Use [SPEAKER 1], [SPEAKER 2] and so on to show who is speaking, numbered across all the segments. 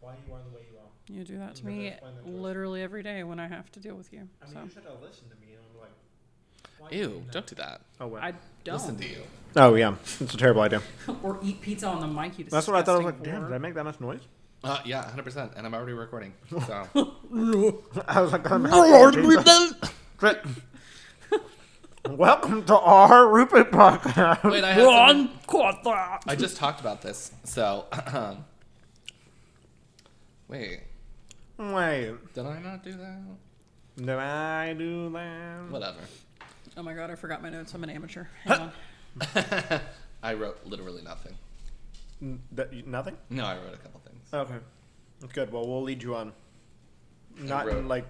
[SPEAKER 1] why you are the way you are.
[SPEAKER 2] You do that to
[SPEAKER 1] You have to
[SPEAKER 2] me
[SPEAKER 1] explain that to us.
[SPEAKER 2] literally every day when I have to deal with you.
[SPEAKER 1] I mean,
[SPEAKER 2] So
[SPEAKER 1] you should have listened to me, and I'm like, why are you
[SPEAKER 3] Ew,
[SPEAKER 1] doing that?
[SPEAKER 3] don't do that.
[SPEAKER 4] Oh, well.
[SPEAKER 2] I don't.
[SPEAKER 3] Listen to you.
[SPEAKER 4] oh, yeah. It's a terrible idea.
[SPEAKER 2] or eat pizza on the mic. You
[SPEAKER 4] That's what I thought. I was like,
[SPEAKER 2] disgusting
[SPEAKER 4] damn, did I
[SPEAKER 2] whore.
[SPEAKER 4] make that much noise?
[SPEAKER 3] Uh, yeah, 100%. And I'm already recording. So.
[SPEAKER 4] I was like, I'm welcome to our Rupert podcast.
[SPEAKER 3] Wait, I, had some-
[SPEAKER 2] caught that.
[SPEAKER 3] I just talked about this. So. Wait,
[SPEAKER 4] Wait,
[SPEAKER 3] did I not do that?
[SPEAKER 4] did I do that?
[SPEAKER 3] Whatever.
[SPEAKER 2] Oh my god, I forgot my notes. I'm an amateur. Hang on.
[SPEAKER 3] I wrote literally nothing.
[SPEAKER 4] N- that- you- nothing?
[SPEAKER 3] No, I wrote a couple things.
[SPEAKER 4] Okay. Good. Well, we'll lead you on. Not
[SPEAKER 3] wrote-
[SPEAKER 4] in, like,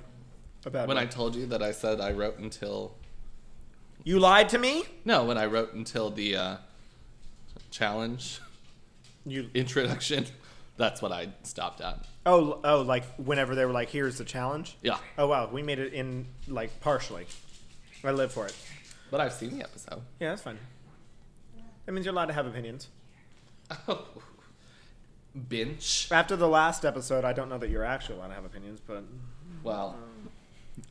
[SPEAKER 4] about.
[SPEAKER 3] When I told you that I said I wrote until.
[SPEAKER 4] you lied to me?
[SPEAKER 3] No, when I wrote until the uh, challenge
[SPEAKER 4] You
[SPEAKER 3] introduction, that's what I stopped at.
[SPEAKER 4] Oh, l- oh, like whenever they were like, "Here's the challenge."
[SPEAKER 3] Yeah.
[SPEAKER 4] Oh wow, we made it in like partially. I live for it.
[SPEAKER 3] But I've seen the episode.
[SPEAKER 4] Yeah, that's fine. That means you're allowed to have opinions.
[SPEAKER 3] Oh. Binge.
[SPEAKER 4] After the last episode, I don't know that you're actually allowed to have opinions, but
[SPEAKER 3] Well,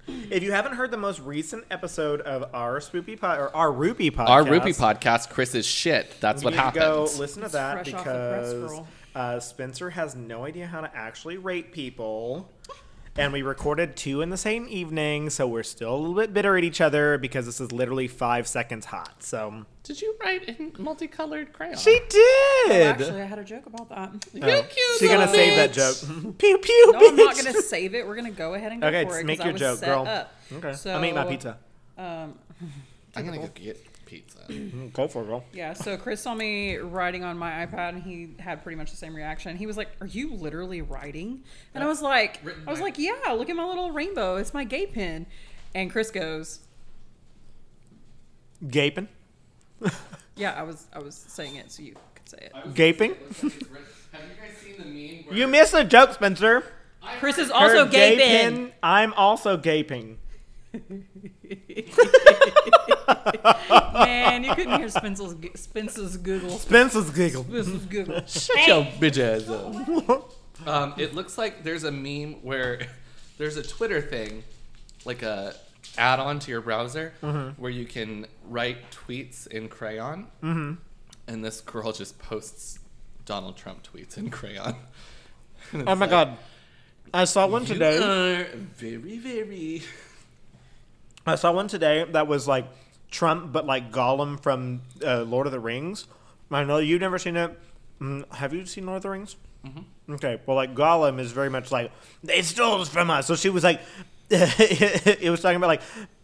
[SPEAKER 4] if you haven't heard the most recent episode of our Spoopy Pod or our Rupee Podcast,
[SPEAKER 3] our Rupee podcast, Chris is shit. That's
[SPEAKER 4] you
[SPEAKER 3] what
[SPEAKER 4] need to Go
[SPEAKER 3] happens.
[SPEAKER 4] listen to
[SPEAKER 2] It's
[SPEAKER 4] that
[SPEAKER 2] fresh off the press,
[SPEAKER 4] because
[SPEAKER 2] girl.
[SPEAKER 4] uh, Spencer has no idea how to actually rate people. And we recorded two in the same evening, so we're still a little bit bitter at each other because this is literally five seconds hot. So
[SPEAKER 3] Did you write in multicolored crayon?
[SPEAKER 4] she did.
[SPEAKER 2] Actually, I had a joke about that.
[SPEAKER 3] You cute
[SPEAKER 4] She's gonna
[SPEAKER 3] little
[SPEAKER 4] save that
[SPEAKER 3] bitch.
[SPEAKER 4] joke. pew pew.
[SPEAKER 2] No, I'm not
[SPEAKER 4] bitch.
[SPEAKER 2] going to save it. We're going to go ahead and go
[SPEAKER 4] Okay,
[SPEAKER 2] for
[SPEAKER 4] just
[SPEAKER 2] it.
[SPEAKER 4] make
[SPEAKER 2] 'cause I
[SPEAKER 4] your
[SPEAKER 2] was
[SPEAKER 4] joke,
[SPEAKER 2] set
[SPEAKER 4] girl.
[SPEAKER 2] Up.
[SPEAKER 4] Okay,
[SPEAKER 2] So,
[SPEAKER 4] I'm eating my pizza.
[SPEAKER 2] Um,
[SPEAKER 3] I'm gonna go get pizza.
[SPEAKER 4] Mm, Go for it, girl.
[SPEAKER 2] yeah, so Chris saw me writing on my iPad and he had pretty much the same reaction. He was like, Are you literally writing? And I was like,
[SPEAKER 3] Written
[SPEAKER 2] I was
[SPEAKER 3] by-
[SPEAKER 2] like, Yeah, look at my little rainbow. It's my gay pen. And Chris goes,
[SPEAKER 4] Gaping,
[SPEAKER 2] Yeah, I was I was saying it so you could say it.
[SPEAKER 4] gaping.
[SPEAKER 3] Have you guys seen the meme? Where
[SPEAKER 4] You missed a joke, Spencer.
[SPEAKER 2] Chris is also
[SPEAKER 4] Her
[SPEAKER 2] gay
[SPEAKER 4] gaping,
[SPEAKER 2] pen.
[SPEAKER 4] I'm also gaping.
[SPEAKER 2] Man, you couldn't hear Spencer's Spencer's giggle.
[SPEAKER 4] Spencer's giggle.
[SPEAKER 2] Spencer's giggle.
[SPEAKER 3] Shut your bitch ass up.
[SPEAKER 4] Oh
[SPEAKER 3] um, it looks like there's a meme where there's a Twitter thing, like a add-on to your browser, where you can write tweets in crayon. Mm-hmm. And this girl just posts Donald Trump tweets in crayon. And it's
[SPEAKER 4] Oh my
[SPEAKER 3] like,
[SPEAKER 4] god. I saw one
[SPEAKER 3] You
[SPEAKER 4] today.
[SPEAKER 3] are very, very.
[SPEAKER 4] I saw one today that was like Trump, but like Gollum from uh, Lord of the Rings. I know you've never seen it. Mm, have you seen Lord of the Rings? Mm-hmm. Okay. Well, like Gollum is very much like they stole this from us. So she was like, it was talking about like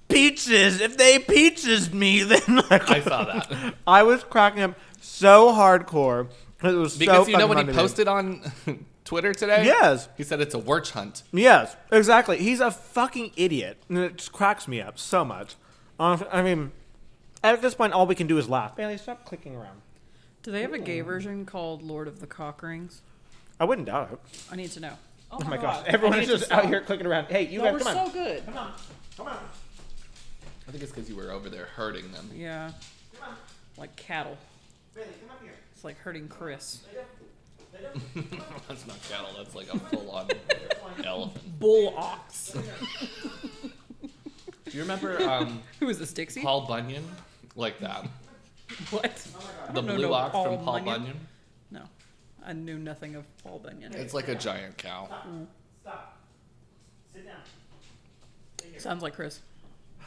[SPEAKER 4] peaches. If they peaches me, then like,
[SPEAKER 3] I saw that
[SPEAKER 4] I was cracking up so hardcore. It was
[SPEAKER 3] because
[SPEAKER 4] so
[SPEAKER 3] you know
[SPEAKER 4] fucking
[SPEAKER 3] when
[SPEAKER 4] funny to
[SPEAKER 3] he
[SPEAKER 4] me.
[SPEAKER 3] posted on Twitter today.
[SPEAKER 4] Yes.
[SPEAKER 3] he said it's a witch hunt.
[SPEAKER 4] Yes, exactly. He's a fucking idiot. And it just cracks me up so much. Honestly, I mean, at this point, all we can do is laugh. Bailey, stop clicking around.
[SPEAKER 2] Do they have a gay version called Lord of the Cock Rings?
[SPEAKER 4] I wouldn't doubt it.
[SPEAKER 2] I need to know.
[SPEAKER 4] Oh my gosh, everyone is just out here clicking around. Hey, you
[SPEAKER 2] You guys,
[SPEAKER 4] guys, come
[SPEAKER 2] so
[SPEAKER 4] on.
[SPEAKER 2] good.
[SPEAKER 4] Come on. Come on.
[SPEAKER 3] I think it's because you were over there hurting them.
[SPEAKER 2] Yeah,
[SPEAKER 4] Come on.
[SPEAKER 2] like cattle.
[SPEAKER 4] Bailey, come up here.
[SPEAKER 2] It's like hurting Chris.
[SPEAKER 3] That's not cattle. That's like a full-on elephant.
[SPEAKER 2] Bull ox.
[SPEAKER 3] Do you remember um,
[SPEAKER 2] Who is this, Dixie?
[SPEAKER 3] Paul Bunyan? Like that,
[SPEAKER 2] What?
[SPEAKER 3] the
[SPEAKER 2] don't know
[SPEAKER 3] blue
[SPEAKER 2] no
[SPEAKER 3] ox
[SPEAKER 2] Paul
[SPEAKER 3] from Paul
[SPEAKER 2] Bunyan.
[SPEAKER 3] Bunyan.
[SPEAKER 2] No, I knew nothing of Paul Bunyan.
[SPEAKER 3] It's like a giant cow.
[SPEAKER 4] Stop. Sit down.
[SPEAKER 2] Sounds like Chris.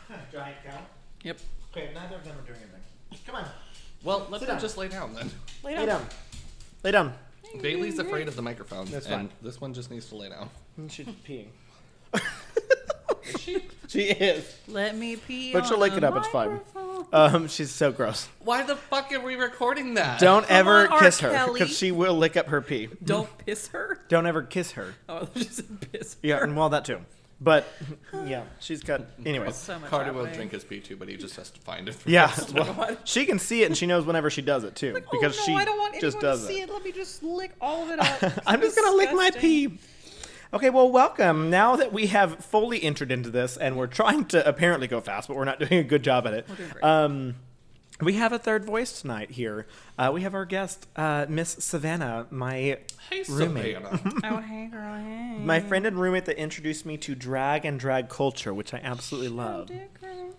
[SPEAKER 4] Giant cow.
[SPEAKER 2] Yep.
[SPEAKER 4] Okay, neither of them are doing anything. Come on.
[SPEAKER 3] Well, let
[SPEAKER 4] Sit
[SPEAKER 3] them
[SPEAKER 4] down.
[SPEAKER 3] just lay down then.
[SPEAKER 2] Lay
[SPEAKER 4] Lay down. Lay down.
[SPEAKER 3] Bailey's afraid of the microphone,
[SPEAKER 4] That's
[SPEAKER 3] and
[SPEAKER 4] fine.
[SPEAKER 3] this one just needs to lay down.
[SPEAKER 4] She's peeing. she is.
[SPEAKER 2] Let me pee.
[SPEAKER 4] But
[SPEAKER 2] on
[SPEAKER 4] she'll lick
[SPEAKER 2] the
[SPEAKER 4] it up, it's fine.
[SPEAKER 2] microphone.
[SPEAKER 4] Um, she's so gross.
[SPEAKER 3] Why the fuck are we recording that?
[SPEAKER 4] Don't
[SPEAKER 2] Come
[SPEAKER 4] ever
[SPEAKER 2] on, R.
[SPEAKER 4] kiss her
[SPEAKER 2] Kelly.
[SPEAKER 4] because she will lick up her pee.
[SPEAKER 2] Don't piss her.
[SPEAKER 4] Don't ever kiss her.
[SPEAKER 2] Oh, just piss.
[SPEAKER 4] Yeah, and well, that too. But yeah, she's got. Anyways,
[SPEAKER 2] So much.
[SPEAKER 3] Carter will
[SPEAKER 2] outrage.
[SPEAKER 3] drink his pee too, but he just has to find it.
[SPEAKER 4] yeah, well, she can see it and she knows whenever she does it too because
[SPEAKER 2] oh, no,
[SPEAKER 4] she
[SPEAKER 2] I don't want
[SPEAKER 4] just
[SPEAKER 2] anyone
[SPEAKER 4] does
[SPEAKER 2] to see
[SPEAKER 4] it.
[SPEAKER 2] it. Let me just lick all of it up.
[SPEAKER 4] I'm just gonna lick my
[SPEAKER 2] Disgusting.
[SPEAKER 4] pee. Okay, well, welcome. Now that we have fully entered into this, and we're trying to apparently go fast, but we're not doing a good job at it.
[SPEAKER 2] doing great.
[SPEAKER 4] Um, We have a third voice tonight here. Uh, we have our guest, uh, Miss Savannah, my
[SPEAKER 3] Hey,
[SPEAKER 4] Roommate.
[SPEAKER 3] Savannah.
[SPEAKER 2] Oh, hey, girl, hey.
[SPEAKER 4] my friend and roommate that introduced me to drag and drag culture, which I absolutely
[SPEAKER 2] Oh,
[SPEAKER 4] love.
[SPEAKER 2] dear, girl.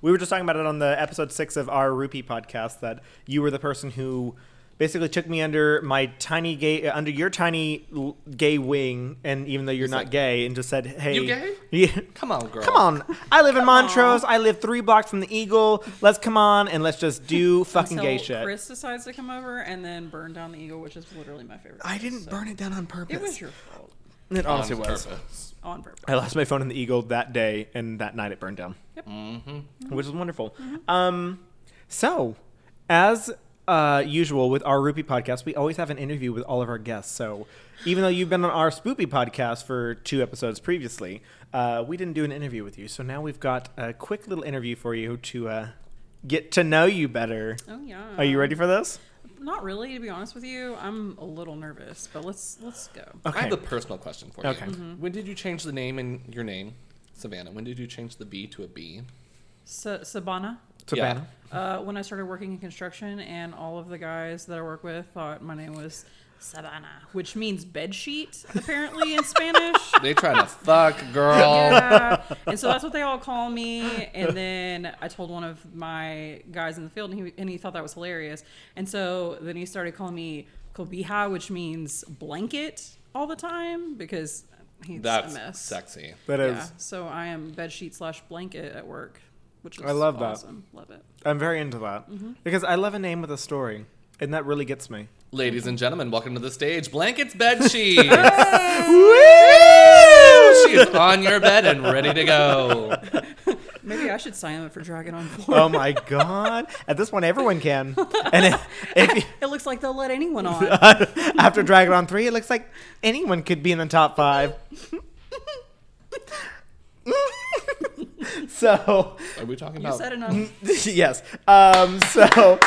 [SPEAKER 4] We were just talking about it on the episode six of our Rupee podcast that you were the person who basically took me under my tiny gay uh, under your tiny l- gay wing, and even though you're
[SPEAKER 3] He's
[SPEAKER 4] not
[SPEAKER 3] like,
[SPEAKER 4] gay, and just said, "Hey,
[SPEAKER 3] "You gay?"
[SPEAKER 4] Yeah.
[SPEAKER 3] Come on, girl.
[SPEAKER 4] Come on, I live in Montrose. I live three blocks from the Eagle. Let's come on and let's just do fucking gay
[SPEAKER 2] Until
[SPEAKER 4] shit.
[SPEAKER 2] Chris decides to come over and then burn down the eagle, which is literally my favorite.
[SPEAKER 4] I
[SPEAKER 2] place,
[SPEAKER 4] didn't
[SPEAKER 2] so-
[SPEAKER 4] burn it down on purpose. Uh,
[SPEAKER 2] It was your fault.
[SPEAKER 4] It
[SPEAKER 3] On
[SPEAKER 4] honestly was.
[SPEAKER 3] purpose.
[SPEAKER 2] On purpose.
[SPEAKER 4] I lost my phone in the Eagle that day, and that night it burned down,
[SPEAKER 3] Mhm.
[SPEAKER 4] which is wonderful. Um, so, as uh, usual with our Rupee podcast, we always have an interview with all of our guests. So, even though you've been on our Spoopy podcast for two episodes previously, uh, we didn't do an interview with you. So now we've got a quick little interview for you to uh, get to know you better.
[SPEAKER 2] Oh yeah.
[SPEAKER 4] Are you ready for this?
[SPEAKER 2] Not really, to be honest with you. I'm a little nervous, but let's let's go.
[SPEAKER 3] Um, I
[SPEAKER 4] Okay.
[SPEAKER 3] have a personal question for
[SPEAKER 4] Okay.
[SPEAKER 3] you.
[SPEAKER 2] Mm-hmm.
[SPEAKER 3] When did you change the name and your name, Savannah? When did you change the B to a B?
[SPEAKER 2] Sa- Sabana.
[SPEAKER 4] Savannah.
[SPEAKER 2] Uh, when I started working in construction, and all of the guys that I work with thought my name was Sabana, which means bed sheet apparently in Spanish.
[SPEAKER 3] They trying to fuck, girl.
[SPEAKER 2] Yeah. And so that's what they all call me. And then I told one of my guys in the field, and he, and he thought that was hilarious. And so then he started calling me Cobija, which means blanket all the time because he's
[SPEAKER 3] That's
[SPEAKER 2] a mess.
[SPEAKER 3] sexy.
[SPEAKER 4] That is.
[SPEAKER 2] yeah. So I am bed sheet slash blanket at work, which is
[SPEAKER 4] I love that.
[SPEAKER 2] awesome. Love it.
[SPEAKER 4] I'm very into that because I love a name with a story, and that really gets me.
[SPEAKER 3] Ladies and gentlemen, welcome to the stage. Blankets, bed sheets.
[SPEAKER 4] Woo!
[SPEAKER 3] She's on your bed and ready to go.
[SPEAKER 2] Maybe I should sign up for Dragon on Four.
[SPEAKER 4] Oh my god! At this point, everyone can. And if, if you,
[SPEAKER 2] It looks like they'll let anyone on.
[SPEAKER 4] after Dragon on three, it looks like anyone could be in the top five. so,
[SPEAKER 3] Are we talking
[SPEAKER 2] You
[SPEAKER 3] about?
[SPEAKER 2] said enough.
[SPEAKER 4] yes. Um, so,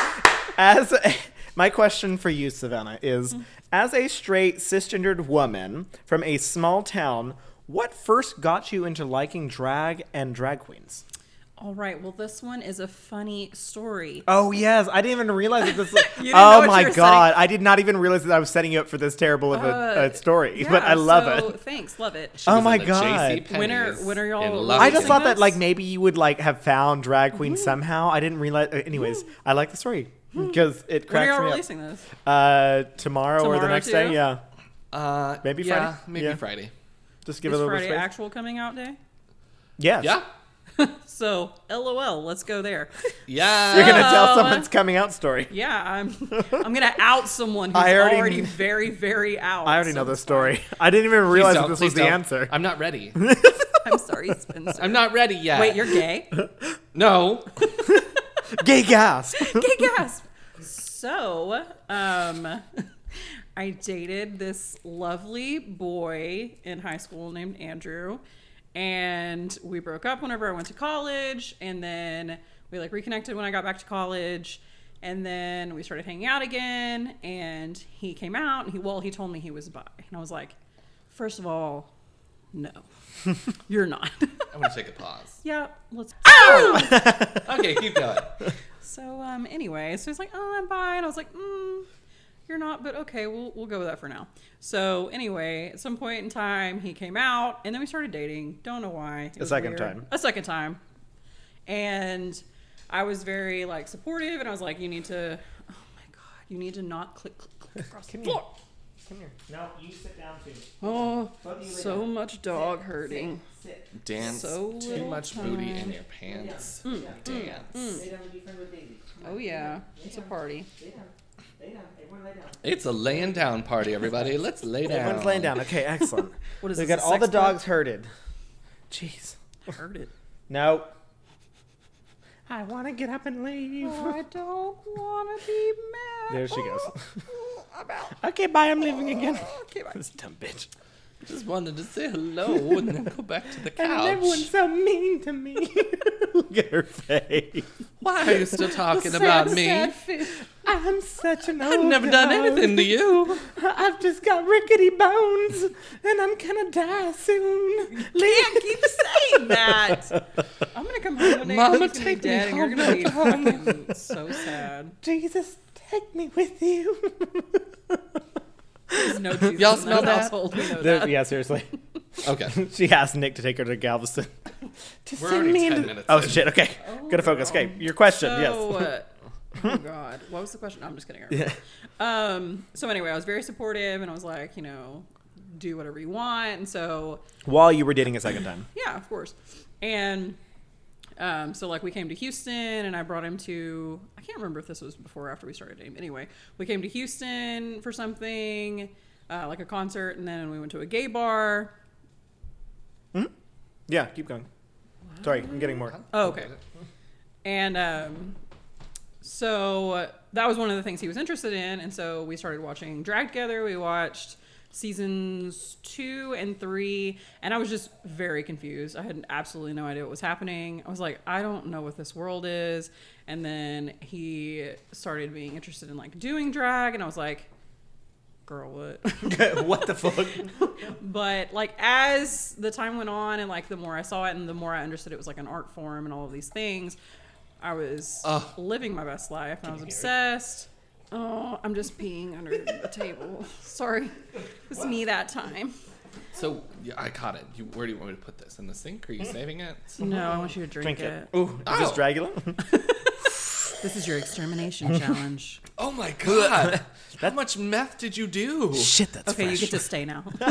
[SPEAKER 4] as a- my question for you, Savannah, is as a straight cisgendered woman from a small town, what first got you into liking drag and drag queens?
[SPEAKER 2] All right. Well, this one is a funny story.
[SPEAKER 4] Oh yes, I didn't even realize that this.
[SPEAKER 2] didn't know what
[SPEAKER 4] oh
[SPEAKER 2] you
[SPEAKER 4] my
[SPEAKER 2] were
[SPEAKER 4] god, I did not even realize that I was setting you up for this terrible of a,
[SPEAKER 2] Uh,
[SPEAKER 4] a story.
[SPEAKER 2] yeah,
[SPEAKER 4] but I love
[SPEAKER 2] so
[SPEAKER 4] it.
[SPEAKER 2] Thanks, love it.
[SPEAKER 3] She was
[SPEAKER 4] Oh
[SPEAKER 3] in
[SPEAKER 4] my
[SPEAKER 3] the
[SPEAKER 4] God.
[SPEAKER 3] JCPenney's
[SPEAKER 2] Winner- winner, y'all
[SPEAKER 3] in
[SPEAKER 2] were
[SPEAKER 3] London.
[SPEAKER 4] I just thought that
[SPEAKER 2] that's-
[SPEAKER 4] like maybe you would like have found drag queen
[SPEAKER 2] Mm-hmm.
[SPEAKER 4] somehow. I didn't realize. uh, Anyways, I like the story because it
[SPEAKER 2] When Hmm.
[SPEAKER 4] cracks
[SPEAKER 2] are y'all
[SPEAKER 4] me
[SPEAKER 2] releasing this?
[SPEAKER 4] up. Uh, tomorrow, or the
[SPEAKER 2] Tomorrow,
[SPEAKER 4] next
[SPEAKER 2] too?
[SPEAKER 4] day, yeah.
[SPEAKER 3] Uh,
[SPEAKER 4] Maybe
[SPEAKER 3] yeah,
[SPEAKER 4] Friday?
[SPEAKER 3] Maybe
[SPEAKER 4] Yeah.
[SPEAKER 3] Friday.
[SPEAKER 4] Just give
[SPEAKER 2] Is
[SPEAKER 4] it a little
[SPEAKER 2] Friday
[SPEAKER 4] bit of space.
[SPEAKER 2] actual coming out day?
[SPEAKER 4] yes.
[SPEAKER 3] Yeah.
[SPEAKER 2] So, lol, let's go there.
[SPEAKER 3] Yeah.
[SPEAKER 4] You're gonna tell
[SPEAKER 2] Oh.
[SPEAKER 4] someone's coming out story.
[SPEAKER 2] Yeah, I'm I'm gonna out someone who's
[SPEAKER 4] I already
[SPEAKER 2] already,
[SPEAKER 4] kn-
[SPEAKER 2] very very out.
[SPEAKER 4] I already
[SPEAKER 2] so
[SPEAKER 4] know this
[SPEAKER 2] it's fine.
[SPEAKER 4] story. I didn't even
[SPEAKER 3] Please
[SPEAKER 4] realize that
[SPEAKER 3] don't,
[SPEAKER 4] this was
[SPEAKER 3] please
[SPEAKER 4] the
[SPEAKER 3] don't.
[SPEAKER 4] answer.
[SPEAKER 3] I'm not ready.
[SPEAKER 2] I'm sorry, Spencer.
[SPEAKER 3] I'm not ready yet.
[SPEAKER 2] Wait, you're gay?
[SPEAKER 3] no.
[SPEAKER 4] Gay gasp.
[SPEAKER 2] gay gasp. So, um, I dated this lovely boy in high school named Andrew, and we broke up whenever I went to college, and then we like reconnected when I got back to college, and then we started hanging out again, and he came out, and he well, he told me he was bi, and I was like, first of all, no, you're not.
[SPEAKER 3] I want to take a pause.
[SPEAKER 2] yeah, let's.
[SPEAKER 3] Okay, keep going.
[SPEAKER 2] So um, anyway, so he's like, "Oh, I'm bi," and I was like, mm, "You're not, but okay, we'll we'll go with that for now." So anyway, at some point in time, he came out, and then we started dating. Don't know why. It was
[SPEAKER 4] second time.
[SPEAKER 2] A second time, and I was very like supportive, and I was like, "You need to, oh my god, you need to not click click, click across the floor."
[SPEAKER 4] Come here. No, you sit down too.
[SPEAKER 2] Oh,
[SPEAKER 4] Love you,
[SPEAKER 2] so much dog hurting.
[SPEAKER 4] Sit.
[SPEAKER 3] Dance.
[SPEAKER 2] So
[SPEAKER 3] Too
[SPEAKER 2] little
[SPEAKER 3] much booty in your pants. Dance.
[SPEAKER 2] Oh yeah, it's a party.
[SPEAKER 3] It's a laying down party, everybody. Let's lay down.
[SPEAKER 4] Everyone's laying down. Okay, excellent.
[SPEAKER 2] What is
[SPEAKER 4] we
[SPEAKER 2] this,
[SPEAKER 4] got
[SPEAKER 2] a
[SPEAKER 4] all the
[SPEAKER 2] sex club?
[SPEAKER 4] dogs herded. Jeez.
[SPEAKER 2] I heard it.
[SPEAKER 4] No. I want to get up and leave.
[SPEAKER 2] Oh, I don't want to be mad. Oh,
[SPEAKER 4] There she goes.
[SPEAKER 2] About
[SPEAKER 4] okay, bye. I'm leaving again.
[SPEAKER 2] okay, bye.
[SPEAKER 4] This dumb bitch.
[SPEAKER 3] Just wanted to say hello and then go back to the couch.
[SPEAKER 4] so mean to me. Look at her face.
[SPEAKER 3] Why are you still talking
[SPEAKER 2] Sad,
[SPEAKER 3] about me?
[SPEAKER 2] sad face.
[SPEAKER 4] I'm such an
[SPEAKER 3] I've never done anything to you.
[SPEAKER 4] I've just got rickety bones, and I'm gonna die soon.
[SPEAKER 2] Can't keep saying that. I'm gonna come home one day.
[SPEAKER 3] Mama,
[SPEAKER 2] Mama, take
[SPEAKER 3] take me
[SPEAKER 2] dead, and
[SPEAKER 3] home,
[SPEAKER 2] You're gonna be fucking so sad.
[SPEAKER 4] Jesus, take me with you.
[SPEAKER 2] There's no Jesus
[SPEAKER 3] Y'all
[SPEAKER 2] in
[SPEAKER 3] smell that?
[SPEAKER 2] household. We know that.
[SPEAKER 4] yeah, seriously.
[SPEAKER 3] Okay.
[SPEAKER 4] She asked Nick to take her to Galveston. to
[SPEAKER 3] We're already 10 minutes
[SPEAKER 4] Oh
[SPEAKER 3] in.
[SPEAKER 4] shit! Okay, gotta focus. Okay, your question.
[SPEAKER 2] So,
[SPEAKER 4] yes.
[SPEAKER 2] uh, oh God, what was the question? I'm just kidding. I remember. Um. So anyway, I was very supportive, and I was like, you know, do whatever you want. And so,
[SPEAKER 4] While you were dating a second time.
[SPEAKER 2] yeah, of course. And um, so like we came to Houston, and I brought him to. I can't remember if this was before or after we started dating. Anyway, we came to Houston for something, uh, like a concert, and then we went to a gay bar.
[SPEAKER 4] Yeah, keep going. Sorry, I'm getting more.
[SPEAKER 2] Oh, okay. And um, so that was one of the things he was interested in. And so we started watching Drag together. We watched seasons two and three. And I was just very confused. I had absolutely no idea what was happening. I was like, I don't know what this world is. And then he started being interested in like doing drag. And I was like, girl, what?
[SPEAKER 4] what the fuck?
[SPEAKER 2] but like as the time went on and like the more i saw it and the more i understood it was like an art form and all of these things i was
[SPEAKER 3] Ugh.
[SPEAKER 2] living my best life and i was obsessed oh i'm just peeing under the table sorry it's me that time
[SPEAKER 3] So yeah, I caught it. You, where do you want me to put this? In the sink? Are you saving it?
[SPEAKER 2] no i want you to drink,
[SPEAKER 4] Drink it.
[SPEAKER 2] it.
[SPEAKER 4] Ooh, is this
[SPEAKER 3] Oh.
[SPEAKER 4] Dragula?
[SPEAKER 2] this is your extermination challenge
[SPEAKER 3] Oh my god! How much meth did you do?
[SPEAKER 4] Shit, that's
[SPEAKER 2] okay you get to stay now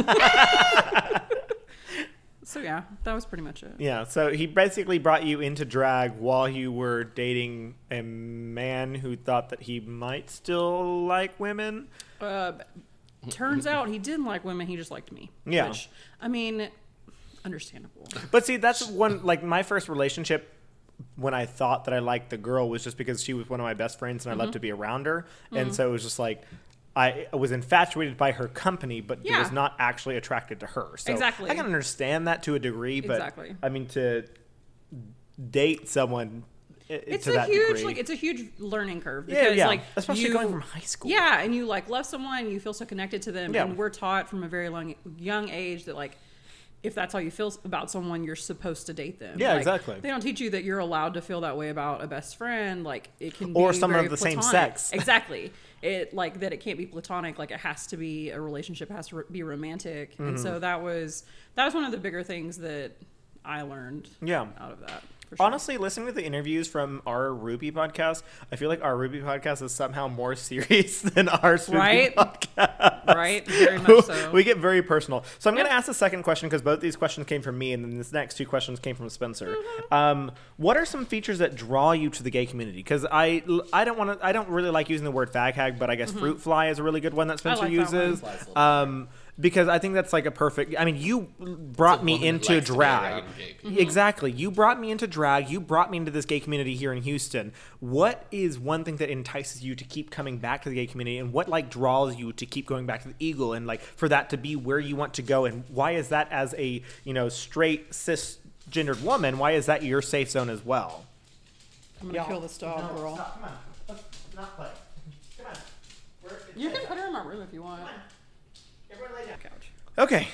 [SPEAKER 2] so yeah that was pretty much it
[SPEAKER 4] Yeah, so he basically brought you into drag while you were dating a man who thought that he might still like women.
[SPEAKER 2] Uh, turns out he didn't like women. He just liked me.
[SPEAKER 4] Yeah.
[SPEAKER 2] Which, I mean, understandable.
[SPEAKER 4] But see, that's one like my first relationship when I thought that I liked the girl was just because she was one of my best friends and I
[SPEAKER 2] Mm-hmm.
[SPEAKER 4] loved to be around her, and so it was just like. I was infatuated by her company, but
[SPEAKER 2] Yeah.
[SPEAKER 4] was not actually attracted to her. So
[SPEAKER 2] Exactly.
[SPEAKER 4] I can understand that to a degree, but
[SPEAKER 2] Exactly.
[SPEAKER 4] I mean to date someone i-
[SPEAKER 2] It's
[SPEAKER 4] to
[SPEAKER 2] a
[SPEAKER 4] that
[SPEAKER 2] huge,
[SPEAKER 4] degree.
[SPEAKER 2] like, it's a huge learning curve
[SPEAKER 4] yeah,
[SPEAKER 2] because,
[SPEAKER 4] yeah,
[SPEAKER 2] like,
[SPEAKER 4] especially
[SPEAKER 2] you-
[SPEAKER 4] going from high school.
[SPEAKER 2] Yeah, and you like love someone, you feel so connected to them,
[SPEAKER 4] Yeah.
[SPEAKER 2] and we're taught from a very long, young age that like, if that's how you feel about someone, you're supposed to date them.
[SPEAKER 4] Yeah,
[SPEAKER 2] Like,
[SPEAKER 4] exactly.
[SPEAKER 2] They don't teach you that you're allowed to feel that way about a best friend. Like it can
[SPEAKER 4] Or
[SPEAKER 2] be
[SPEAKER 4] someone
[SPEAKER 2] very
[SPEAKER 4] of the same
[SPEAKER 2] platonic.
[SPEAKER 4] sex.
[SPEAKER 2] exactly. It like that it can't be platonic. Like it has to be a relationship has to be romantic. And so
[SPEAKER 4] Mm-hmm.
[SPEAKER 2] that was that was one of the bigger things that I learned.
[SPEAKER 4] Yeah.
[SPEAKER 2] Out of that. For sure.
[SPEAKER 4] Honestly, listening to the interviews from our Ruby podcast, I feel like our Ruby podcast is somehow more serious than our Spoopy
[SPEAKER 2] Right?
[SPEAKER 4] podcast.
[SPEAKER 2] right? Very much so.
[SPEAKER 4] we get very personal. So I'm going
[SPEAKER 2] Yep.
[SPEAKER 4] to ask the second question because both these questions came from me, and then this next two questions came from Spencer.
[SPEAKER 2] Mm-hmm.
[SPEAKER 4] Um, what are some features that draw you to the gay community? Because I I don't want to I don't really like using the word fag hag, but I guess fruit fly is a really good one that Spencer
[SPEAKER 2] Mm-hmm. like that one.
[SPEAKER 4] uses. Um, because I think that's like a perfect. I mean, you brought
[SPEAKER 3] It's a
[SPEAKER 4] me
[SPEAKER 3] woman that
[SPEAKER 4] into
[SPEAKER 3] likes to be
[SPEAKER 4] drag.
[SPEAKER 3] around gay
[SPEAKER 4] Exactly. You brought me into drag. You brought me into this gay community here in Houston. What is one thing that entices you to keep coming back to the gay community, and what like draws you to keep going back to the Eagle, and like for that to be where you want to go, and why is that as a you know straight cisgendered woman? Why is that your safe zone as well?
[SPEAKER 2] I'm gonna kill this dog, girl.
[SPEAKER 4] Come on, let's not play. Come on.
[SPEAKER 2] You can put her in my room if you want. Couch.
[SPEAKER 4] Okay,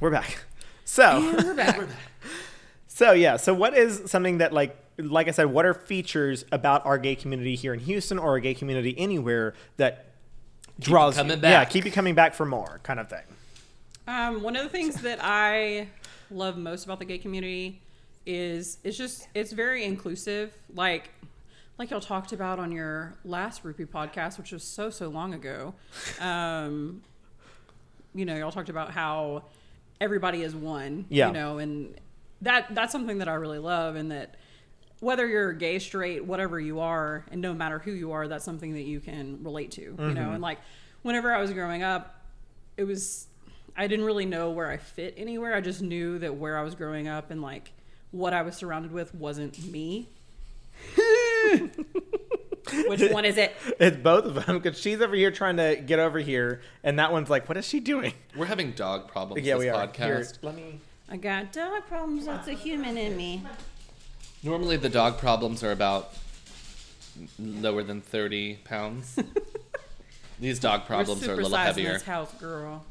[SPEAKER 4] we're back. So.
[SPEAKER 2] And we're back.
[SPEAKER 4] So yeah, so what is something that like like I said, what are features about our gay community here in Houston or a gay community anywhere that draws
[SPEAKER 3] coming
[SPEAKER 4] you- Yeah,
[SPEAKER 3] back.
[SPEAKER 4] keep you coming back for more kind of thing.
[SPEAKER 2] Um, one of the things that I love most about the gay community is it's just it's very inclusive. Like like y'all talked about on your last Rupee podcast, which was so so long ago. Um, you know, y'all talked about how everybody is one.
[SPEAKER 4] Yeah.
[SPEAKER 2] You know, and that that's something that I really love, and that whether you're gay, straight, whatever you are, and no matter who you are, that's something that you can relate to. You know, and like whenever I was growing up, it was I didn't really know where I fit anywhere. I just knew that where I was growing up and like what I was surrounded with wasn't me. Which one is it?
[SPEAKER 4] It's both of them because she's over here trying to get over here, and that one's like, "What is she doing?"
[SPEAKER 3] We're having dog problems
[SPEAKER 4] Yeah,
[SPEAKER 3] this
[SPEAKER 4] we are. Here,
[SPEAKER 3] podcast.
[SPEAKER 4] let me.
[SPEAKER 2] I got dog problems. That's a human in me.
[SPEAKER 3] Normally, the dog problems are about lower than 30 pounds. These dog problems are a little
[SPEAKER 2] supersizing
[SPEAKER 3] heavier.
[SPEAKER 2] This house, girl.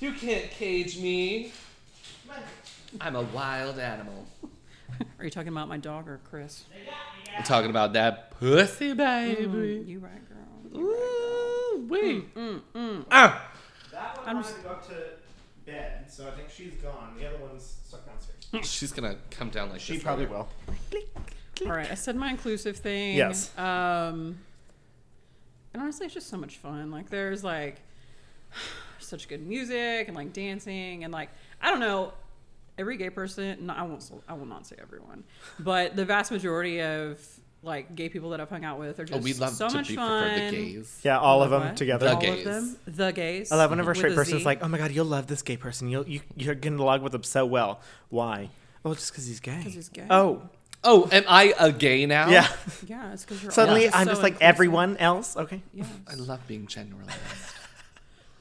[SPEAKER 3] You can't cage me. I'm a wild animal.
[SPEAKER 2] Are you talking about my dog or Chris?
[SPEAKER 3] I'm talking about that pussy baby.
[SPEAKER 2] You right, girl.
[SPEAKER 3] Ooh, wait.
[SPEAKER 4] Ah,
[SPEAKER 1] That one
[SPEAKER 2] I'm
[SPEAKER 1] wanted
[SPEAKER 2] s-
[SPEAKER 1] to go up to bed, so I think she's gone. The other one's stuck downstairs.
[SPEAKER 2] Mm.
[SPEAKER 3] She's gonna come down like
[SPEAKER 4] she
[SPEAKER 3] this
[SPEAKER 4] probably
[SPEAKER 3] later.
[SPEAKER 4] will.
[SPEAKER 2] All right, I said my inclusive thing.
[SPEAKER 4] Yes.
[SPEAKER 2] Um, and honestly, it's just so much fun. Like, there's like such good music and like dancing and like I don't know. Every gay person, no, I won't. I will not say everyone, but the vast majority of like gay people that I've hung out with are
[SPEAKER 3] Oh,
[SPEAKER 2] just
[SPEAKER 3] we love
[SPEAKER 2] so
[SPEAKER 3] to
[SPEAKER 2] much
[SPEAKER 3] be
[SPEAKER 2] fun.
[SPEAKER 3] preferred the gays.
[SPEAKER 4] Yeah, all of
[SPEAKER 2] Love
[SPEAKER 4] them
[SPEAKER 2] what?
[SPEAKER 4] together.
[SPEAKER 3] The
[SPEAKER 2] all
[SPEAKER 3] gays.
[SPEAKER 2] of them, the gays.
[SPEAKER 4] I love whenever a
[SPEAKER 2] With
[SPEAKER 4] straight
[SPEAKER 2] a
[SPEAKER 4] person's
[SPEAKER 2] Z.
[SPEAKER 4] like, "Oh my god, you'll love this gay person. You'll you, you're gonna log with him so well." Why? Oh, just because he's gay.
[SPEAKER 2] 'Cause he's gay.
[SPEAKER 4] Oh,
[SPEAKER 3] Oh, am I a gay now?
[SPEAKER 4] yeah.
[SPEAKER 2] yeah, it's because you're all
[SPEAKER 4] Suddenly, I'm
[SPEAKER 2] so
[SPEAKER 4] just like
[SPEAKER 2] inclusive.
[SPEAKER 4] everyone else. Okay.
[SPEAKER 2] Yes.
[SPEAKER 3] I love being generalized.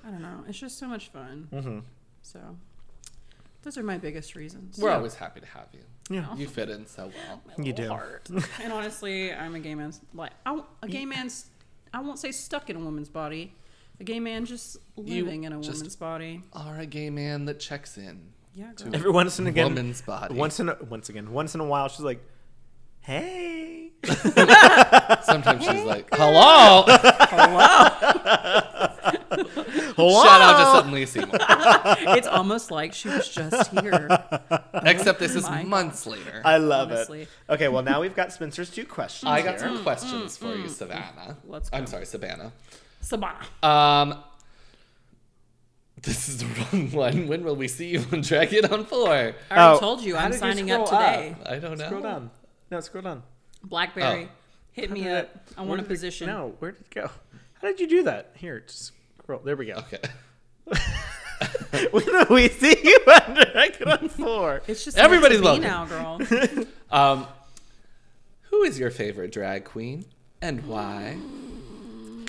[SPEAKER 2] I don't know. It's just so much fun.
[SPEAKER 4] Mm-hmm.
[SPEAKER 2] So, those are my biggest reasons.
[SPEAKER 3] We're always happy to have you.
[SPEAKER 4] Yeah.
[SPEAKER 2] Oh.
[SPEAKER 3] You fit in so well.
[SPEAKER 2] My
[SPEAKER 4] You
[SPEAKER 2] little
[SPEAKER 4] do.
[SPEAKER 2] heart. and honestly, I'm a gay man's like I, a gay man's. I won't say stuck in a woman's body. A gay man just
[SPEAKER 3] You
[SPEAKER 2] living in a
[SPEAKER 3] just-
[SPEAKER 2] woman's body.
[SPEAKER 3] Are a gay man that checks in.
[SPEAKER 2] Yeah,
[SPEAKER 3] to
[SPEAKER 2] girl.
[SPEAKER 4] Every once and again,
[SPEAKER 3] Woman's body.
[SPEAKER 4] once in a, once again, once in a while, she's like, "Hey."
[SPEAKER 3] Sometimes she's like, "Hello."
[SPEAKER 4] Hello?
[SPEAKER 3] Shout out to suddenly Seymour.
[SPEAKER 2] it's almost like she was just here.
[SPEAKER 3] Except this is
[SPEAKER 2] Oh My God.
[SPEAKER 3] months later.
[SPEAKER 4] I love
[SPEAKER 2] honestly.
[SPEAKER 4] it. Okay, well now we've got Spencer's two questions.
[SPEAKER 3] I got
[SPEAKER 4] here.
[SPEAKER 3] some questions for you,
[SPEAKER 2] Mm.
[SPEAKER 3] Savannah.
[SPEAKER 2] Let's
[SPEAKER 3] I'm
[SPEAKER 2] go.
[SPEAKER 3] sorry, Savannah.
[SPEAKER 2] Sabana.
[SPEAKER 3] Um, this is the wrong one. When will we see you on Dragon on Four?
[SPEAKER 2] I already
[SPEAKER 4] Oh.
[SPEAKER 2] told you
[SPEAKER 4] How
[SPEAKER 2] I'm
[SPEAKER 4] did you
[SPEAKER 2] signing up
[SPEAKER 4] scroll up?
[SPEAKER 2] today.
[SPEAKER 3] I don't know.
[SPEAKER 4] Scroll down. No, scroll down.
[SPEAKER 2] Blackberry,
[SPEAKER 3] Oh.
[SPEAKER 2] hit me
[SPEAKER 4] How
[SPEAKER 2] up.
[SPEAKER 4] did it-
[SPEAKER 2] I
[SPEAKER 4] where
[SPEAKER 2] want a
[SPEAKER 4] did it-
[SPEAKER 2] position.
[SPEAKER 4] no, where did it go? How did you do that? Here, just scroll. There we go.
[SPEAKER 3] Okay.
[SPEAKER 4] when do we see you on Dragon on Four?
[SPEAKER 2] It's just
[SPEAKER 3] Everybody's
[SPEAKER 2] everybody's meant to
[SPEAKER 3] welcome.
[SPEAKER 2] be now, girl.
[SPEAKER 3] Um, who is your favorite drag queen and why?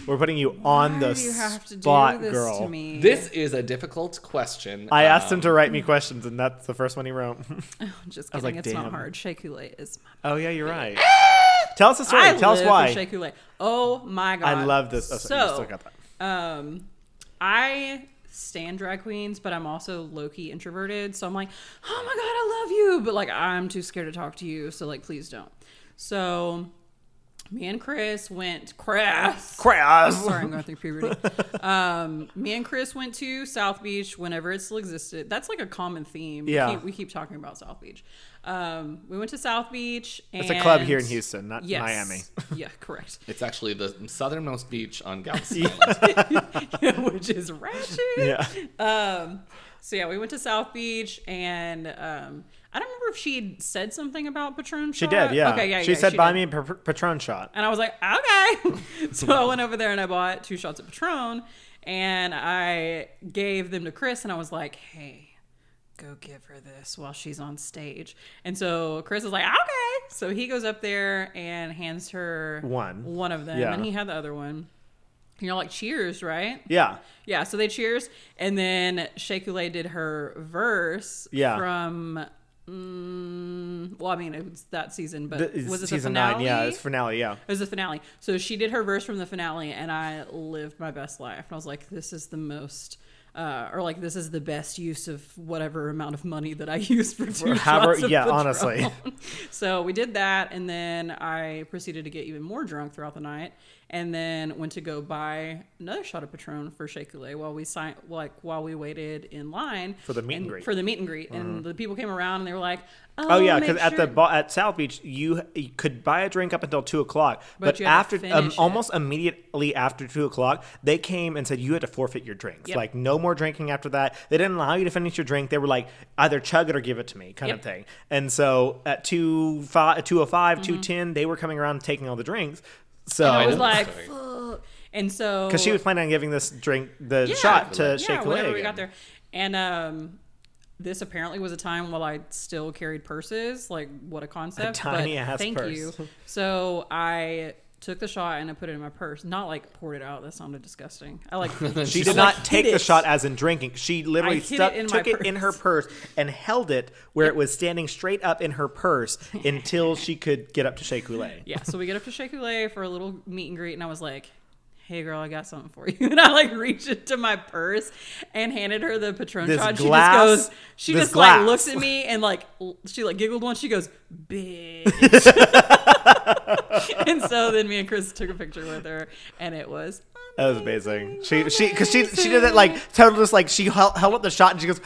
[SPEAKER 4] We're putting you on
[SPEAKER 2] Why
[SPEAKER 4] the
[SPEAKER 2] do you have to
[SPEAKER 4] spot,
[SPEAKER 2] do this
[SPEAKER 4] girl.
[SPEAKER 2] to me?
[SPEAKER 3] This is a difficult question.
[SPEAKER 4] I asked
[SPEAKER 3] Um,
[SPEAKER 4] him to write me questions, and that's the first one he wrote.
[SPEAKER 2] Just
[SPEAKER 4] I was
[SPEAKER 2] kidding.
[SPEAKER 4] like,
[SPEAKER 2] it's
[SPEAKER 4] damn.
[SPEAKER 2] not hard. Shea Coulee is. my-
[SPEAKER 4] oh yeah, you're right. Tell us the story.
[SPEAKER 2] I
[SPEAKER 4] Tell us
[SPEAKER 2] live for
[SPEAKER 4] why.
[SPEAKER 2] Shea Coulee. Oh my god.
[SPEAKER 4] I love this. Oh, sorry, you
[SPEAKER 2] so,
[SPEAKER 4] still got that.
[SPEAKER 2] um, I stand drag queens, but I'm also low key introverted. So I'm like, oh my god, I love you, but like I'm too scared to talk to you. So like, please don't. So, me and Chris went. Chris.
[SPEAKER 4] Crass.
[SPEAKER 2] Sorry, I'm going through puberty. Um, me and Chris went to South Beach whenever it still existed. That's like a common theme.
[SPEAKER 4] Yeah.
[SPEAKER 2] we keep, we keep talking about South Beach. Um, we went to South Beach. And
[SPEAKER 4] It's a club here in Houston, not
[SPEAKER 2] Yes.
[SPEAKER 4] Miami.
[SPEAKER 2] yeah, correct.
[SPEAKER 3] It's actually the southernmost beach on Galveston.
[SPEAKER 4] Yeah.
[SPEAKER 3] Island.
[SPEAKER 2] Which is ratchet.
[SPEAKER 4] Yeah.
[SPEAKER 2] Um, so yeah, we went to South Beach, and um, I don't remember if she had said something about Patron.
[SPEAKER 4] She did, yeah.
[SPEAKER 2] Okay, yeah.
[SPEAKER 4] She
[SPEAKER 2] yeah,
[SPEAKER 4] said, "Buy
[SPEAKER 2] did.
[SPEAKER 4] me a pa- Patron shot."
[SPEAKER 2] And I was like, okay. so I went over there and I bought two shots of Patron and I gave them to Chris and I was like, hey, go give her this while she's on stage. And so Chris is like, okay. So he goes up there and hands her
[SPEAKER 4] One.
[SPEAKER 2] one of them
[SPEAKER 4] Yeah.
[SPEAKER 2] and he had the other one. You know, like cheers, right?
[SPEAKER 4] Yeah.
[SPEAKER 2] Yeah, so they cheers, and then Shea Coulee did her verse
[SPEAKER 4] Yeah.
[SPEAKER 2] from. Mm, well, I mean, it was that season, but
[SPEAKER 4] Th-
[SPEAKER 2] was it
[SPEAKER 4] season
[SPEAKER 2] the finale?
[SPEAKER 4] nine? Yeah, it's finale. Yeah.
[SPEAKER 2] It was the finale. So she did her verse from the finale, and I lived my best life. And I was like, this is the most, uh, or like, this is the best use of whatever amount of money that I used for two
[SPEAKER 4] however-
[SPEAKER 2] shots of
[SPEAKER 4] yeah,
[SPEAKER 2] Patron.
[SPEAKER 4] honestly.
[SPEAKER 2] so we did that, and then I proceeded to get even more drunk throughout the night, and then went to go buy another shot of Patron for Shea Coulee while we signed, like, while we waited in line
[SPEAKER 4] For the meet and greet. Mm-hmm.
[SPEAKER 2] For the meet and greet, and the people came around and they were like, "Oh,
[SPEAKER 4] Oh yeah,
[SPEAKER 2] make
[SPEAKER 4] because at
[SPEAKER 2] sure-
[SPEAKER 4] the ba- at South Beach, you, you could buy a drink up until two o'clock, but,
[SPEAKER 2] But you had to
[SPEAKER 4] after um,
[SPEAKER 2] finish it.
[SPEAKER 4] almost immediately after two o'clock, they came and said you had to forfeit your drink.
[SPEAKER 2] Yep.
[SPEAKER 4] Like no more drinking after that. They didn't allow you to finish your drink. They were like either chug it or give it to me kind of
[SPEAKER 2] Yep.
[SPEAKER 4] thing. And so at two five, two o five, two ten, they were coming around and taking all the drinks. So
[SPEAKER 2] Mm-hmm. I was
[SPEAKER 3] know.
[SPEAKER 2] like,
[SPEAKER 3] Sorry.
[SPEAKER 2] "Fuck." and so
[SPEAKER 4] because she was planning on giving this drink the shot to
[SPEAKER 2] yeah,
[SPEAKER 4] shake a
[SPEAKER 2] whenever
[SPEAKER 4] leg.
[SPEAKER 2] we got there. And um, this apparently was a time while I still carried purses. Like, what a concept!
[SPEAKER 4] tiny
[SPEAKER 2] but
[SPEAKER 4] ass
[SPEAKER 2] thank
[SPEAKER 4] purse.
[SPEAKER 2] you. So I took the shot and I put it in my purse. Not like poured it out. That sounded disgusting. I like
[SPEAKER 4] She
[SPEAKER 3] She's
[SPEAKER 4] did not
[SPEAKER 2] like, hid
[SPEAKER 4] take the
[SPEAKER 2] it.
[SPEAKER 4] shot as in drinking. She literally
[SPEAKER 2] I hid
[SPEAKER 4] stuck,
[SPEAKER 2] it in my
[SPEAKER 4] took it in her purse and held it where it was standing straight up in her purse until she could get up to Shea Coulee.
[SPEAKER 2] yeah, so we get up to Shea Coulee for a little meet and greet, and I was like, "Hey, girl, I got something for you." And I like reached into my purse and handed her the Patron
[SPEAKER 4] This
[SPEAKER 2] shot. and she
[SPEAKER 4] glass-
[SPEAKER 2] just goes, she
[SPEAKER 4] this
[SPEAKER 2] just
[SPEAKER 4] glass.
[SPEAKER 2] like looks at me and like l- she like giggled once. She goes, "Bitch." and so then me and Chris took a picture with her, and it was.
[SPEAKER 4] That was amazing. She she because she she did it like totally just like she held, held up the shot and she goes,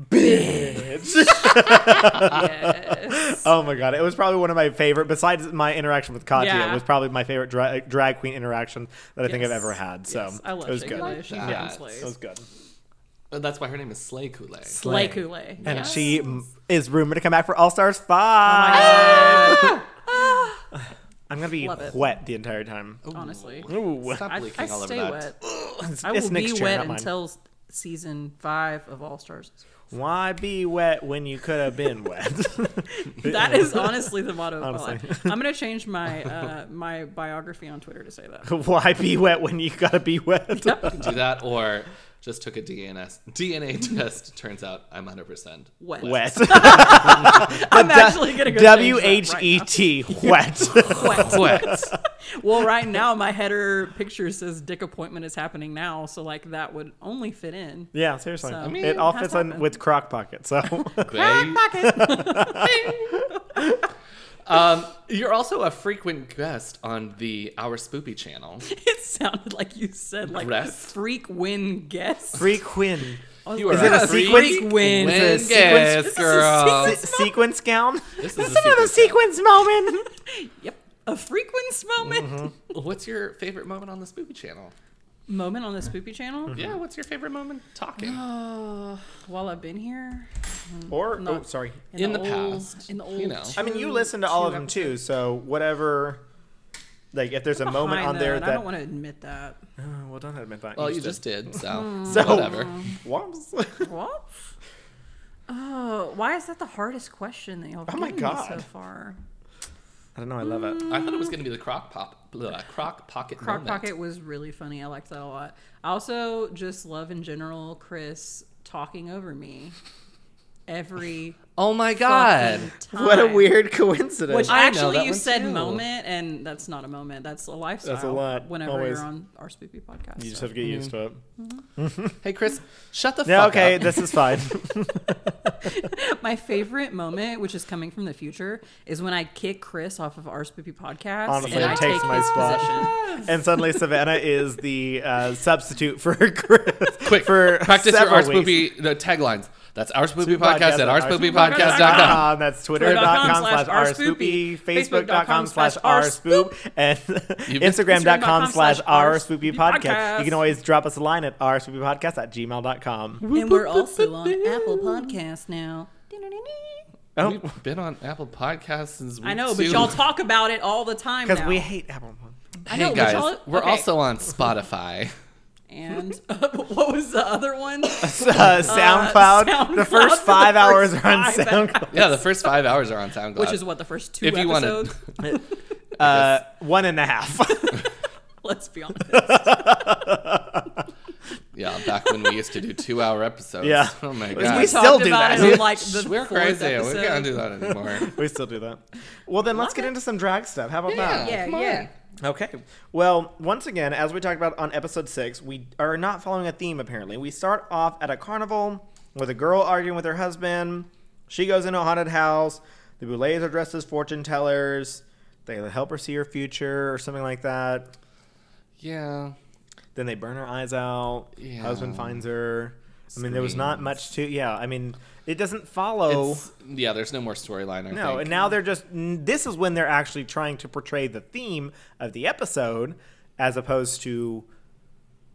[SPEAKER 4] bitch.
[SPEAKER 2] Yes.
[SPEAKER 4] oh my god, it was probably one of my favorite. Besides my interaction with Katya,
[SPEAKER 2] Yeah.
[SPEAKER 4] it was probably my favorite dra- drag queen interaction that I think I've
[SPEAKER 2] Yes.
[SPEAKER 4] ever had. So
[SPEAKER 2] Yes, I love
[SPEAKER 4] it was
[SPEAKER 2] Shea
[SPEAKER 4] good.
[SPEAKER 2] Coulee. She's
[SPEAKER 3] Yeah.
[SPEAKER 2] from Slays.
[SPEAKER 4] It was good.
[SPEAKER 3] But that's why her name is Slay Kool-Aid.
[SPEAKER 2] Slay Coulee.
[SPEAKER 4] And
[SPEAKER 2] yes.
[SPEAKER 4] she mm, is rumored to come back for All Stars Five. I'm gonna be
[SPEAKER 2] Oh Love it.
[SPEAKER 4] wet the entire time.
[SPEAKER 2] Honestly.
[SPEAKER 4] Ooh.
[SPEAKER 3] Stop
[SPEAKER 2] I,
[SPEAKER 3] leaking
[SPEAKER 2] I
[SPEAKER 3] all over
[SPEAKER 2] stay
[SPEAKER 3] that.
[SPEAKER 2] wet.
[SPEAKER 4] It's,
[SPEAKER 2] I
[SPEAKER 4] it's
[SPEAKER 2] will
[SPEAKER 4] Nick's
[SPEAKER 2] be
[SPEAKER 4] chair,
[SPEAKER 2] wet
[SPEAKER 4] not mine.
[SPEAKER 2] until season five of All Stars.
[SPEAKER 4] Why be wet when you could have been wet?
[SPEAKER 2] That is honestly the motto of
[SPEAKER 4] Honestly.
[SPEAKER 2] my life. I'm gonna change my uh, my biography on Twitter to say that.
[SPEAKER 4] Why be wet when you gotta be wet?
[SPEAKER 3] Do that or just took a DNS DNA test. Turns out I'm 100 percent
[SPEAKER 2] Wet.
[SPEAKER 4] Wet.
[SPEAKER 2] I'm actually gonna go
[SPEAKER 4] W H
[SPEAKER 2] change that right
[SPEAKER 4] E
[SPEAKER 2] now.
[SPEAKER 4] T. Wet.
[SPEAKER 2] Wet.
[SPEAKER 3] wet.
[SPEAKER 2] Well, right now my header picture says "Dick appointment is happening now," so like that would only fit in.
[SPEAKER 4] Yeah, seriously.
[SPEAKER 2] So- I
[SPEAKER 3] mean,
[SPEAKER 4] it all
[SPEAKER 2] has
[SPEAKER 4] fits on
[SPEAKER 2] happened.
[SPEAKER 4] with crock pocket. So
[SPEAKER 3] Great.
[SPEAKER 2] Pocket.
[SPEAKER 3] Um, you're also a frequent guest on the Our Spoopy channel.
[SPEAKER 2] it sounded like you said like
[SPEAKER 3] Rest.
[SPEAKER 2] freak win guess.
[SPEAKER 4] free Quinn.
[SPEAKER 2] I was
[SPEAKER 3] You
[SPEAKER 2] like,
[SPEAKER 3] are
[SPEAKER 4] it a sequence?
[SPEAKER 2] win?
[SPEAKER 3] Win
[SPEAKER 4] Is it a
[SPEAKER 3] guest,
[SPEAKER 4] sequence?
[SPEAKER 3] girl.
[SPEAKER 4] Se- sequence gown.
[SPEAKER 3] This is
[SPEAKER 4] That's
[SPEAKER 3] a
[SPEAKER 4] another
[SPEAKER 3] sequence
[SPEAKER 4] sequence moment.
[SPEAKER 2] Yep. A frequency moment.
[SPEAKER 4] Mm-hmm.
[SPEAKER 3] What's your favorite moment on the Spoopy channel?
[SPEAKER 2] Moment on the Spoopy channel.
[SPEAKER 3] Yeah, what's your favorite moment talking?
[SPEAKER 2] Uh, while I've been here,
[SPEAKER 4] Or
[SPEAKER 2] No.
[SPEAKER 4] oh, sorry.
[SPEAKER 3] In the
[SPEAKER 2] old-
[SPEAKER 3] past,
[SPEAKER 2] in the
[SPEAKER 3] you
[SPEAKER 2] old,
[SPEAKER 3] know.
[SPEAKER 4] I mean, you
[SPEAKER 2] two-
[SPEAKER 4] listen to all
[SPEAKER 2] two
[SPEAKER 4] of them
[SPEAKER 2] episodes.
[SPEAKER 4] too. So whatever. Like if there's a moment
[SPEAKER 2] Behind
[SPEAKER 4] on there
[SPEAKER 2] that, I
[SPEAKER 4] that
[SPEAKER 2] don't want to admit that.
[SPEAKER 4] Oh, well, don't admit that.
[SPEAKER 3] Well, you just did, so,
[SPEAKER 4] So-
[SPEAKER 3] whatever.
[SPEAKER 2] Oh.
[SPEAKER 4] Whoops.
[SPEAKER 2] What? Oh, why is that the hardest question that y'all have
[SPEAKER 4] Oh my
[SPEAKER 2] given me so
[SPEAKER 4] God.
[SPEAKER 2] far?
[SPEAKER 4] I don't know. I love it.
[SPEAKER 3] I thought it was going to be the crock pop, blah, crock pocket
[SPEAKER 2] Crock
[SPEAKER 3] moment.
[SPEAKER 2] Pocket was really funny. I liked that a lot. I also just love in general Chris talking over me every
[SPEAKER 3] Oh my god!
[SPEAKER 2] fucking time.
[SPEAKER 4] What a weird coincidence.
[SPEAKER 2] Which
[SPEAKER 3] I know
[SPEAKER 2] actually,
[SPEAKER 3] that
[SPEAKER 2] you
[SPEAKER 3] one
[SPEAKER 2] said
[SPEAKER 3] too.
[SPEAKER 2] moment, and that's not a moment. That's a lifestyle.
[SPEAKER 4] lot,
[SPEAKER 2] Whenever
[SPEAKER 4] always.
[SPEAKER 2] you're on our spoopy podcast,
[SPEAKER 4] you just
[SPEAKER 2] so.
[SPEAKER 4] have to get used to it.
[SPEAKER 3] Hey Chris, shut the
[SPEAKER 4] Yeah,
[SPEAKER 3] fuck
[SPEAKER 4] okay,
[SPEAKER 3] up.
[SPEAKER 4] this is fine.
[SPEAKER 2] My favorite moment, which is coming from the future, is when I kick Chris off of our spoopy podcast.
[SPEAKER 4] Honestly,
[SPEAKER 2] and
[SPEAKER 4] it
[SPEAKER 2] I
[SPEAKER 4] takes
[SPEAKER 2] take
[SPEAKER 4] my
[SPEAKER 2] his
[SPEAKER 4] spot.
[SPEAKER 2] Position.
[SPEAKER 4] and suddenly Savannah is the uh, substitute for Chris.
[SPEAKER 3] Quick,
[SPEAKER 4] for
[SPEAKER 3] practice your
[SPEAKER 4] several
[SPEAKER 3] Our
[SPEAKER 4] weeks.
[SPEAKER 3] Spoopy the taglines. That's Our Spoopy
[SPEAKER 4] Spoopy
[SPEAKER 3] Podcast at ourspoopypodcast.com.
[SPEAKER 4] ourspoopypodcast.com. That's twitter.com slash rspoopy, facebook.com slash rspoop, and instagram.com slash rspoopypodcast. You can always drop us a line at rspoopypodcast at gmail.com.
[SPEAKER 2] and we're also on Apple Podcasts now.
[SPEAKER 4] Oh,
[SPEAKER 3] We've been on Apple Podcasts since week
[SPEAKER 2] I know, but
[SPEAKER 3] two.
[SPEAKER 2] y'all talk about it all the time.
[SPEAKER 4] because
[SPEAKER 2] now.
[SPEAKER 4] we hate Apple.
[SPEAKER 2] I
[SPEAKER 3] Hey
[SPEAKER 2] know, but
[SPEAKER 3] guys,
[SPEAKER 2] y'all-
[SPEAKER 3] we're
[SPEAKER 2] okay.
[SPEAKER 3] also on Spotify.
[SPEAKER 2] and uh, what was the other one?
[SPEAKER 4] Uh, SoundCloud. The
[SPEAKER 2] SoundCloud,
[SPEAKER 4] first
[SPEAKER 2] the
[SPEAKER 4] five
[SPEAKER 2] first
[SPEAKER 4] hours are on
[SPEAKER 2] five
[SPEAKER 4] SoundCloud.
[SPEAKER 3] yeah, the first five hours are on SoundCloud.
[SPEAKER 2] Which is what the first two
[SPEAKER 3] If you wanna-
[SPEAKER 2] episodes.
[SPEAKER 4] Uh, one and a half.
[SPEAKER 2] Let's be honest.
[SPEAKER 3] Yeah, back when we used to do two-hour episodes.
[SPEAKER 4] Yeah.
[SPEAKER 3] Oh my
[SPEAKER 4] We
[SPEAKER 3] god.
[SPEAKER 2] We
[SPEAKER 4] still
[SPEAKER 2] talked
[SPEAKER 4] do
[SPEAKER 2] about
[SPEAKER 4] that.
[SPEAKER 2] it in like the
[SPEAKER 3] We're
[SPEAKER 2] fourth
[SPEAKER 3] crazy.
[SPEAKER 2] Episode.
[SPEAKER 3] We can't do that anymore.
[SPEAKER 4] we still do that. Well, then let's get into some drag stuff. How about that?
[SPEAKER 2] Yeah,
[SPEAKER 3] come on.
[SPEAKER 2] yeah.
[SPEAKER 4] Okay. Well, once again, as we talked about on episode six, we are not following a theme apparently. We start off at a carnival with a girl arguing with her husband. She goes into a haunted house. The Boulets are dressed as fortune tellers. They help her see her future or something like that.
[SPEAKER 3] Yeah.
[SPEAKER 4] Then they burn her eyes out.
[SPEAKER 3] Yeah.
[SPEAKER 4] Husband finds her. I mean, there was not much to. Yeah, I mean, it doesn't follow.
[SPEAKER 3] It's- yeah, there's no more storyline. I
[SPEAKER 4] Oh. No,
[SPEAKER 3] think.
[SPEAKER 4] and now they're just. n- This is when they're actually trying to portray the theme of the episode, as opposed to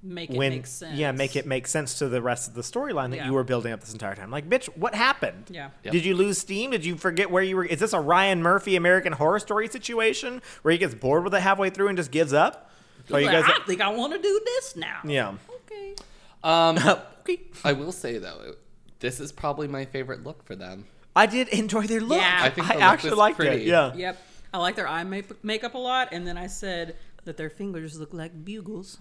[SPEAKER 2] Make it
[SPEAKER 4] when
[SPEAKER 2] make sense.
[SPEAKER 4] yeah, make it make sense to the rest of the storyline that
[SPEAKER 2] Yeah.
[SPEAKER 4] you were building up this entire time. Like, bitch, what happened?
[SPEAKER 2] Yeah.
[SPEAKER 3] Yep.
[SPEAKER 4] Did you lose steam? Did you forget where you were? Is this a Ryan Murphy American Horror Story situation where he gets bored with it halfway through and just gives up? Are Oh, you
[SPEAKER 2] Like,
[SPEAKER 4] guys?
[SPEAKER 2] I think I want to do this now.
[SPEAKER 4] Yeah.
[SPEAKER 2] Okay.
[SPEAKER 3] Um,
[SPEAKER 4] Okay.
[SPEAKER 3] I will say though, it- This is probably my favorite look for them.
[SPEAKER 4] I did enjoy their look.
[SPEAKER 2] Yeah.
[SPEAKER 4] I,
[SPEAKER 2] I
[SPEAKER 3] think the look
[SPEAKER 4] actually
[SPEAKER 3] was
[SPEAKER 4] liked
[SPEAKER 3] pretty.
[SPEAKER 4] it. Yeah.
[SPEAKER 2] Yep. I like their eye make- makeup a lot. And then I said that their fingers look like bugles.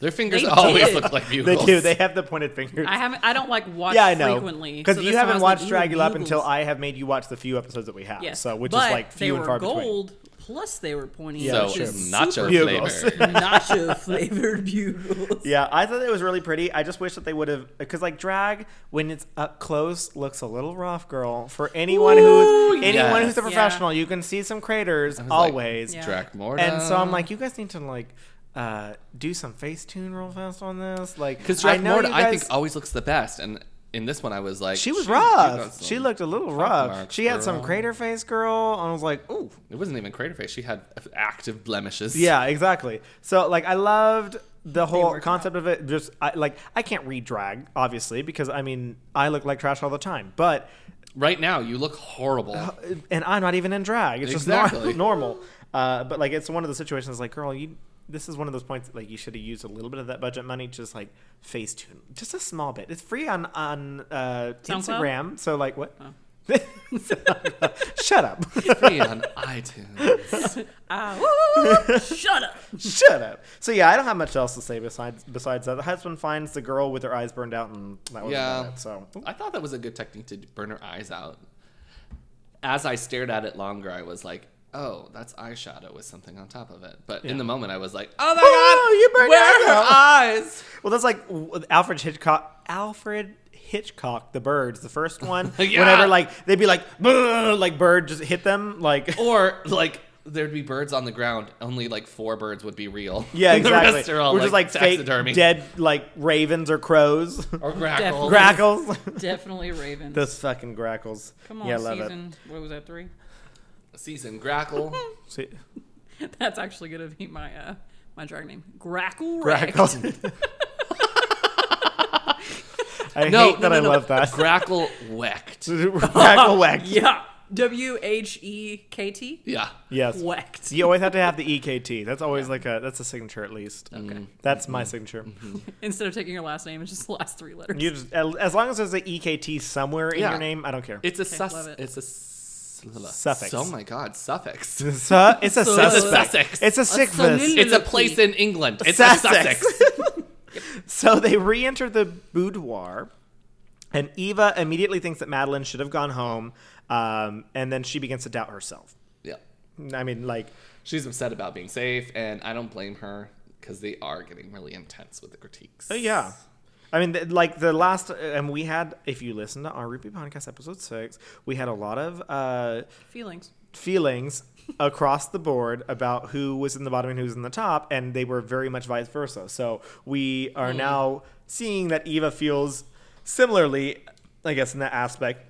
[SPEAKER 3] Their fingers
[SPEAKER 2] They
[SPEAKER 3] always
[SPEAKER 2] did.
[SPEAKER 3] look like
[SPEAKER 4] They
[SPEAKER 3] bugles.
[SPEAKER 4] do. They have the pointed fingers.
[SPEAKER 2] I haven't. I don't like watch
[SPEAKER 4] yeah, I know.
[SPEAKER 2] frequently
[SPEAKER 4] Because
[SPEAKER 2] so
[SPEAKER 4] you
[SPEAKER 2] this time I
[SPEAKER 4] haven't
[SPEAKER 2] was
[SPEAKER 4] watched
[SPEAKER 2] like, "Ooh,
[SPEAKER 4] Dragula up
[SPEAKER 2] bugles."
[SPEAKER 4] until I have made you watch the few episodes that we have.
[SPEAKER 2] Yes.
[SPEAKER 4] So, which
[SPEAKER 2] But
[SPEAKER 4] is like
[SPEAKER 2] they
[SPEAKER 4] few and
[SPEAKER 2] were
[SPEAKER 4] far
[SPEAKER 2] gold. Plus, they were pointy.
[SPEAKER 4] Yeah,
[SPEAKER 3] so
[SPEAKER 2] which is
[SPEAKER 3] nacho
[SPEAKER 2] super
[SPEAKER 4] Bugles.
[SPEAKER 3] flavor.
[SPEAKER 2] nacho flavored bugles.
[SPEAKER 4] between. Yeah, I thought it was really pretty. I just wish that they would have, because like drag when it's up close looks a little rough, girl. For anyone
[SPEAKER 3] Ooh,
[SPEAKER 4] who's anyone who's a
[SPEAKER 2] yes.
[SPEAKER 4] professional, you can see some craters
[SPEAKER 3] was like,
[SPEAKER 4] always.
[SPEAKER 2] Yeah.
[SPEAKER 3] Drac Morda.
[SPEAKER 4] And so I'm like, you guys need to like uh, do some face tune real fast on this, like
[SPEAKER 3] because
[SPEAKER 4] I
[SPEAKER 3] Drac
[SPEAKER 4] know
[SPEAKER 3] Morda,
[SPEAKER 4] you
[SPEAKER 3] I
[SPEAKER 4] guys-
[SPEAKER 3] think always looks the best. And in this one, I was like,
[SPEAKER 4] She was
[SPEAKER 3] you got
[SPEAKER 4] rough.
[SPEAKER 3] some-
[SPEAKER 4] She looked a little rough.
[SPEAKER 3] marks,
[SPEAKER 4] she had some
[SPEAKER 3] girl.
[SPEAKER 4] crater face, girl, and I was like, ooh.
[SPEAKER 3] It wasn't even crater face. She had active blemishes.
[SPEAKER 4] Yeah, exactly. So like I loved the whole
[SPEAKER 2] worked
[SPEAKER 4] concept of it. Just I, like I can't read drag, obviously, because I mean I look like trash all the time. But uh,
[SPEAKER 3] Right now, you look horrible.
[SPEAKER 4] and I'm not even in drag. It's
[SPEAKER 3] Exactly.
[SPEAKER 4] just nor- normal. Uh, but like it's one of the situations like, girl, you. This is one of those points like you should have used a little bit of that budget money to just like face tune, just a small bit. It's free on on uh,
[SPEAKER 2] SoundCloud?
[SPEAKER 4] Instagram. So like what? Shut up.
[SPEAKER 3] Free on iTunes.
[SPEAKER 2] Ah, woo, shut up.
[SPEAKER 4] Shut up. So yeah, I don't have much else to say besides besides that. The husband finds the girl with her eyes burned out, and that was
[SPEAKER 3] Yeah. Oh,
[SPEAKER 4] about it. So
[SPEAKER 3] I thought that was a good technique to burn her eyes out. As I stared at it longer, I was like, "Oh, that's eyeshadow with something on top of it." But in the moment, I was like, "Oh my
[SPEAKER 4] Oh,
[SPEAKER 3] god,
[SPEAKER 4] you burned
[SPEAKER 3] where
[SPEAKER 4] her
[SPEAKER 3] are her eyes?"
[SPEAKER 4] well, that's like w- Alfred Hitchcock. Alfred Hitchcock, the birds, the first one.
[SPEAKER 3] Yeah.
[SPEAKER 4] Whenever like they'd be like, "Brr," like bird just hit them, like
[SPEAKER 3] Or like, there'd be birds on the ground. Only like four birds would be real.
[SPEAKER 4] yeah,
[SPEAKER 3] And
[SPEAKER 4] exactly.
[SPEAKER 3] The rest are all
[SPEAKER 4] We're just like fake
[SPEAKER 3] taxidermy
[SPEAKER 4] dead like ravens or crows,
[SPEAKER 3] or grackles.
[SPEAKER 2] Definitely.
[SPEAKER 4] grackles.
[SPEAKER 2] Definitely Raven.
[SPEAKER 4] Those fucking grackles.
[SPEAKER 2] Come on,
[SPEAKER 4] yeah, I love
[SPEAKER 2] season. What was that three?
[SPEAKER 3] Season grackle.
[SPEAKER 4] it. See,
[SPEAKER 2] That's actually gonna be my uh, my drag name. Grackle.
[SPEAKER 4] grackles.
[SPEAKER 2] Wrecked.
[SPEAKER 4] I
[SPEAKER 3] No,
[SPEAKER 4] hate
[SPEAKER 3] no,
[SPEAKER 4] that
[SPEAKER 3] no,
[SPEAKER 4] I
[SPEAKER 3] no.
[SPEAKER 4] love that.
[SPEAKER 3] grackle wecked.
[SPEAKER 4] Grackle whacked.
[SPEAKER 2] Yeah. W H E K T.
[SPEAKER 3] Yeah.
[SPEAKER 4] Yes.
[SPEAKER 2] Whacked.
[SPEAKER 4] You always have to have the EKT. That's always like a that's a signature at least. Mm-hmm.
[SPEAKER 2] Okay.
[SPEAKER 4] That's my signature.
[SPEAKER 2] Instead of taking your last name, it's just the last three letters.
[SPEAKER 4] You just, as long as there's an EKT somewhere in
[SPEAKER 3] Yeah.
[SPEAKER 4] your name, I don't care.
[SPEAKER 3] It's a
[SPEAKER 2] Okay,
[SPEAKER 3] sus.
[SPEAKER 2] love it.
[SPEAKER 3] It's a s-
[SPEAKER 4] Suffix.
[SPEAKER 3] Oh my god, suffix.
[SPEAKER 4] It's a, it's a
[SPEAKER 2] So-
[SPEAKER 4] suspect.
[SPEAKER 2] It's a
[SPEAKER 3] Sussex.
[SPEAKER 4] It's a sickness.
[SPEAKER 2] solil-
[SPEAKER 3] It's a
[SPEAKER 2] Liloqui.
[SPEAKER 3] place in England. It's a
[SPEAKER 4] Sussex.
[SPEAKER 3] Sussex.
[SPEAKER 4] so they re-enter the boudoir, and Eva immediately thinks that Madeline should have gone home, um, and then she begins to doubt herself.
[SPEAKER 3] yeah.
[SPEAKER 4] I mean, like,
[SPEAKER 3] She's upset about being safe, and I don't blame her because they are getting really intense with the critiques.
[SPEAKER 4] Uh, Yeah. I mean, th- like the last, and we had, if you listen to our Repeat Podcast episode six, we had a lot of uh,
[SPEAKER 2] Feelings.
[SPEAKER 4] feelings across the board about who was in the bottom and who was in the top, and they were very much vice versa. So we are
[SPEAKER 2] Mm.
[SPEAKER 4] now seeing that Eva feels similarly, I guess, in that aspect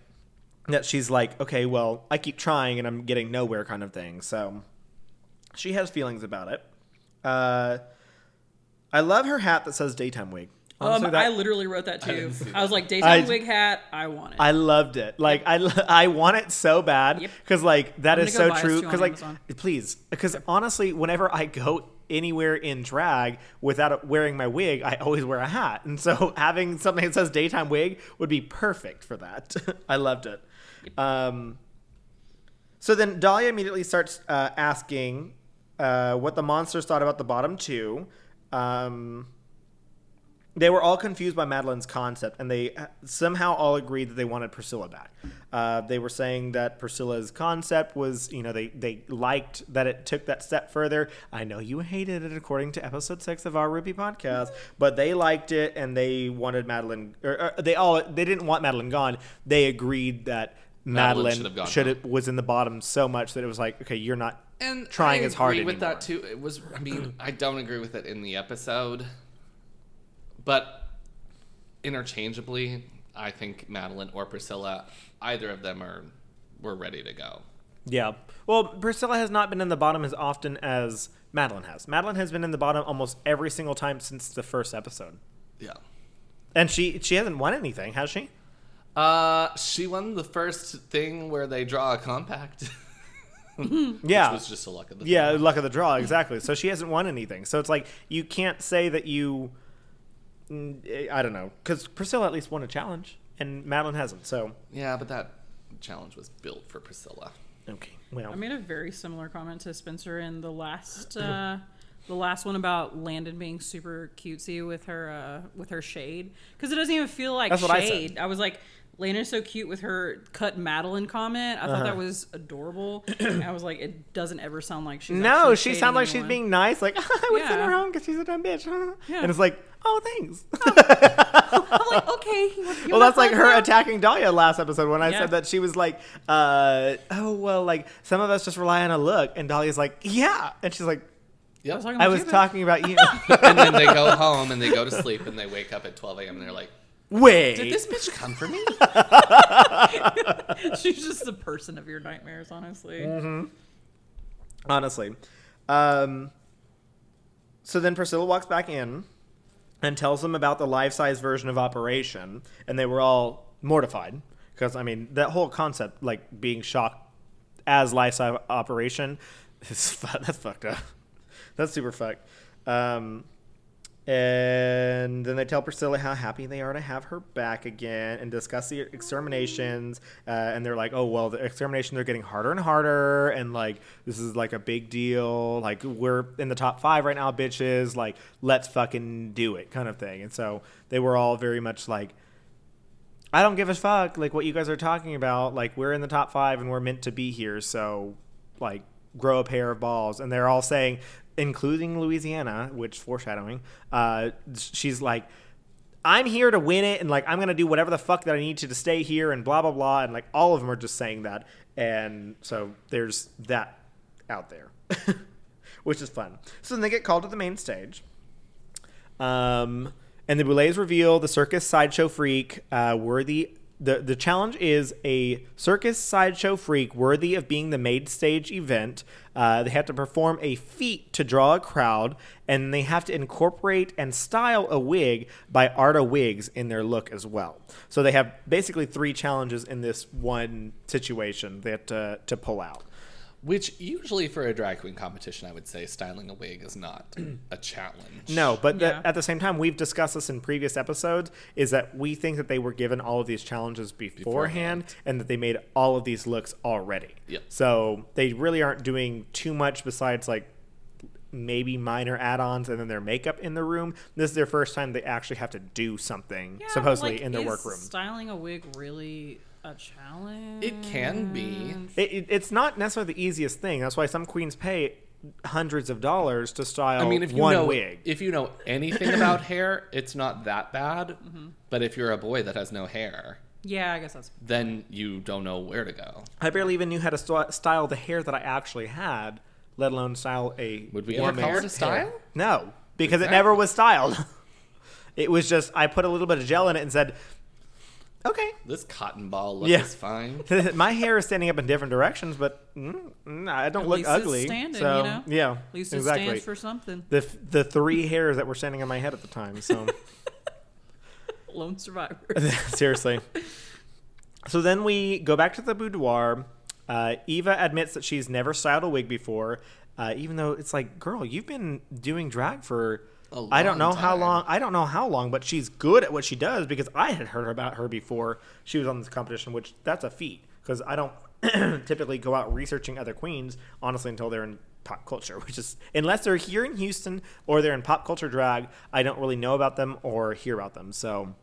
[SPEAKER 4] that she's like, okay, well, I keep trying and I'm getting nowhere, kind of thing. So she has feelings about it. Uh, I love her hat that says daytime wig. Honestly,
[SPEAKER 2] um,
[SPEAKER 4] that-
[SPEAKER 2] I literally wrote that too.
[SPEAKER 3] didn't see
[SPEAKER 2] I, was like,
[SPEAKER 4] I-
[SPEAKER 2] daytime wig hat. I want it.
[SPEAKER 4] I loved it. Like I, I want it so bad
[SPEAKER 2] Yep.
[SPEAKER 4] because like that
[SPEAKER 2] I'm
[SPEAKER 4] is so
[SPEAKER 2] gonna go buy us
[SPEAKER 4] true.
[SPEAKER 2] two on
[SPEAKER 4] Because like
[SPEAKER 2] Amazon.
[SPEAKER 4] please, because honestly, whenever I go anywhere in drag without wearing my wig, I always wear a hat, and so having something that says daytime wig would be perfect for that. I loved it. Um, so then Dahlia immediately starts uh, asking uh, what the monsters thought about the bottom two. Um, they were all confused by Madeline's concept, and they uh, somehow all agreed that they wanted Priscilla back. Uh, they were saying that Priscilla's concept was, you know, they, they liked that it took that step further. I know you hated it, according to episode six of our Ruby podcast, but they liked it, and they wanted Madeline. Or, or they all they didn't want Madeline gone. They agreed that
[SPEAKER 3] Madeline
[SPEAKER 4] Madeline
[SPEAKER 3] should have gone
[SPEAKER 4] should have, was in the bottom so much that it was like, okay, you're not
[SPEAKER 3] And
[SPEAKER 4] trying
[SPEAKER 3] I
[SPEAKER 4] as hard
[SPEAKER 3] agree with
[SPEAKER 4] anymore.
[SPEAKER 3] that too. It was. I mean, I don't agree with it in the episode, but interchangeably, I think Madeline or Priscilla, either of them are, were ready to go.
[SPEAKER 4] Yeah. Well, Priscilla has not been in the bottom as often as Madeline has. Madeline has been in the bottom almost every single time since the first episode.
[SPEAKER 3] Yeah.
[SPEAKER 4] And she she hasn't won anything, has she?
[SPEAKER 3] Uh, she won the first thing where they draw a compact.
[SPEAKER 4] Yeah.
[SPEAKER 3] Which was just a luck of the
[SPEAKER 4] yeah,
[SPEAKER 3] draw.
[SPEAKER 4] luck of the draw, exactly. so she hasn't won anything. So it's like you can't say that you mm, I don't know, cuz Priscilla at least won a challenge. and Madeline hasn't. So
[SPEAKER 3] Yeah, but that challenge was built for Priscilla.
[SPEAKER 4] okay, well,
[SPEAKER 2] I made a very similar comment to Spencer in the last uh, the last one about Landon being super cutesy with her uh, with her shade because it doesn't even feel like
[SPEAKER 4] That's what I said.
[SPEAKER 2] shade. I, was like, Landon's so cute with her cut Madeline comment. I thought
[SPEAKER 4] Uh-huh.
[SPEAKER 2] that was adorable. And I was like, it doesn't ever sound like she's
[SPEAKER 4] no,
[SPEAKER 2] actually
[SPEAKER 4] she
[SPEAKER 2] shading
[SPEAKER 4] sounds like she's
[SPEAKER 2] anyone.
[SPEAKER 4] being nice. Like I would send
[SPEAKER 2] Yeah.
[SPEAKER 4] her home because she's a dumb bitch.
[SPEAKER 2] Yeah.
[SPEAKER 4] And it's like, oh, thanks.
[SPEAKER 2] I'm like, okay, you want- you
[SPEAKER 4] well, that's
[SPEAKER 2] want
[SPEAKER 4] like
[SPEAKER 2] fun
[SPEAKER 4] her
[SPEAKER 2] now?
[SPEAKER 4] attacking Dahlia last episode when I
[SPEAKER 2] Yeah.
[SPEAKER 4] said that she was like, uh, oh, well, like some of us just rely on a look. And Dahlia's like, yeah. And she's like,
[SPEAKER 3] Yep.
[SPEAKER 2] I was talking
[SPEAKER 4] I
[SPEAKER 2] about
[SPEAKER 4] was
[SPEAKER 2] you, babe.
[SPEAKER 4] talking about you.
[SPEAKER 3] and then they go home and they go to sleep and they wake up at 12 a.m. and they're like,
[SPEAKER 4] Wait.
[SPEAKER 3] did this bitch come for me?
[SPEAKER 2] She's just the person of your nightmares, honestly.
[SPEAKER 4] Mm-hmm. Honestly. Um, so then Priscilla walks back in and tells them about the life size version of Operation. And they were all mortified. Because, I mean, that whole concept, like being shocked as life size Operation, is fu- that's fucked up. That's super fucked. Um, and then they tell Priscilla how happy they are to have her back again and discuss the exterminations. Uh, and they're like, oh, well, the exterminations are getting harder and harder. And like, this is like a big deal. Like, we're in the top five right now, bitches. Like, let's fucking do it, kind of thing. And so they were all very much like, I don't give a fuck. Like, what you guys are talking about. Like, we're in the top five and we're meant to be here. So, like, grow a pair of balls. And they're all saying, including Louisiana, which foreshadowing, uh, she's like, I'm here to win it. And, like, I'm going to do whatever the fuck that I need to to stay here and blah, blah, blah. And, like, all of them are just saying that. And so there's that out there, which is fun. So then they get called to the main stage. Um, and the Boulets reveal the circus sideshow freak uh, worthy. The, the challenge is a circus sideshow freak worthy of being the main stage event. Uh, they have to perform a feat to draw a crowd, and they have to incorporate and style a wig by Arta Wigs in their look as well. So they have basically three challenges in this one situation that uh, to pull out.
[SPEAKER 3] Which usually for a drag queen competition, I would say styling a wig is not a challenge.
[SPEAKER 4] No, but
[SPEAKER 2] Yeah.
[SPEAKER 4] the, at the same time, we've discussed this in previous episodes. Is that we think that they were given all of these challenges beforehand, and that they made all of these looks already.
[SPEAKER 3] Yep.
[SPEAKER 4] So they really aren't doing too much besides like maybe minor add-ons and then their makeup in the room. This is their first time they actually have to do something
[SPEAKER 2] Yeah, but,
[SPEAKER 4] supposedly
[SPEAKER 2] like,
[SPEAKER 4] in their
[SPEAKER 2] is
[SPEAKER 4] workroom.
[SPEAKER 2] Styling a wig really a challenge?
[SPEAKER 3] It can be.
[SPEAKER 4] It, it, it's not necessarily the easiest thing. That's why some queens pay hundreds of dollars to style
[SPEAKER 3] I mean, if you
[SPEAKER 4] one
[SPEAKER 3] know
[SPEAKER 4] wig.
[SPEAKER 3] if you know anything about hair, it's not that bad. But if you're a boy that has no hair,
[SPEAKER 2] Yeah, I guess that's
[SPEAKER 3] then you don't know where to go.
[SPEAKER 4] I barely even knew how to st- style the hair that I actually had, let alone style a.
[SPEAKER 3] Would we
[SPEAKER 4] woman's
[SPEAKER 3] ever call it a
[SPEAKER 4] hair.
[SPEAKER 3] style?
[SPEAKER 4] No, because
[SPEAKER 3] Exactly.
[SPEAKER 4] it never was styled. it was just I put a little bit of gel in it and said, "Okay,
[SPEAKER 3] This cotton ball look
[SPEAKER 4] Yeah.
[SPEAKER 3] is fine.
[SPEAKER 4] my hair is standing up in different directions, but mm, mm, I don't
[SPEAKER 2] At
[SPEAKER 4] look
[SPEAKER 2] least it's
[SPEAKER 4] ugly."
[SPEAKER 2] standing,
[SPEAKER 4] so
[SPEAKER 2] you know?
[SPEAKER 4] yeah,
[SPEAKER 2] At least it
[SPEAKER 4] exactly.
[SPEAKER 2] stands for something.
[SPEAKER 4] the f- the three hairs that were standing on my head at the time. So.
[SPEAKER 2] Lone survivor.
[SPEAKER 4] Seriously. So then we go back to the boudoir. Uh, Eva admits that she's never styled a wig before, uh, even though it's like, girl, you've been doing drag for
[SPEAKER 3] A
[SPEAKER 4] I don't
[SPEAKER 3] long
[SPEAKER 4] know how
[SPEAKER 3] time.
[SPEAKER 4] long. I don't know how long, but she's good at what she does because I had heard about her before she was on this competition, which that's a feat because I don't typically go out researching other queens honestly until they're in pop culture, which is unless they're here in Houston or they're in pop culture drag, I don't really know about them or hear about them. So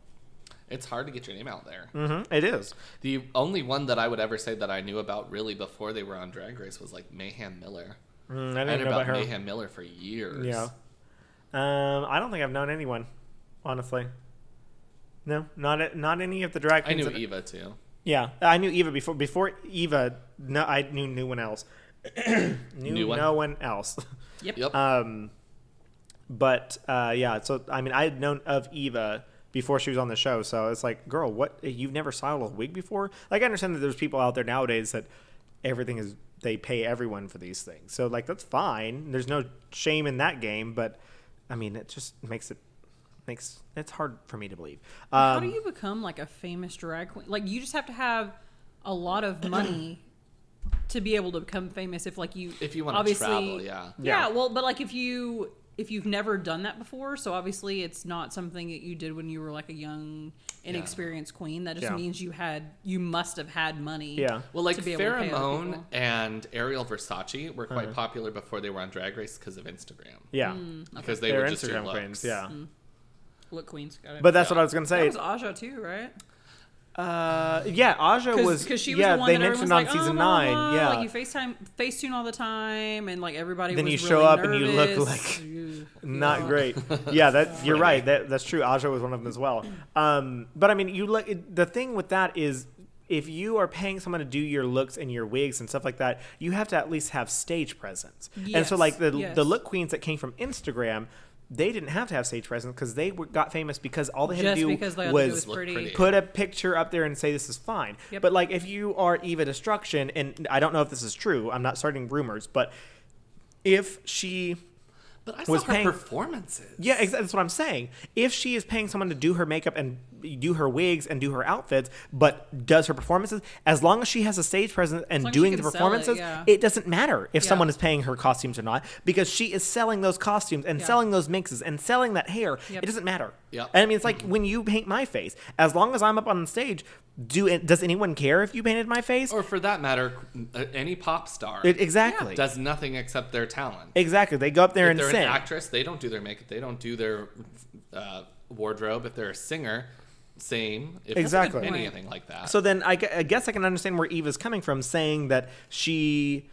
[SPEAKER 3] It's hard to get your name out there.
[SPEAKER 4] mhm, it is.
[SPEAKER 3] The only one that I would ever say that I knew about really before they were on Drag Race was like Mayhem Miller.
[SPEAKER 4] Mm, I
[SPEAKER 3] I
[SPEAKER 4] didn't
[SPEAKER 3] knew
[SPEAKER 4] know about
[SPEAKER 3] about
[SPEAKER 4] her.
[SPEAKER 3] Mayhem Miller for years.
[SPEAKER 4] Yeah. Um, I don't think I've known anyone, honestly. No, not not any of the drag
[SPEAKER 3] I
[SPEAKER 4] queens.
[SPEAKER 3] knew
[SPEAKER 4] that-
[SPEAKER 3] Eva too.
[SPEAKER 4] Yeah, I knew Eva before. Before Eva, no, I knew no one else. knew
[SPEAKER 3] New one.
[SPEAKER 4] no one else.
[SPEAKER 2] Yep.
[SPEAKER 3] Yep.
[SPEAKER 4] Um, but uh, yeah, so I mean, I had known of Eva before she was on the show, so it's like, girl, what? You've never styled a wig before? Like, I understand that there's people out there nowadays that everything is they pay everyone for these things, so like that's fine. There's no shame in that game, but I mean, it just makes it makes it's hard for me to believe. Um,
[SPEAKER 2] How do you become like a famous drag queen? Like you just have to have a lot of money to be able to become famous. If like you,
[SPEAKER 3] If you wanna
[SPEAKER 2] obviously-
[SPEAKER 3] travel, yeah.
[SPEAKER 4] Yeah.
[SPEAKER 2] yeah, Well, but like if you if you've never done that before, so obviously it's not something that you did when you were like a young, inexperienced queen. That just
[SPEAKER 4] Yeah.
[SPEAKER 2] means you had, you must have had money.
[SPEAKER 4] Yeah.
[SPEAKER 3] Well, like
[SPEAKER 2] to be able to pay other
[SPEAKER 3] Pheromone
[SPEAKER 2] people.
[SPEAKER 3] and Ariel Versace were quite popular before they were on Drag Race because of Instagram.
[SPEAKER 4] Uh-huh. Yeah.
[SPEAKER 2] Hmm.
[SPEAKER 3] Because they
[SPEAKER 4] They're
[SPEAKER 3] were just
[SPEAKER 4] Instagram
[SPEAKER 3] your
[SPEAKER 4] queens.
[SPEAKER 3] looks.
[SPEAKER 4] Yeah.
[SPEAKER 2] Look, queens got it.
[SPEAKER 4] But that's
[SPEAKER 3] Yeah.
[SPEAKER 4] what I was going to
[SPEAKER 2] Hmm. that
[SPEAKER 4] say.
[SPEAKER 2] was Aja too, right?
[SPEAKER 4] Uh, yeah, Aja was.
[SPEAKER 2] Because she was
[SPEAKER 4] yeah,
[SPEAKER 2] the one
[SPEAKER 4] they
[SPEAKER 2] that
[SPEAKER 4] mentioned on
[SPEAKER 2] everyone was like,
[SPEAKER 4] season
[SPEAKER 2] oh, blah,
[SPEAKER 4] nine.
[SPEAKER 2] blah,
[SPEAKER 4] yeah.
[SPEAKER 2] like you FaceTime, Facetune all the time, and like everybody.
[SPEAKER 4] Then
[SPEAKER 2] was
[SPEAKER 4] you
[SPEAKER 2] really
[SPEAKER 4] show up and you look
[SPEAKER 2] nervous.
[SPEAKER 4] like-
[SPEAKER 2] Ew.
[SPEAKER 4] Not
[SPEAKER 2] Yeah.
[SPEAKER 4] great. Yeah, that you're right. That that's true. Aja was one of them as well. Um, but I mean, you look. it- The thing with that is, if you are paying someone to do your looks and your wigs and stuff like that, you have to at least have stage presence. And so,
[SPEAKER 2] Yes,
[SPEAKER 4] like the
[SPEAKER 2] yes.
[SPEAKER 4] the look queens that came from Instagram, they didn't have to have stage presence because they were, got famous because all they had
[SPEAKER 2] Just
[SPEAKER 4] to do
[SPEAKER 2] because they
[SPEAKER 4] was,
[SPEAKER 2] was
[SPEAKER 3] Look
[SPEAKER 2] pretty.
[SPEAKER 3] pretty.
[SPEAKER 4] put a picture up there and say this is fine.
[SPEAKER 2] Yep.
[SPEAKER 4] But like if you are Eva Destruction, and I don't know if this is true, I'm not starting rumors, but if she
[SPEAKER 3] But I saw
[SPEAKER 4] Was
[SPEAKER 3] her
[SPEAKER 4] paying-
[SPEAKER 3] performances.
[SPEAKER 4] yeah, ex- that's what I'm saying. If she is paying someone to do her makeup and do her wigs and do her outfits, but does her performances, as long as she has a stage presence and
[SPEAKER 2] long as she
[SPEAKER 4] doing the
[SPEAKER 2] can sell it,
[SPEAKER 4] performances, it,
[SPEAKER 2] yeah.
[SPEAKER 4] doesn't matter if
[SPEAKER 2] Yeah.
[SPEAKER 4] someone is paying her costumes or not because she is selling those costumes and
[SPEAKER 2] Yeah.
[SPEAKER 4] selling those mixes and selling that hair.
[SPEAKER 2] Yep.
[SPEAKER 4] It doesn't matter.
[SPEAKER 3] Yep.
[SPEAKER 4] And I mean, it's like when you paint my face, as long as I'm up on stage, do it, does anyone care if you painted my face?
[SPEAKER 3] Or for that matter, uh, any pop star
[SPEAKER 4] It- exactly.
[SPEAKER 3] does nothing except their talent.
[SPEAKER 4] Exactly. They go up there
[SPEAKER 3] if
[SPEAKER 4] and
[SPEAKER 3] they're
[SPEAKER 4] sing.
[SPEAKER 3] an actress, they don't do their makeup, they don't do their uh, wardrobe. If they're a singer, same. If
[SPEAKER 4] Exactly.
[SPEAKER 2] That's a good point.
[SPEAKER 3] Anything like that.
[SPEAKER 4] So then I, gu- I guess I can understand where Eva's coming from saying that she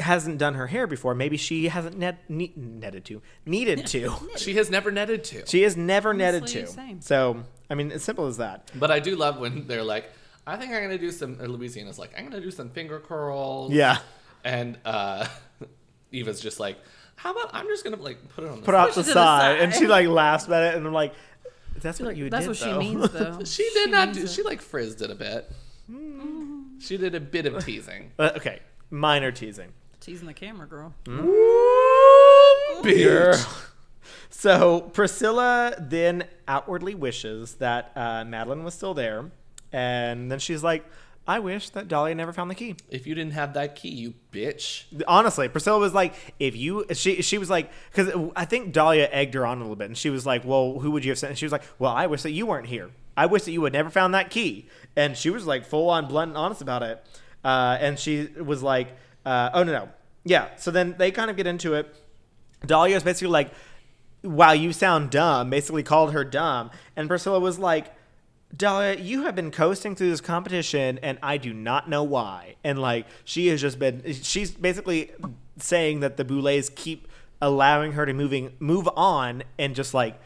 [SPEAKER 4] hasn't done her hair before. Maybe she hasn't net, ne- netted to, needed to.
[SPEAKER 3] she has never netted two.
[SPEAKER 4] she is never netted
[SPEAKER 2] Honestly,
[SPEAKER 4] to.
[SPEAKER 2] same.
[SPEAKER 4] So, I mean, as simple as that.
[SPEAKER 3] But I do love when they're like, I think I'm gonna do some. Or Louisiana's like, I'm gonna do some finger curls.
[SPEAKER 4] Yeah.
[SPEAKER 3] And uh, Eva's just like, How about I'm just gonna like put it on. The
[SPEAKER 4] Put her off
[SPEAKER 2] Push it
[SPEAKER 4] the
[SPEAKER 2] to the
[SPEAKER 4] side, and
[SPEAKER 2] side.
[SPEAKER 4] she like laughs at it, and I'm like, that's what you
[SPEAKER 2] That's
[SPEAKER 4] did.
[SPEAKER 2] what she
[SPEAKER 4] though.
[SPEAKER 2] means, though.
[SPEAKER 3] She did not
[SPEAKER 2] means
[SPEAKER 3] do.
[SPEAKER 2] it. Mm.
[SPEAKER 3] She like frizzed it a bit. She did a bit of teasing.
[SPEAKER 4] Uh, okay, minor teasing.
[SPEAKER 2] Teasing the camera, girl.
[SPEAKER 4] Hmm? Beer. So Priscilla then outwardly wishes that uh, Madeline was still there, and then she's like, "I wish that Dahlia never found the key."
[SPEAKER 3] If you didn't have that key, you bitch.
[SPEAKER 4] Honestly, Priscilla was like, "If you," she she was like, because I think Dahlia egged her on a little bit, and she was like, "Well, who would you have sent?" And she was like, "Well, I wish that you weren't here. I wish that you had never found that key." And she was like, full on blunt and honest about it. Uh, and she was like, uh, "Oh no, no, yeah." So then they kind of get into it. Dahlia is basically like, wow, you sound dumb, basically called her dumb. And Priscilla was like, Dahlia, you have been coasting through this competition, and I do not know why. And like, she has just been, she's basically saying that the Boulets keep allowing her to moving move on and just like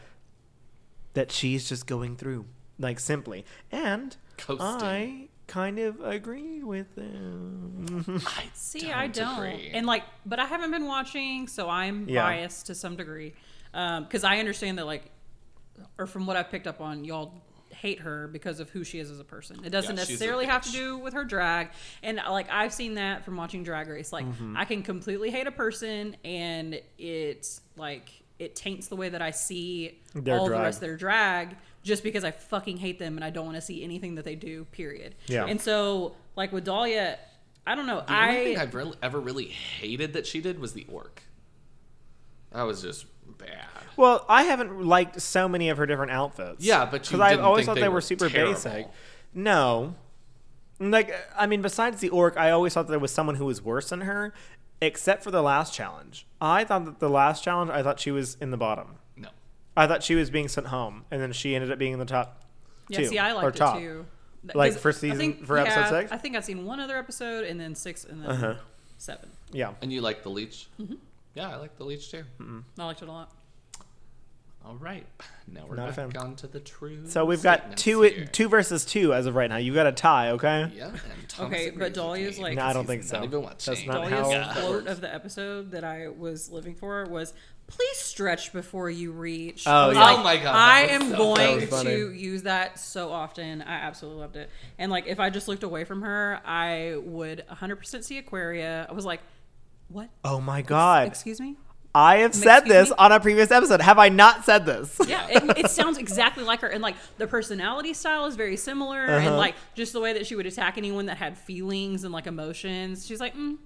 [SPEAKER 4] that she's just going through like simply and
[SPEAKER 3] Coasting.
[SPEAKER 4] i kind of agree with them
[SPEAKER 2] See, I don't.
[SPEAKER 3] agree.
[SPEAKER 2] And like, but I haven't been watching, so I'm
[SPEAKER 4] Yeah.
[SPEAKER 2] biased to some degree. Because I understand that, like, or from what I've picked up on, y'all hate her because of who she is as a person. It doesn't
[SPEAKER 3] Yeah, she's a
[SPEAKER 2] necessarily have to
[SPEAKER 3] bitch.
[SPEAKER 2] do with her drag. And uh, like, I've seen that from watching Drag Race. Like, I can completely hate a person, and it's like, it taints the way that I see
[SPEAKER 4] Their
[SPEAKER 2] all the
[SPEAKER 4] drag.
[SPEAKER 2] rest of their drag just because I fucking hate them and I don't want to see anything that they do, period.
[SPEAKER 4] Yeah.
[SPEAKER 2] And so, like, with Dahlia, I don't know.
[SPEAKER 3] The
[SPEAKER 2] I
[SPEAKER 3] only thing I've re- ever really hated that she did was the orc. That was just bad.
[SPEAKER 4] Well, I haven't liked so many of her different outfits.
[SPEAKER 3] Yeah, but you
[SPEAKER 4] because I
[SPEAKER 3] didn't
[SPEAKER 4] always
[SPEAKER 3] think
[SPEAKER 4] thought
[SPEAKER 3] they
[SPEAKER 4] they, were,
[SPEAKER 3] were
[SPEAKER 4] super
[SPEAKER 3] terrible.
[SPEAKER 4] basic. No, like I mean, besides the orc, I always thought there was someone who was worse than her, except for the last challenge. I thought that the last challenge, I thought she was in the bottom.
[SPEAKER 3] No.
[SPEAKER 4] I thought she was being sent home, and then she ended up being in the top.
[SPEAKER 2] Yeah,
[SPEAKER 4] two,
[SPEAKER 2] see, I
[SPEAKER 4] or
[SPEAKER 2] liked
[SPEAKER 4] top.
[SPEAKER 2] it too. Th-
[SPEAKER 4] Like,
[SPEAKER 2] 'cause
[SPEAKER 4] for
[SPEAKER 2] I
[SPEAKER 4] season- for episode six? Uh-huh.
[SPEAKER 2] I think I've seen one other episode and then six and then seven.
[SPEAKER 4] Yeah,
[SPEAKER 3] And you like the leech?
[SPEAKER 2] Mm-hmm.
[SPEAKER 3] Yeah, I like the leech too. Hmm.
[SPEAKER 2] I liked it a lot.
[SPEAKER 3] All right. Now we're
[SPEAKER 4] Not a
[SPEAKER 3] back
[SPEAKER 4] fan.
[SPEAKER 3] on to the true.
[SPEAKER 4] so we've got
[SPEAKER 3] statements
[SPEAKER 4] two,
[SPEAKER 3] here.
[SPEAKER 4] two versus two as of right now. You've got a tie, okay?
[SPEAKER 3] Yeah. And Thomas
[SPEAKER 2] Okay, but
[SPEAKER 3] agrees with
[SPEAKER 2] Dahlia's
[SPEAKER 3] me
[SPEAKER 2] like-
[SPEAKER 4] No, I
[SPEAKER 3] because
[SPEAKER 4] don't
[SPEAKER 3] he's
[SPEAKER 4] think so.
[SPEAKER 3] Not even
[SPEAKER 4] That's
[SPEAKER 3] watching.
[SPEAKER 4] not
[SPEAKER 2] Dahlia's
[SPEAKER 4] Uh, how-
[SPEAKER 3] Yeah.
[SPEAKER 2] quote of the episode that I was living for was "Please stretch before you reach."
[SPEAKER 4] Oh,
[SPEAKER 2] I was
[SPEAKER 4] yeah.
[SPEAKER 2] like,
[SPEAKER 3] Oh my God,
[SPEAKER 2] I
[SPEAKER 3] that was
[SPEAKER 2] am
[SPEAKER 4] funny.
[SPEAKER 3] so
[SPEAKER 2] going
[SPEAKER 4] That was
[SPEAKER 2] to
[SPEAKER 4] funny.
[SPEAKER 2] use that so often. I absolutely loved it. And like, if I just looked away from her, I would 100% see Aquaria. I was like, "What?
[SPEAKER 4] Oh my god,
[SPEAKER 2] Excuse me."
[SPEAKER 4] I have said
[SPEAKER 2] excuse
[SPEAKER 4] this
[SPEAKER 2] me?
[SPEAKER 4] on a previous episode. Have I not said this?
[SPEAKER 2] Yeah, it, it sounds exactly like her, and like the personality style is very similar,
[SPEAKER 4] Uh-huh.
[SPEAKER 2] and like just the way that she would attack anyone that had feelings and like emotions. She's like, mm,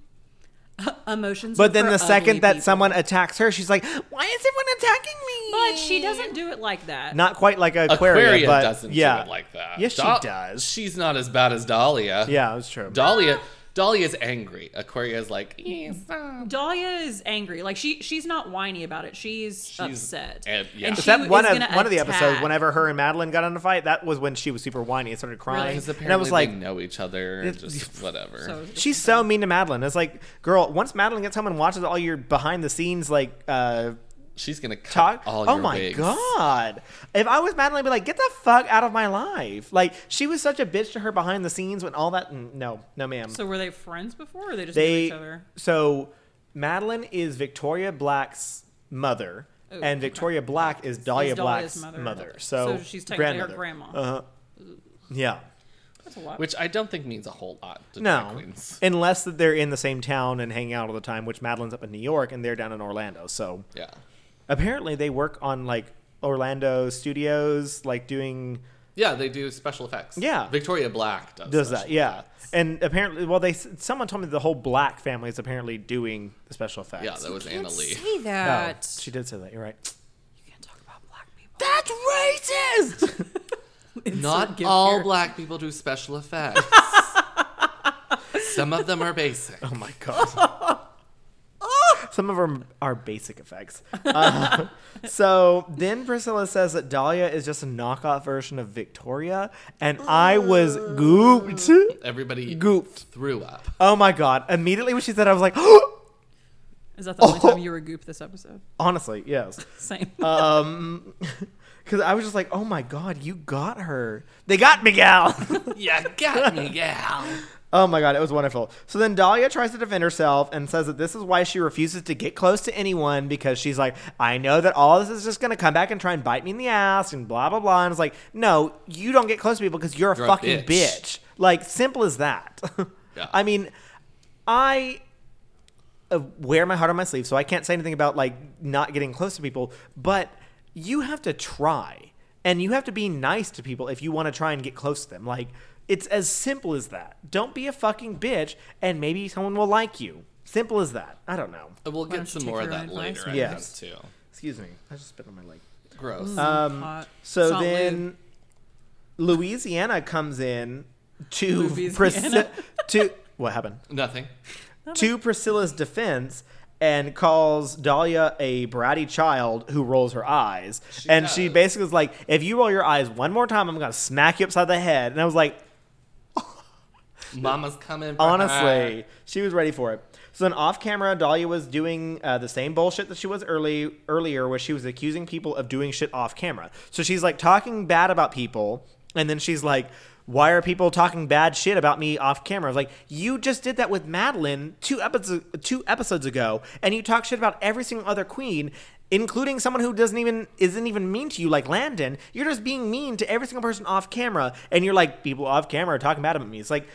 [SPEAKER 2] emotions.
[SPEAKER 4] But then
[SPEAKER 2] for
[SPEAKER 4] the
[SPEAKER 2] ugly
[SPEAKER 4] second that
[SPEAKER 2] people.
[SPEAKER 4] someone attacks her, she's like, "Why is everyone attacking me?"
[SPEAKER 2] but she doesn't do it like that.
[SPEAKER 4] Not quite like Aquaria,
[SPEAKER 3] Aquaria
[SPEAKER 4] but
[SPEAKER 3] doesn't
[SPEAKER 4] yeah,
[SPEAKER 3] do it like that.
[SPEAKER 4] Yes, she
[SPEAKER 3] Dol-
[SPEAKER 4] does.
[SPEAKER 3] She's not as bad as Dahlia.
[SPEAKER 4] yeah, it's true.
[SPEAKER 3] Dahlia. Dahlia's angry. Aquaria's like, "Eh, stop."
[SPEAKER 2] Dahlia is angry. Like she she's not whiny about it. She's, upset.
[SPEAKER 3] and- eh, yeah. Is
[SPEAKER 2] she
[SPEAKER 4] Except one
[SPEAKER 2] is
[SPEAKER 4] of
[SPEAKER 2] gonna
[SPEAKER 4] one of the episodes,
[SPEAKER 2] attack.
[SPEAKER 4] whenever her and Madeline got in a fight, that was when she was super whiny and started crying.
[SPEAKER 3] Because apparently
[SPEAKER 4] and I was like,
[SPEAKER 3] they know each other and
[SPEAKER 4] It-
[SPEAKER 3] just whatever.
[SPEAKER 2] So
[SPEAKER 4] she's so mean to Madeline. It's like, girl, once Madeline gets home and watches all your behind the scenes like uh,
[SPEAKER 3] She's gonna
[SPEAKER 4] talk.
[SPEAKER 3] cut all
[SPEAKER 4] oh
[SPEAKER 3] your
[SPEAKER 4] my
[SPEAKER 3] wigs.
[SPEAKER 4] god! If I was Madeline, I'd be like, get the fuck out of my life. Like she was such a bitch to her behind the scenes when all that. mm, No, no, ma'am.
[SPEAKER 2] so were they friends before or they just knew
[SPEAKER 4] they
[SPEAKER 2] each other?
[SPEAKER 4] so Madeline is Victoria Black's mother,
[SPEAKER 2] Oh, okay.
[SPEAKER 4] and Victoria Black is Dahlia
[SPEAKER 2] Is Dahlia's
[SPEAKER 4] Black's
[SPEAKER 2] mother.
[SPEAKER 4] mother. So,
[SPEAKER 2] So she's technically her grandma.
[SPEAKER 4] Uh-huh. Yeah.
[SPEAKER 2] That's a lot.
[SPEAKER 3] Which I don't think means a whole lot to drag
[SPEAKER 4] No,
[SPEAKER 3] queens.
[SPEAKER 4] unless that they're in the same town and hanging out all the time, which Madeline's up in New York and they're down in Orlando. So
[SPEAKER 3] Yeah.
[SPEAKER 4] apparently they work on like Orlando studios, like doing
[SPEAKER 3] Yeah, they do special effects.
[SPEAKER 4] Yeah.
[SPEAKER 3] Victoria Black
[SPEAKER 2] Oh,
[SPEAKER 3] does,
[SPEAKER 4] does that,
[SPEAKER 3] special
[SPEAKER 4] yeah.
[SPEAKER 3] effects.
[SPEAKER 4] And apparently, well, they someone told me the whole Black family is apparently doing the special effects.
[SPEAKER 3] Yeah, that was
[SPEAKER 2] Can't
[SPEAKER 3] Anna Lee.
[SPEAKER 2] say
[SPEAKER 4] Oh,
[SPEAKER 2] that.
[SPEAKER 4] she did say that. You're right.
[SPEAKER 2] you can't talk about black people.
[SPEAKER 4] That's racist.
[SPEAKER 3] Not
[SPEAKER 2] give
[SPEAKER 3] all
[SPEAKER 2] here.
[SPEAKER 3] black people do special effects. Some of them are basic.
[SPEAKER 4] oh my god. Some of them are basic effects. Uh, so then Priscilla says that Dahlia is just a knockoff version of Victoria, and I was gooped,
[SPEAKER 3] Everybody
[SPEAKER 4] gooped.
[SPEAKER 3] threw up.
[SPEAKER 4] Oh my god! Immediately when she said, it, I was like, "Oh!"
[SPEAKER 2] Is that the only
[SPEAKER 4] Oh.
[SPEAKER 2] time you were goop this episode?
[SPEAKER 4] honestly, yes.
[SPEAKER 2] Same.
[SPEAKER 4] Um, because I was just like, "Oh my god, you got her! They got me, gal!"
[SPEAKER 3] Yeah, got me, gal.
[SPEAKER 4] Oh my god, it was wonderful. So then Dahlia tries to defend herself and says that this is why she refuses to get close to anyone because she's like, I know that all this is just gonna come back and try and bite me in the ass and blah blah blah. And it's like, no, you don't get close to people because you're a
[SPEAKER 3] You're a
[SPEAKER 4] fucking
[SPEAKER 3] bitch.
[SPEAKER 4] bitch. Like simple as that.
[SPEAKER 3] Yeah.
[SPEAKER 4] I mean, I uh, wear my heart on my sleeve, so I can't say anything about like not getting close to people. But you have to try, and you have to be nice to people if you want to try and get close to them. Like it's as simple as that. Don't be a fucking bitch, and maybe someone will like you. Simple as that. I don't know.
[SPEAKER 3] We'll
[SPEAKER 2] don't
[SPEAKER 3] get
[SPEAKER 2] you
[SPEAKER 3] some
[SPEAKER 2] take
[SPEAKER 3] more of
[SPEAKER 2] your
[SPEAKER 3] that
[SPEAKER 2] own advice?
[SPEAKER 3] later, I
[SPEAKER 4] Yes.
[SPEAKER 3] think, too.
[SPEAKER 4] Excuse me. I just spit on my leg.
[SPEAKER 3] Gross.
[SPEAKER 4] Uh,
[SPEAKER 2] Hot.
[SPEAKER 4] So
[SPEAKER 2] It's not lube.
[SPEAKER 4] then Louisiana comes in to
[SPEAKER 2] Louisiana.
[SPEAKER 4] Priscilla. to what happened?
[SPEAKER 3] Nothing.
[SPEAKER 4] to Priscilla's defense and calls Dahlia a bratty child who rolls her eyes. and she
[SPEAKER 3] does.
[SPEAKER 4] basically was like, if you roll your eyes one more time, I'm going to smack you upside the head. And I was like,
[SPEAKER 3] Mama's coming. for
[SPEAKER 4] honestly, she was ready for it. So then off camera, Dahlia was doing uh, the same bullshit that she was early earlier where she was accusing people of doing shit off camera. So she's like talking bad about people and then she's like, why are people talking bad shit about me off camera? I was like, you just did that with Madeline two episodes two episodes ago, and you talk shit about every single other queen, including someone who doesn't even isn't even mean to you, like Landon. You're just being mean to every single person off camera, and you're like, people off camera are talking bad about me. It's like,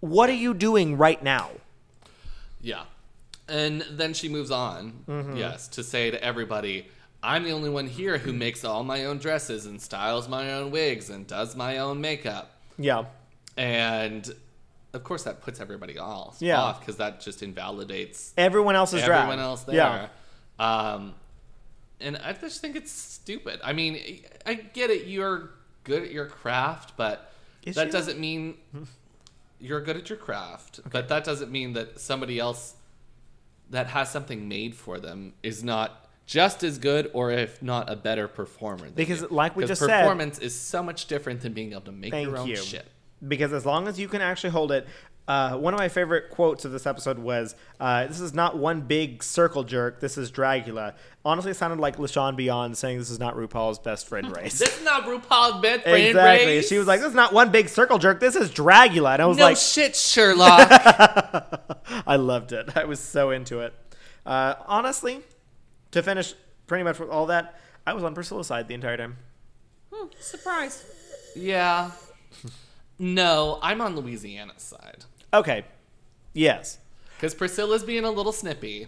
[SPEAKER 4] what are you doing right now?
[SPEAKER 3] Yeah. And then she moves on,
[SPEAKER 4] Mm-hmm.
[SPEAKER 3] yes, to say to everybody, I'm the only one here who makes all my own dresses and styles my own wigs and does my own makeup.
[SPEAKER 4] Yeah.
[SPEAKER 3] And of course, that puts everybody else
[SPEAKER 4] Yeah.
[SPEAKER 3] off because that just invalidates
[SPEAKER 4] Everyone else is drag.
[SPEAKER 3] everyone else there.
[SPEAKER 4] Yeah.
[SPEAKER 3] Um, and I just think it's stupid. I mean, I get it. You're good at your craft, but
[SPEAKER 4] Is
[SPEAKER 3] that
[SPEAKER 4] she?
[SPEAKER 3] doesn't mean you're good at your craft. But that doesn't mean that somebody else that has something made for them is not just as good or if not a better performer than
[SPEAKER 4] Because
[SPEAKER 3] you.
[SPEAKER 4] like we
[SPEAKER 3] 'Cause
[SPEAKER 4] just said-
[SPEAKER 3] performance is so much different than being able to make your own shit
[SPEAKER 4] Because as long as you can actually hold it, uh, one of my favorite quotes of this episode was, uh, "This is not one big circle jerk. This is Dragula." Honestly, it sounded like LaShawn Beyond saying, "This is not RuPaul's best friend race."
[SPEAKER 3] this is not rupaul's best friend
[SPEAKER 4] exactly.
[SPEAKER 3] race.
[SPEAKER 4] She was like, "This is not one big circle jerk. This is Dragula," and I was
[SPEAKER 3] no
[SPEAKER 4] like,
[SPEAKER 3] shit sherlock
[SPEAKER 4] I loved it. I was so into it. Uh, honestly, to finish pretty much with all that, I was on Priscilla's side the entire time.
[SPEAKER 2] Hmm, surprise.
[SPEAKER 3] yeah no i'm on louisiana's side
[SPEAKER 4] Okay. Yes.
[SPEAKER 3] because priscilla's being a little snippy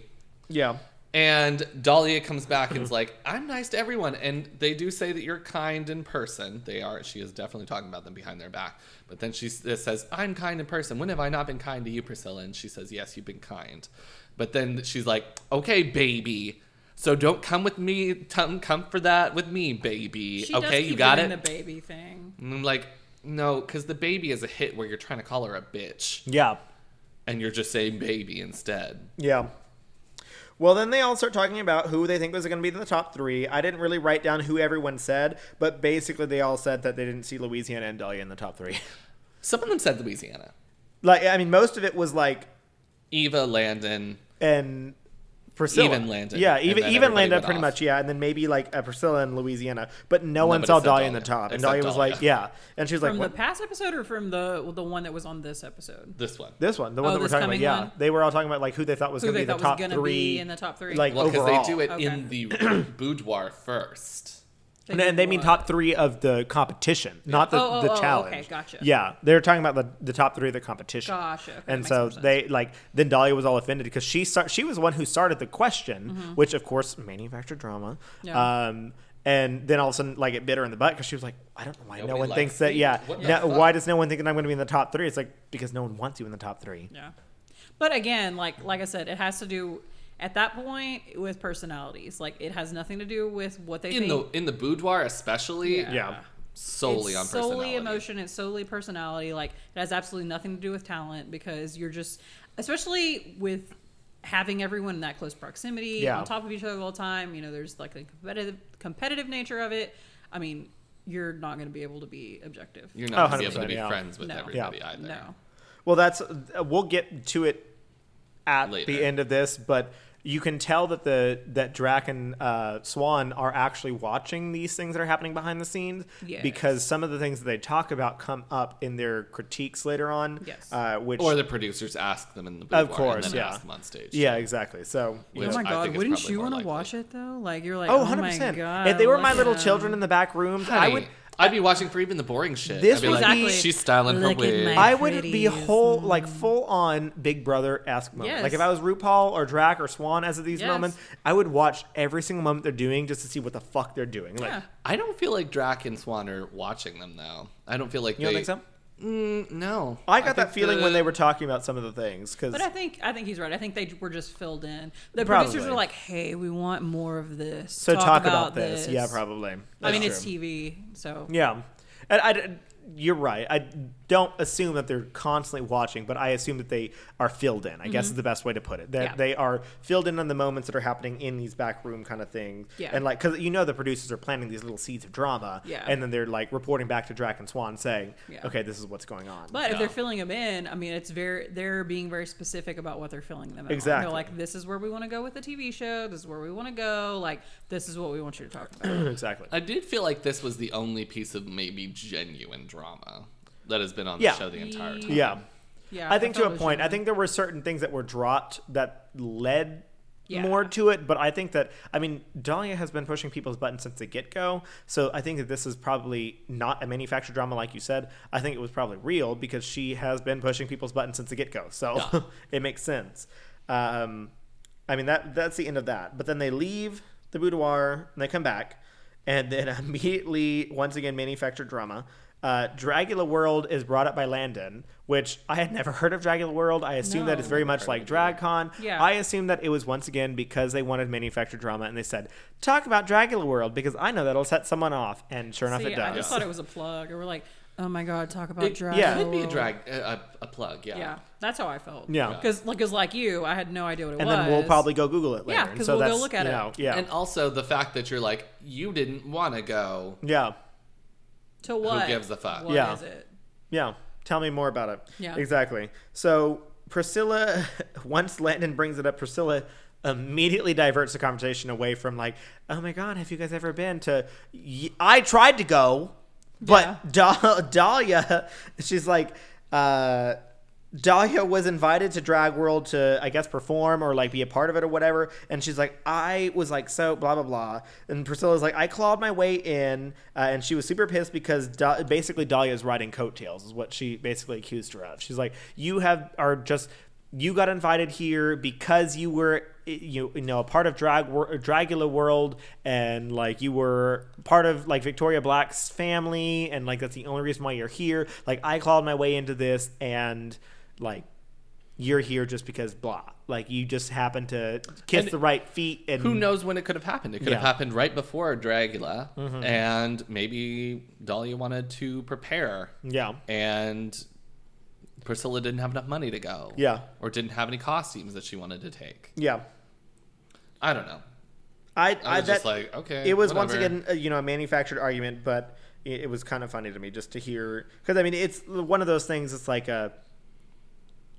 [SPEAKER 4] Yeah.
[SPEAKER 3] And Dahlia comes back and is like, I'm nice to everyone. And they do say that you're kind in person. They are. She is definitely talking about them behind their back. But then she s- says, I'm kind in person. When have I not been kind to you, Priscilla? And she says, Yes, you've been kind. But then she's like, Okay, baby. So don't come with me. Come, come for that with me, baby.
[SPEAKER 2] She
[SPEAKER 3] okay,
[SPEAKER 2] does
[SPEAKER 3] you
[SPEAKER 2] keep
[SPEAKER 3] got
[SPEAKER 2] doing
[SPEAKER 3] it?
[SPEAKER 2] The baby thing.
[SPEAKER 3] and I'm like, No, because the baby is a hit where you're trying to call her a bitch.
[SPEAKER 4] Yeah.
[SPEAKER 3] And you're just saying baby instead.
[SPEAKER 4] Yeah. Well, then they all start talking about who they think was going to be the top three. I didn't really write down who everyone said, but basically they all said that they didn't see Louisiana and Dahlia in the top three.
[SPEAKER 3] Some of them said Louisiana.
[SPEAKER 4] Like, I mean, most of it was like,
[SPEAKER 3] Eva Landon.
[SPEAKER 4] and Priscilla.
[SPEAKER 3] Even Landon,
[SPEAKER 4] Yeah,
[SPEAKER 3] and
[SPEAKER 4] even,
[SPEAKER 3] then
[SPEAKER 4] even
[SPEAKER 3] everybody
[SPEAKER 4] Landon,
[SPEAKER 3] went
[SPEAKER 4] pretty
[SPEAKER 3] off.
[SPEAKER 4] much, yeah. And then maybe like uh, Priscilla and Louisiana, but no one
[SPEAKER 3] Nobody
[SPEAKER 4] saw
[SPEAKER 3] said
[SPEAKER 4] Dahlia in the
[SPEAKER 3] Dahlia,
[SPEAKER 4] top. And
[SPEAKER 3] except
[SPEAKER 4] Dahlia was
[SPEAKER 3] Dahlia.
[SPEAKER 4] like, yeah. And she was like,
[SPEAKER 2] From
[SPEAKER 4] what?
[SPEAKER 2] the past episode or from the the one that was on this episode?
[SPEAKER 3] This one.
[SPEAKER 4] this one, the one
[SPEAKER 2] Oh,
[SPEAKER 4] that we're
[SPEAKER 2] this
[SPEAKER 4] talking about,
[SPEAKER 2] coming
[SPEAKER 4] yeah.
[SPEAKER 2] one?
[SPEAKER 4] They were all talking about like who they thought was
[SPEAKER 2] Who
[SPEAKER 4] going to
[SPEAKER 2] they
[SPEAKER 4] be the
[SPEAKER 2] thought
[SPEAKER 4] top
[SPEAKER 2] was gonna
[SPEAKER 4] three.
[SPEAKER 2] be in the top three?
[SPEAKER 4] like,
[SPEAKER 3] Well, because
[SPEAKER 4] overall.
[SPEAKER 3] they do it
[SPEAKER 2] Okay.
[SPEAKER 3] in the boudoir first.
[SPEAKER 4] And, and they mean top three of the competition, not the,
[SPEAKER 2] Oh, oh,
[SPEAKER 4] the
[SPEAKER 2] oh, okay,
[SPEAKER 4] challenge.
[SPEAKER 2] gotcha.
[SPEAKER 4] Yeah, they're talking about the, the top three of the competition.
[SPEAKER 2] Gotcha, okay, that
[SPEAKER 4] and
[SPEAKER 2] makes
[SPEAKER 4] so
[SPEAKER 2] more sense.
[SPEAKER 4] they like then Dahlia was all offended because she start, she was the one who started the question, which of course manufactured drama.
[SPEAKER 2] Mm-hmm. Yeah.
[SPEAKER 4] Um, and then all of a sudden, like it bit her in the butt because she was like, "I don't know why no
[SPEAKER 3] Nobody
[SPEAKER 4] one
[SPEAKER 3] likes
[SPEAKER 4] thinks that."
[SPEAKER 3] me.
[SPEAKER 4] Yeah,
[SPEAKER 3] What the
[SPEAKER 4] no,
[SPEAKER 3] fuck?
[SPEAKER 4] why does no one think that I'm going to be in the top three? It's like because no one wants you in the top three.
[SPEAKER 2] Yeah, but again, like like I said, it has to do at that point with personalities. Like it has nothing to do with what they
[SPEAKER 3] In
[SPEAKER 2] think.
[SPEAKER 3] the in the boudoir especially,
[SPEAKER 2] Yeah.
[SPEAKER 4] Yeah,
[SPEAKER 3] solely
[SPEAKER 2] it's
[SPEAKER 3] on
[SPEAKER 2] solely
[SPEAKER 3] personality.
[SPEAKER 2] emotion. It's solely personality. Like it has absolutely nothing to do with talent because you're just, especially with having everyone in that close proximity,
[SPEAKER 4] Yeah.
[SPEAKER 2] on top of each other all the time. You know, there's like a competitive competitive nature of it. I mean, you're not going to be able to be objective.
[SPEAKER 3] You're not
[SPEAKER 4] Oh,
[SPEAKER 3] gonna be able to
[SPEAKER 4] 100%,
[SPEAKER 3] be
[SPEAKER 4] yeah.
[SPEAKER 3] friends with
[SPEAKER 2] No.
[SPEAKER 3] everybody
[SPEAKER 4] Yeah.
[SPEAKER 3] either.
[SPEAKER 2] no.
[SPEAKER 4] Well, that's uh, we'll get to it at
[SPEAKER 3] Later.
[SPEAKER 4] the end of this, but you can tell that the that Drac and uh, Swan are actually watching these things that are happening behind the scenes
[SPEAKER 2] Yes.
[SPEAKER 4] because some of the things that they talk about come up in their critiques later on.
[SPEAKER 2] Yes.
[SPEAKER 4] uh, which
[SPEAKER 3] Or the producers ask them in the boudoir
[SPEAKER 4] course,
[SPEAKER 3] and then
[SPEAKER 4] yeah.
[SPEAKER 3] ask them on stage.
[SPEAKER 4] yeah, exactly. So
[SPEAKER 3] Which
[SPEAKER 2] oh my
[SPEAKER 3] I think
[SPEAKER 2] god,
[SPEAKER 3] is
[SPEAKER 2] wouldn't
[SPEAKER 3] probably
[SPEAKER 2] you
[SPEAKER 3] more
[SPEAKER 2] want to
[SPEAKER 3] likely.
[SPEAKER 2] watch it though? Like you're like,
[SPEAKER 4] oh,
[SPEAKER 2] oh,
[SPEAKER 4] 100
[SPEAKER 2] my
[SPEAKER 4] percent.
[SPEAKER 2] god.
[SPEAKER 4] If they were my
[SPEAKER 2] look
[SPEAKER 4] little
[SPEAKER 2] at
[SPEAKER 4] children in the back rooms,
[SPEAKER 3] Honey,
[SPEAKER 4] I would.
[SPEAKER 3] I'd be watching for even the boring shit.
[SPEAKER 4] This
[SPEAKER 3] I'd be
[SPEAKER 4] would
[SPEAKER 3] like,
[SPEAKER 4] be-
[SPEAKER 3] she's styling her
[SPEAKER 2] Look at
[SPEAKER 3] wig.
[SPEAKER 2] my-
[SPEAKER 4] I would be
[SPEAKER 2] pretties.
[SPEAKER 4] whole, like full on Big Brother esque moment.
[SPEAKER 2] Yes.
[SPEAKER 4] Like if I was RuPaul or Drac or Swan as of these
[SPEAKER 2] Yes.
[SPEAKER 4] moments, I would watch every single moment they're doing just to see what the fuck they're doing. Like,
[SPEAKER 2] Yeah.
[SPEAKER 3] I don't feel like Drac and Swan are watching them though. I don't feel like
[SPEAKER 4] you
[SPEAKER 3] they
[SPEAKER 4] don't think so?
[SPEAKER 3] Mm, no.
[SPEAKER 4] I got that
[SPEAKER 3] think
[SPEAKER 4] feeling
[SPEAKER 3] the-
[SPEAKER 4] when they were talking about some of the things because
[SPEAKER 2] But I think I think he's right. I think they were just filled in. The producers
[SPEAKER 4] Probably.
[SPEAKER 2] were like, "Hey, we want more of this.
[SPEAKER 4] so talk, about, this. Yeah, probably.
[SPEAKER 2] I mean,
[SPEAKER 4] That's
[SPEAKER 2] it's
[SPEAKER 4] true.
[SPEAKER 2] TV, so
[SPEAKER 4] yeah, and I. d- You're right. I don't assume that they're constantly watching, but I assume that they are filled in. I guess is the best way to put it. That
[SPEAKER 2] Mm-hmm. Yeah.
[SPEAKER 4] they are filled in on the moments that are happening in these back room kind of things.
[SPEAKER 2] Yeah.
[SPEAKER 4] And like, because you know the producers are planting these little seeds of drama.
[SPEAKER 2] Yeah.
[SPEAKER 4] And then they're like reporting back to Drac and Swan saying,
[SPEAKER 2] Yeah.
[SPEAKER 4] "Okay, this is what's going on."
[SPEAKER 2] But if they're
[SPEAKER 3] Yeah.
[SPEAKER 2] filling them in, I mean, it's very they're being very specific about what they're filling them in. on.
[SPEAKER 4] Exactly.
[SPEAKER 2] They're like, "This is where we want to go with the TV show. This is where we want to go. Like, this is what we want you to talk about."
[SPEAKER 4] exactly.
[SPEAKER 3] I did feel like this was the only piece of maybe genuine drama that has been on
[SPEAKER 4] Yeah.
[SPEAKER 3] the show the entire time.
[SPEAKER 4] yeah.
[SPEAKER 2] Yeah,
[SPEAKER 4] I think
[SPEAKER 2] thought
[SPEAKER 4] to a
[SPEAKER 2] it was
[SPEAKER 4] point. I
[SPEAKER 2] genuine.
[SPEAKER 4] think there were certain things that were dropped that led
[SPEAKER 2] Yeah.
[SPEAKER 4] more to it, but I think that I mean Dahlia has been pushing people's buttons since the get go. So I think that this is probably not a manufactured drama, like you said. I think it was probably real because she has been pushing people's buttons since the get go. So
[SPEAKER 3] Yeah.
[SPEAKER 4] it makes sense. Um, I mean that that's the end of that. But then they leave the boudoir and they come back, and then immediately once again manufactured drama. Uh, Dragula World is brought up by Landon, which I had never heard of Dragula World. I assume that
[SPEAKER 2] No.
[SPEAKER 4] it's very much like DragCon.
[SPEAKER 2] Yeah.
[SPEAKER 4] I assume that it was once again because they wanted manufactured drama and they said, "Talk about Dragula World because I know that'll set someone off." And sure enough,
[SPEAKER 2] So,
[SPEAKER 4] it
[SPEAKER 2] yeah,
[SPEAKER 4] does.
[SPEAKER 2] I just thought it was a plug. Or we're like, "Oh my god, talk about
[SPEAKER 3] It
[SPEAKER 2] drag."
[SPEAKER 4] yeah.
[SPEAKER 3] could be a
[SPEAKER 2] Lord."
[SPEAKER 3] drag, a, a plug, yeah.
[SPEAKER 2] Yeah, that's how I felt.
[SPEAKER 4] Yeah.
[SPEAKER 2] because like, 'cause like you, I had no idea what it
[SPEAKER 4] and
[SPEAKER 2] was.
[SPEAKER 4] then we'll probably go Google it later.
[SPEAKER 2] Yeah,
[SPEAKER 4] And
[SPEAKER 2] 'cause
[SPEAKER 4] so
[SPEAKER 2] we'll go
[SPEAKER 4] that's,
[SPEAKER 2] look at
[SPEAKER 4] you
[SPEAKER 2] it.
[SPEAKER 4] know, Yeah,
[SPEAKER 3] And also the fact that you're like, you didn't want to go.
[SPEAKER 4] yeah,
[SPEAKER 2] to what?
[SPEAKER 3] gives a fuck?
[SPEAKER 2] What
[SPEAKER 4] Yeah.
[SPEAKER 2] is it?
[SPEAKER 4] yeah. Tell me more about it.
[SPEAKER 2] Yeah.
[SPEAKER 4] exactly. So Priscilla, once Landon brings it up, Priscilla immediately diverts the conversation away from like, "Oh my God, have you guys ever been to?" "Y- I tried to go, but Dah- Dahlia, she's like. uh Dahlia was invited to Drag World to, I guess, perform or like be a part of it or whatever. And she's like, I was like, so blah, blah, blah. And Priscilla's like, I clawed my way in. Uh, and she was super pissed because da- basically Dahlia is riding coattails, is what she basically accused her of. She's like, you have, are just, you got invited here because you were you, you know a part of drag wor- Dragula world, and like you were part of like Victoria Black's family, and like that's the only reason why you're here. Like I clawed my way into this, and like you're here just because blah. Like you just happen to kiss
[SPEAKER 3] And
[SPEAKER 4] the right feet, and
[SPEAKER 3] Who knows when it could have happened? It could
[SPEAKER 4] Mm-hmm.
[SPEAKER 3] have
[SPEAKER 4] Yeah. Mm-hmm.
[SPEAKER 3] happened right before Dragula, and maybe Dahlia wanted to prepare,
[SPEAKER 4] Yeah.
[SPEAKER 3] and Priscilla didn't have enough money to go.
[SPEAKER 4] Yeah.
[SPEAKER 3] Or didn't have any costumes that she wanted to take.
[SPEAKER 4] Yeah.
[SPEAKER 3] I don't know.
[SPEAKER 4] I,
[SPEAKER 3] I
[SPEAKER 4] I
[SPEAKER 3] was just
[SPEAKER 4] that-
[SPEAKER 3] like, okay.
[SPEAKER 4] it was once
[SPEAKER 3] whatever.
[SPEAKER 4] again uh, you know a manufactured argument but it, it was kind of funny to me just to hear because i mean it's one of those things it's like uh,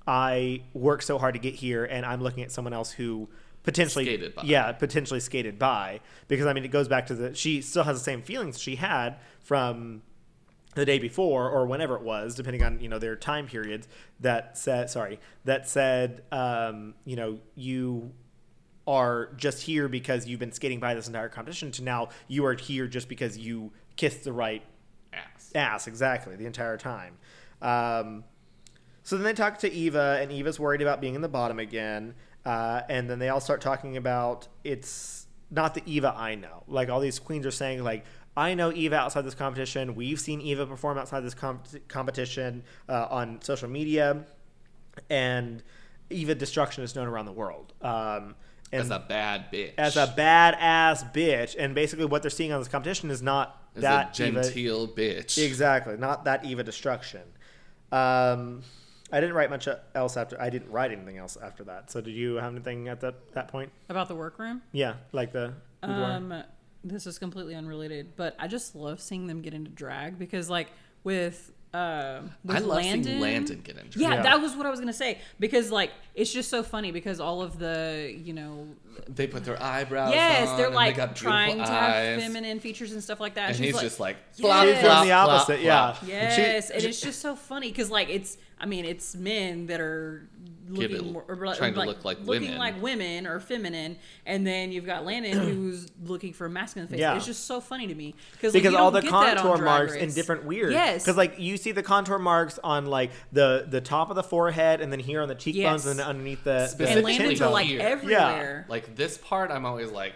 [SPEAKER 4] I worked so hard to get here and i'm looking at someone else who potentially
[SPEAKER 3] Skated by.
[SPEAKER 4] yeah potentially skated by because i mean it goes back to the she still has the same feelings she had from the day before or whenever it was depending on you know their time periods that said sorry that said um, you know you are just here because you've been skating by this entire competition to now you are here just because you kissed the right
[SPEAKER 3] Ass.
[SPEAKER 4] ass exactly the entire time um, so then they talk to eva and eva's worried about being in the bottom again uh, and then they all start talking about it's not the eva i know like all these queens are saying like i know eva outside this competition we've seen eva perform outside this com- competition uh, on social media and eva destruction is known around the world um, and
[SPEAKER 3] As a bad bitch.
[SPEAKER 4] as a badass bitch. And basically, what they're seeing on this competition is not
[SPEAKER 3] As
[SPEAKER 4] that
[SPEAKER 3] a
[SPEAKER 4] Eva,
[SPEAKER 3] genteel bitch.
[SPEAKER 4] exactly, not that Eva destruction. Um, I didn't write much else after. I didn't write anything else after that. So, did you have anything at that that point?
[SPEAKER 2] About the workroom?
[SPEAKER 4] Yeah, like the
[SPEAKER 2] Um, this is completely unrelated, but I just love seeing them get into drag because, like, with uh, with
[SPEAKER 3] I love
[SPEAKER 2] Landon,
[SPEAKER 3] seeing Landon get injured.
[SPEAKER 2] Yeah,
[SPEAKER 4] Yeah.
[SPEAKER 2] that was what I was gonna say because, like, it's just so funny because all of the you know,
[SPEAKER 3] They put their eyebrows
[SPEAKER 2] yes,
[SPEAKER 3] on,
[SPEAKER 2] they're
[SPEAKER 3] and they
[SPEAKER 2] like
[SPEAKER 3] got
[SPEAKER 2] trying to
[SPEAKER 3] beautiful
[SPEAKER 2] have
[SPEAKER 3] eyes.
[SPEAKER 2] feminine features and stuff like that.
[SPEAKER 3] And
[SPEAKER 2] She's
[SPEAKER 3] he's
[SPEAKER 2] like,
[SPEAKER 3] just like,
[SPEAKER 2] Yes.
[SPEAKER 3] flop,
[SPEAKER 2] She's doing
[SPEAKER 3] flop,
[SPEAKER 4] the
[SPEAKER 3] flop,
[SPEAKER 4] opposite, yeah.
[SPEAKER 3] flop.
[SPEAKER 4] She-
[SPEAKER 2] Yes, and it's just so funny because like it's I mean it's men that are
[SPEAKER 3] Give
[SPEAKER 2] looking
[SPEAKER 3] it-
[SPEAKER 2] more, or, like,
[SPEAKER 3] trying to look like
[SPEAKER 2] looking
[SPEAKER 3] women.
[SPEAKER 2] like women or feminine, and then you've got Landon who's looking for a masculine face.
[SPEAKER 4] Yeah.
[SPEAKER 2] It's just so funny to me because
[SPEAKER 4] because
[SPEAKER 2] like, you
[SPEAKER 4] all the
[SPEAKER 2] don't get that on
[SPEAKER 4] contour
[SPEAKER 2] Drag
[SPEAKER 4] marks
[SPEAKER 2] Race.
[SPEAKER 4] and different weird.
[SPEAKER 2] Yes.
[SPEAKER 4] because like you see the contour marks on like the the top of the forehead and then here on the cheekbones
[SPEAKER 2] Yes.
[SPEAKER 4] and then underneath the, the
[SPEAKER 2] and
[SPEAKER 3] specific
[SPEAKER 4] chin
[SPEAKER 2] Landon's are
[SPEAKER 4] bone.
[SPEAKER 2] like
[SPEAKER 3] here.
[SPEAKER 2] everywhere.
[SPEAKER 3] Like this part, I'm always like,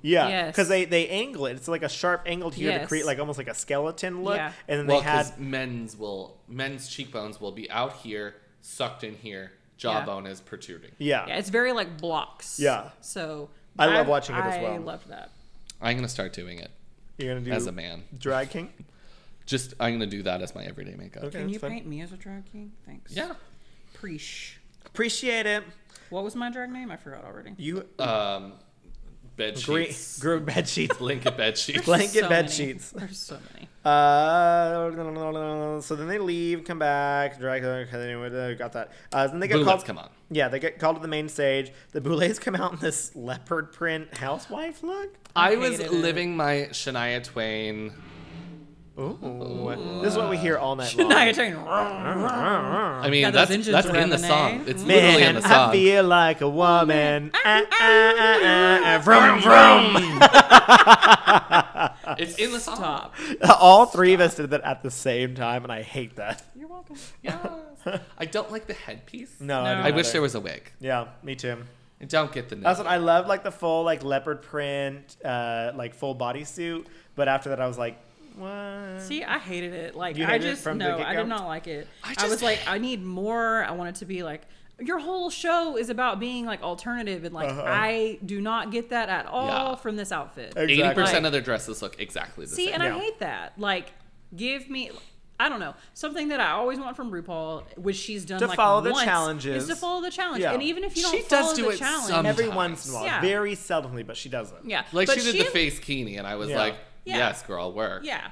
[SPEAKER 4] Yeah,
[SPEAKER 2] Yes.
[SPEAKER 4] because they they angle it. It's like a sharp angled here to
[SPEAKER 2] Yes.
[SPEAKER 4] create like almost like a skeleton look,
[SPEAKER 2] Yeah.
[SPEAKER 4] and then
[SPEAKER 3] well,
[SPEAKER 4] they had
[SPEAKER 3] because men's will men's cheekbones will be out here, sucked in here, jawbone is protruding.
[SPEAKER 4] yeah.
[SPEAKER 2] Yeah, it's very like blocks.
[SPEAKER 4] Yeah.
[SPEAKER 2] so
[SPEAKER 4] I love watching it as
[SPEAKER 2] I
[SPEAKER 4] well.
[SPEAKER 2] love that.
[SPEAKER 3] I'm gonna start doing it
[SPEAKER 4] You're gonna do
[SPEAKER 3] as a man.
[SPEAKER 4] drag king.
[SPEAKER 3] Just I'm gonna do that as my everyday makeup.
[SPEAKER 4] Okay.
[SPEAKER 2] Can you
[SPEAKER 4] that's fine.
[SPEAKER 2] paint me as a drag king? Thanks.
[SPEAKER 3] Yeah.
[SPEAKER 2] preach.
[SPEAKER 4] Appreciate it.
[SPEAKER 2] What was my drag name? I forgot already.
[SPEAKER 4] You
[SPEAKER 3] Um, bed
[SPEAKER 4] green
[SPEAKER 3] sheets.
[SPEAKER 4] grew bed sheets.
[SPEAKER 3] Blanket bed sheets.
[SPEAKER 4] Blanket
[SPEAKER 2] There's so
[SPEAKER 4] bed
[SPEAKER 2] many.
[SPEAKER 4] sheets.
[SPEAKER 2] There's so many.
[SPEAKER 4] Uh, so then they leave, come back, drag. Anyway, got that. Uh, then they get
[SPEAKER 3] Boulets
[SPEAKER 4] called.
[SPEAKER 3] come on.
[SPEAKER 4] Yeah, they get called to the main stage. The boulets come out in this leopard print housewife look.
[SPEAKER 3] I
[SPEAKER 2] I
[SPEAKER 3] was
[SPEAKER 2] hated it.
[SPEAKER 3] living my Shania Twain.
[SPEAKER 4] Ooh. This is what we hear all night long.
[SPEAKER 2] Shania Twain.
[SPEAKER 3] I mean,
[SPEAKER 2] Got those
[SPEAKER 3] that's
[SPEAKER 2] engines
[SPEAKER 3] that's in the
[SPEAKER 2] revving, eh?
[SPEAKER 3] song. It's literally in
[SPEAKER 4] Man,
[SPEAKER 3] the
[SPEAKER 4] I
[SPEAKER 3] song.
[SPEAKER 4] feel like a woman. Ah, ah, ah, ah, ah, Vroom, vroom.
[SPEAKER 3] It's in the song.
[SPEAKER 2] Stop.
[SPEAKER 4] All three of us did that at the same time, and I hate that.
[SPEAKER 2] You're welcome.
[SPEAKER 3] Yes. I don't like the headpiece.
[SPEAKER 4] No,
[SPEAKER 2] No.
[SPEAKER 4] do
[SPEAKER 3] I wish
[SPEAKER 4] either.
[SPEAKER 3] there was a wig.
[SPEAKER 4] Yeah, me too.
[SPEAKER 3] I don't get the.
[SPEAKER 4] That's what I love, like the full like leopard print, uh, like full bodysuit. But after that, I was like, what?
[SPEAKER 2] See, I hated it. Like
[SPEAKER 4] You
[SPEAKER 2] I
[SPEAKER 4] hated it
[SPEAKER 2] just
[SPEAKER 4] from the
[SPEAKER 2] no, I
[SPEAKER 4] get-go?
[SPEAKER 2] did not like it.
[SPEAKER 3] I
[SPEAKER 2] I,
[SPEAKER 3] just-
[SPEAKER 2] was like, I need more. I want it to be like your whole show is about being like alternative, and like
[SPEAKER 4] Uh-huh.
[SPEAKER 2] I do not get that at all
[SPEAKER 3] Yeah.
[SPEAKER 2] from this outfit.
[SPEAKER 4] Ex-
[SPEAKER 3] Eighty
[SPEAKER 4] Exactly.
[SPEAKER 3] percent of their dresses look exactly the
[SPEAKER 2] See,
[SPEAKER 3] same.
[SPEAKER 2] and
[SPEAKER 4] Yeah.
[SPEAKER 2] I hate that. Like, give me. I don't know something that I always want from RuPaul, which she's done
[SPEAKER 4] To
[SPEAKER 2] like
[SPEAKER 4] follow the
[SPEAKER 2] once,
[SPEAKER 4] challenges.
[SPEAKER 2] is to follow the challenge.
[SPEAKER 4] Yeah.
[SPEAKER 2] And even if you don't
[SPEAKER 3] She does
[SPEAKER 2] follow
[SPEAKER 3] do
[SPEAKER 2] the
[SPEAKER 3] it
[SPEAKER 2] challenge,
[SPEAKER 3] some-
[SPEAKER 4] Every
[SPEAKER 3] Sometimes.
[SPEAKER 4] once in a while,
[SPEAKER 2] Yeah.
[SPEAKER 4] very seldomly, but she does it.
[SPEAKER 2] yeah,
[SPEAKER 3] like
[SPEAKER 2] but
[SPEAKER 3] she did
[SPEAKER 2] she
[SPEAKER 3] the face kini, and I was
[SPEAKER 4] Yeah.
[SPEAKER 3] like,
[SPEAKER 2] Yeah.
[SPEAKER 3] "Yes, girl, work."
[SPEAKER 2] Yeah,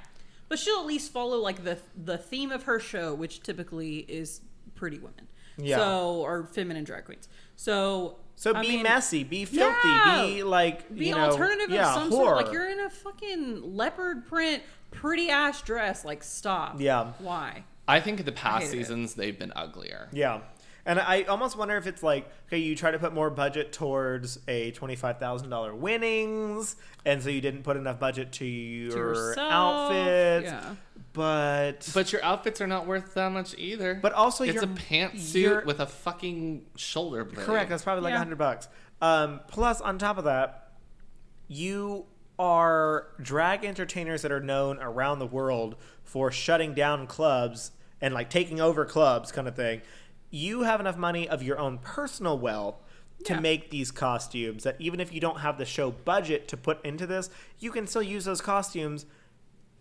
[SPEAKER 2] but she'll at least follow like the the theme of her show, which typically is pretty women.
[SPEAKER 4] Yeah.
[SPEAKER 2] So or feminine drag queens. So
[SPEAKER 4] So
[SPEAKER 2] I
[SPEAKER 4] be
[SPEAKER 2] mean,
[SPEAKER 4] messy, be filthy,
[SPEAKER 2] yeah.
[SPEAKER 4] be like,
[SPEAKER 2] be
[SPEAKER 4] you know,
[SPEAKER 2] alternative
[SPEAKER 4] yeah,
[SPEAKER 2] of some
[SPEAKER 4] whore.
[SPEAKER 2] sort. Like you're in a fucking leopard print, pretty ass dress. Like stop.
[SPEAKER 4] Yeah.
[SPEAKER 2] Why?
[SPEAKER 3] I think the past
[SPEAKER 2] hated it.
[SPEAKER 3] seasons they've been uglier.
[SPEAKER 4] Yeah. And I almost wonder if it's like, okay, you try to put more budget towards a $25,000 winnings, and so you didn't put enough budget to your
[SPEAKER 2] yourself,
[SPEAKER 4] outfits.
[SPEAKER 2] yeah.
[SPEAKER 4] But, but
[SPEAKER 3] But your outfits are not worth that much either.
[SPEAKER 4] But also
[SPEAKER 3] it's
[SPEAKER 4] your-
[SPEAKER 3] a pantsuit
[SPEAKER 4] your-
[SPEAKER 3] with a fucking shoulder blade.
[SPEAKER 4] correct, that's probably like a
[SPEAKER 2] Yeah.
[SPEAKER 4] 100 bucks. Um, plus, on top of that, you are drag entertainers that are known around the world for shutting down clubs and like taking over clubs, kind of thing. You have enough money of your own personal wealth to
[SPEAKER 2] Yeah.
[SPEAKER 4] make these costumes that even if you don't have the show budget to put into this, you can still use those costumes.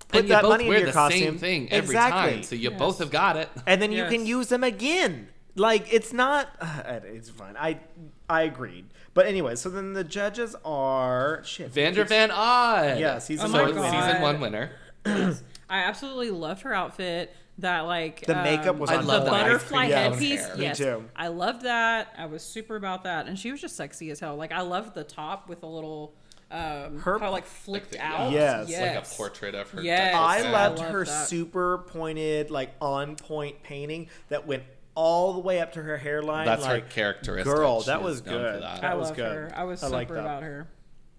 [SPEAKER 4] Put
[SPEAKER 3] and you
[SPEAKER 4] that
[SPEAKER 3] both
[SPEAKER 4] money
[SPEAKER 3] wear
[SPEAKER 4] into your
[SPEAKER 3] the
[SPEAKER 4] costume.
[SPEAKER 3] same thing every
[SPEAKER 4] exactly
[SPEAKER 3] time, so you
[SPEAKER 2] Yes.
[SPEAKER 3] both have got it.
[SPEAKER 4] and then you can
[SPEAKER 2] Yes.
[SPEAKER 4] use them again. Like it's not. Uh, it's fine. I I agreed. But anyway, so then the judges are shit.
[SPEAKER 3] Vander Van Odd.
[SPEAKER 4] Yes, he's
[SPEAKER 2] Oh
[SPEAKER 4] a
[SPEAKER 2] my
[SPEAKER 3] so
[SPEAKER 2] God.
[SPEAKER 3] season one winner.
[SPEAKER 2] I absolutely loved her outfit. That like
[SPEAKER 4] The makeup was
[SPEAKER 2] um,
[SPEAKER 3] on
[SPEAKER 2] the
[SPEAKER 3] point.
[SPEAKER 2] butterfly
[SPEAKER 4] Yeah.
[SPEAKER 2] headpiece.
[SPEAKER 3] Me
[SPEAKER 2] Yes,
[SPEAKER 4] too.
[SPEAKER 2] I loved that. I was super about that, and she was just sexy as hell. Like I loved the top with a little um,
[SPEAKER 4] Her-
[SPEAKER 2] her like flicked
[SPEAKER 3] Like the-
[SPEAKER 2] out.
[SPEAKER 4] Yes. Like
[SPEAKER 3] Like a portrait of her.
[SPEAKER 2] Yes.
[SPEAKER 4] I
[SPEAKER 2] I
[SPEAKER 4] loved
[SPEAKER 2] love
[SPEAKER 4] her
[SPEAKER 2] that.
[SPEAKER 4] super pointed, like on point painting that went all the way up to her hairline.
[SPEAKER 3] That's her
[SPEAKER 4] like,
[SPEAKER 3] characteristic.
[SPEAKER 4] Girl, that
[SPEAKER 3] She's
[SPEAKER 4] was
[SPEAKER 3] known for
[SPEAKER 4] good.
[SPEAKER 3] that.
[SPEAKER 2] I
[SPEAKER 4] was
[SPEAKER 2] loved
[SPEAKER 4] good.
[SPEAKER 2] her. I was
[SPEAKER 4] I
[SPEAKER 2] super
[SPEAKER 4] like that.
[SPEAKER 2] about her.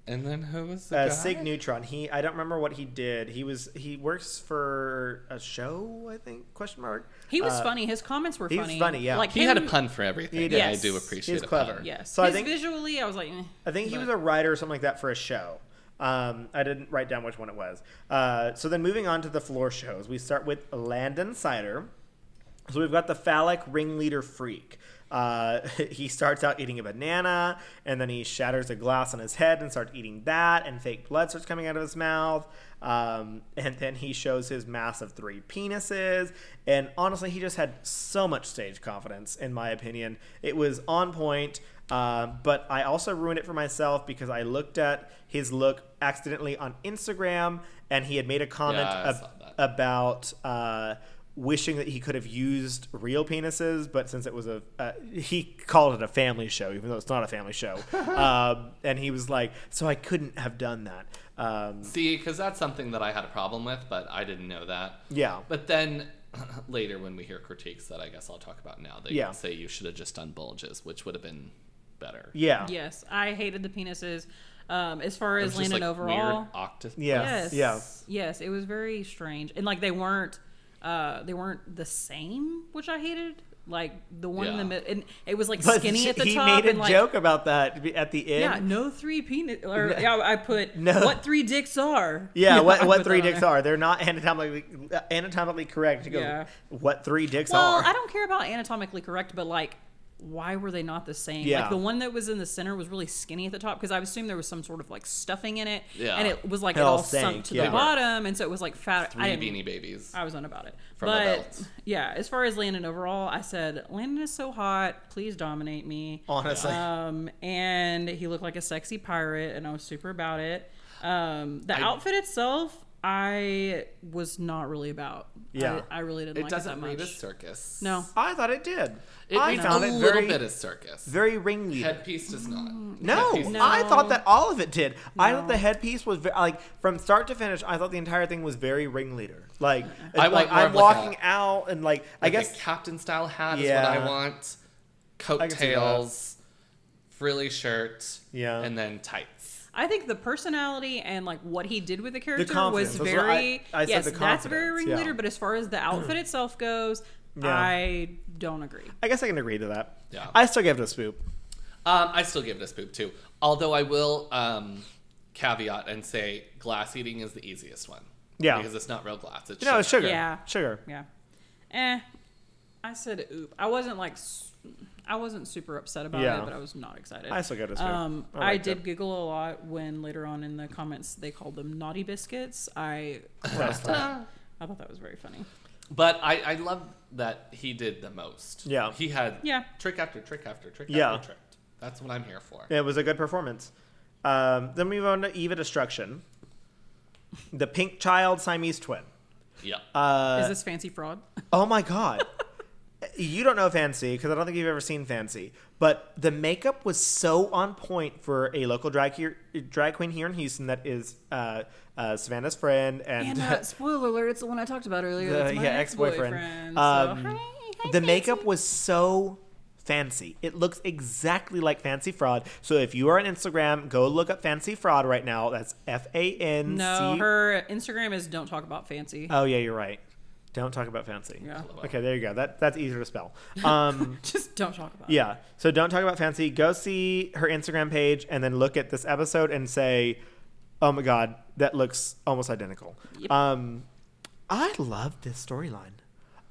[SPEAKER 3] And then who was the
[SPEAKER 4] Uh,
[SPEAKER 3] guy?
[SPEAKER 4] Sig Neutron. He I don't remember what he did. He was he works for a show, I think. Question mark.
[SPEAKER 2] He was
[SPEAKER 4] Uh,
[SPEAKER 2] funny. His comments were
[SPEAKER 4] he was
[SPEAKER 2] funny.
[SPEAKER 4] funny, yeah.
[SPEAKER 2] Like
[SPEAKER 3] He
[SPEAKER 2] him-
[SPEAKER 3] had a pun for everything.
[SPEAKER 4] He
[SPEAKER 3] and
[SPEAKER 4] did.
[SPEAKER 3] I do
[SPEAKER 2] Yes.
[SPEAKER 3] appreciate
[SPEAKER 4] He's
[SPEAKER 3] a
[SPEAKER 4] clever.
[SPEAKER 3] pun.
[SPEAKER 2] Yes.
[SPEAKER 4] So I
[SPEAKER 2] His
[SPEAKER 4] think-
[SPEAKER 2] visually, I was like, eh.
[SPEAKER 4] I think he
[SPEAKER 2] But-
[SPEAKER 4] was a writer or something like that for a show. Um, I didn't write down which one it was. Uh, so then moving on to the floor shows, we start with Landon Cider. So we've got the phallic ringleader freak. Uh, he starts out eating a banana, and then he shatters a glass on his head and starts eating that, and fake blood starts coming out of his mouth. Um, and then he shows his massive three penises. And honestly, he just had so much stage confidence, in my opinion. It was on point, uh, but I also ruined it for myself because I looked at his look accidentally on Instagram, and he had made a comment
[SPEAKER 3] Yeah, I
[SPEAKER 4] ab-
[SPEAKER 3] saw that.
[SPEAKER 4] about uh, wishing that he could have used real penises, but since it was a, uh, he called it a family show, even though it's not a family show. um, and he was like, so I couldn't have done that. Um,
[SPEAKER 3] See, because that's something that I had a problem with, but I didn't know that.
[SPEAKER 4] yeah.
[SPEAKER 3] But then later, when we hear critiques that I guess I'll talk about now, they
[SPEAKER 4] Yeah.
[SPEAKER 3] say you should have just done bulges, which would have been better.
[SPEAKER 4] Yeah. Yeah.
[SPEAKER 2] Yes, I hated the penises. Um, as far
[SPEAKER 3] It
[SPEAKER 2] as
[SPEAKER 3] was just,
[SPEAKER 2] Landon
[SPEAKER 3] like,
[SPEAKER 2] overall,
[SPEAKER 3] Weird octa-
[SPEAKER 4] Yes.
[SPEAKER 2] yes,
[SPEAKER 4] Yeah.
[SPEAKER 2] yes, it was very strange, and like they weren't, uh, they weren't the same, which I hated. Like the one in the
[SPEAKER 3] Yeah.
[SPEAKER 2] middle, and it was like
[SPEAKER 4] But
[SPEAKER 2] skinny at the
[SPEAKER 4] he
[SPEAKER 2] top,
[SPEAKER 4] made a
[SPEAKER 2] and like
[SPEAKER 4] joke about that at the end.
[SPEAKER 2] yeah, no three penis, or
[SPEAKER 4] No.
[SPEAKER 2] yeah, I put
[SPEAKER 4] No.
[SPEAKER 2] what three dicks are.
[SPEAKER 4] Yeah,
[SPEAKER 2] I
[SPEAKER 4] what, what
[SPEAKER 2] put
[SPEAKER 4] three
[SPEAKER 2] that on
[SPEAKER 4] dicks
[SPEAKER 2] there.
[SPEAKER 4] are? They're not anatomically uh, anatomically correct. He goes,
[SPEAKER 2] Yeah.
[SPEAKER 4] "What three dicks
[SPEAKER 2] Well,
[SPEAKER 4] are?"
[SPEAKER 2] I don't care about anatomically correct, but like, why were they not the same?
[SPEAKER 4] Yeah.
[SPEAKER 2] Like the one that was in the center was really skinny at the top because I assumed there was some sort of like stuffing in it,
[SPEAKER 3] Yeah.
[SPEAKER 2] and it was like
[SPEAKER 4] It
[SPEAKER 2] it
[SPEAKER 4] all
[SPEAKER 2] all sunk
[SPEAKER 4] sank,
[SPEAKER 2] to
[SPEAKER 4] yeah.
[SPEAKER 2] the bottom, and so it was like fat.
[SPEAKER 3] Three
[SPEAKER 2] I didn't-
[SPEAKER 3] beanie babies.
[SPEAKER 2] I was on about it,
[SPEAKER 3] From a
[SPEAKER 2] but
[SPEAKER 3] belt.
[SPEAKER 2] yeah, as far as Landon overall, I said Landon is so hot. Please dominate me.
[SPEAKER 4] Honestly,
[SPEAKER 2] Um, and he looked like a sexy pirate, and I was super about it. Um, the outfit itself, I was not really about.
[SPEAKER 4] Yeah.
[SPEAKER 2] I, I really didn't
[SPEAKER 3] it
[SPEAKER 2] like
[SPEAKER 3] doesn't
[SPEAKER 2] it that
[SPEAKER 3] read
[SPEAKER 2] much.
[SPEAKER 3] as circus.
[SPEAKER 2] No,
[SPEAKER 4] I thought it did.
[SPEAKER 3] It
[SPEAKER 4] I
[SPEAKER 3] reads
[SPEAKER 4] found
[SPEAKER 3] a
[SPEAKER 4] it
[SPEAKER 3] little
[SPEAKER 4] very
[SPEAKER 3] bit as circus.
[SPEAKER 4] very ringleader.
[SPEAKER 3] Headpiece does not.
[SPEAKER 4] No,
[SPEAKER 3] Headpiece does-
[SPEAKER 4] I thought that all of it did. I thought
[SPEAKER 2] No.
[SPEAKER 4] the headpiece was ve- like from start to finish. I thought the entire thing was very ringleader. Like,
[SPEAKER 3] I
[SPEAKER 4] like
[SPEAKER 3] want more
[SPEAKER 4] I'm
[SPEAKER 3] of like
[SPEAKER 4] walking
[SPEAKER 3] a-
[SPEAKER 4] out and like, I
[SPEAKER 3] Like
[SPEAKER 4] guess
[SPEAKER 3] a captain style hat
[SPEAKER 4] Yeah.
[SPEAKER 3] is what I want.
[SPEAKER 4] can see that.
[SPEAKER 3] Coattails, frilly shirt,
[SPEAKER 4] Yeah.
[SPEAKER 3] and then tights.
[SPEAKER 2] I think the personality and like what he did with the character
[SPEAKER 4] confidence.
[SPEAKER 2] was
[SPEAKER 4] That's what I-
[SPEAKER 2] very
[SPEAKER 4] I said
[SPEAKER 2] yes,
[SPEAKER 4] the
[SPEAKER 2] that's very
[SPEAKER 4] confidence, yeah.
[SPEAKER 2] ringleader. But as far as the outfit itself goes,
[SPEAKER 4] Yeah.
[SPEAKER 2] I don't agree.
[SPEAKER 4] I guess I can agree to that.
[SPEAKER 3] Yeah.
[SPEAKER 4] I still gave it a swoop.
[SPEAKER 3] Um, I still give it a spoop too. Although I will um, caveat and say glass eating is the easiest one.
[SPEAKER 4] Yeah.
[SPEAKER 3] Because it's not real glass. It's
[SPEAKER 4] No, it's sugar.
[SPEAKER 2] Yeah.
[SPEAKER 4] Sugar.
[SPEAKER 2] Yeah, eh. I said oop. I wasn't like s- I wasn't super upset about
[SPEAKER 4] Yeah.
[SPEAKER 2] it, but I was not excited.
[SPEAKER 4] I still got this, too.
[SPEAKER 2] Um,
[SPEAKER 4] I
[SPEAKER 2] I,
[SPEAKER 4] liked
[SPEAKER 2] did
[SPEAKER 4] it.
[SPEAKER 2] giggle a lot when later on in the comments they called them naughty biscuits. I
[SPEAKER 4] That's fine.
[SPEAKER 2] I thought that was very funny.
[SPEAKER 3] But I, I love that he did the most.
[SPEAKER 4] Yeah.
[SPEAKER 3] He had
[SPEAKER 2] Yeah.
[SPEAKER 3] trick after trick after trick
[SPEAKER 4] Yeah.
[SPEAKER 3] after trick. That's what I'm here for.
[SPEAKER 4] It was a good performance. Um, then we move on to Eva Destruction, the pink child Siamese twin.
[SPEAKER 3] Yeah.
[SPEAKER 4] Uh,
[SPEAKER 2] Is this fancy fraud?
[SPEAKER 4] Oh my god. you don't know Fancy because I don't think you've ever seen Fancy, but the makeup was so on point for a local drag here, drag queen here in Houston that is uh, uh, Savannah's friend and,
[SPEAKER 2] And uh, spoiler alert, it's the one I talked about earlier.
[SPEAKER 4] the-
[SPEAKER 2] It's my
[SPEAKER 4] yeah
[SPEAKER 2] ex-boyfriend.
[SPEAKER 4] ex-boyfriend.
[SPEAKER 2] so,
[SPEAKER 4] Um,
[SPEAKER 2] hi, hi,
[SPEAKER 4] the
[SPEAKER 2] Casey.
[SPEAKER 4] makeup was so fancy. It looks exactly like Fancy Fraud. So if you are on Instagram, go look up Fancy Fraud right now. That's F A N C.
[SPEAKER 2] No, her Instagram is don't talk about fancy.
[SPEAKER 4] Oh yeah, you're right. Don't talk about fancy.
[SPEAKER 2] Yeah.
[SPEAKER 4] Okay, there you go. That that's easier to spell. Um,
[SPEAKER 2] Just don't talk about
[SPEAKER 4] yeah. So don't talk about fancy. Go see her Instagram page and then look at this episode and say, "Oh my god, that looks almost identical."
[SPEAKER 2] Yep.
[SPEAKER 4] Um, I love this storyline.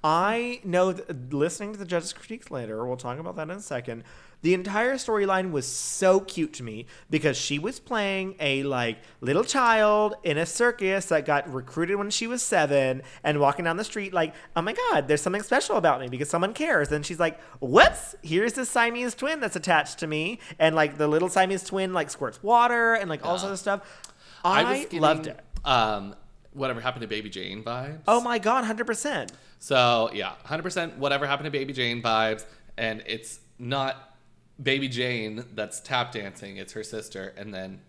[SPEAKER 4] I know that listening to the judges' critiques later, we'll talk about that in a second. The entire storyline was so cute to me because she was playing a like little child in a circus that got recruited when she was seven and walking down the street like, oh my god, there's something special about me because someone cares. And she's like, whoops, here's this Siamese twin that's attached to me, and like the little Siamese twin like squirts water and like all sorts of stuff. I,
[SPEAKER 3] Ah. was getting,
[SPEAKER 4] loved it.
[SPEAKER 3] Um, whatever happened to Baby Jane vibes.
[SPEAKER 4] Oh my god, hundred percent.
[SPEAKER 3] So yeah, hundred percent. Whatever happened to Baby Jane vibes, and it's not Baby Jane that's tap dancing; it's her sister, and then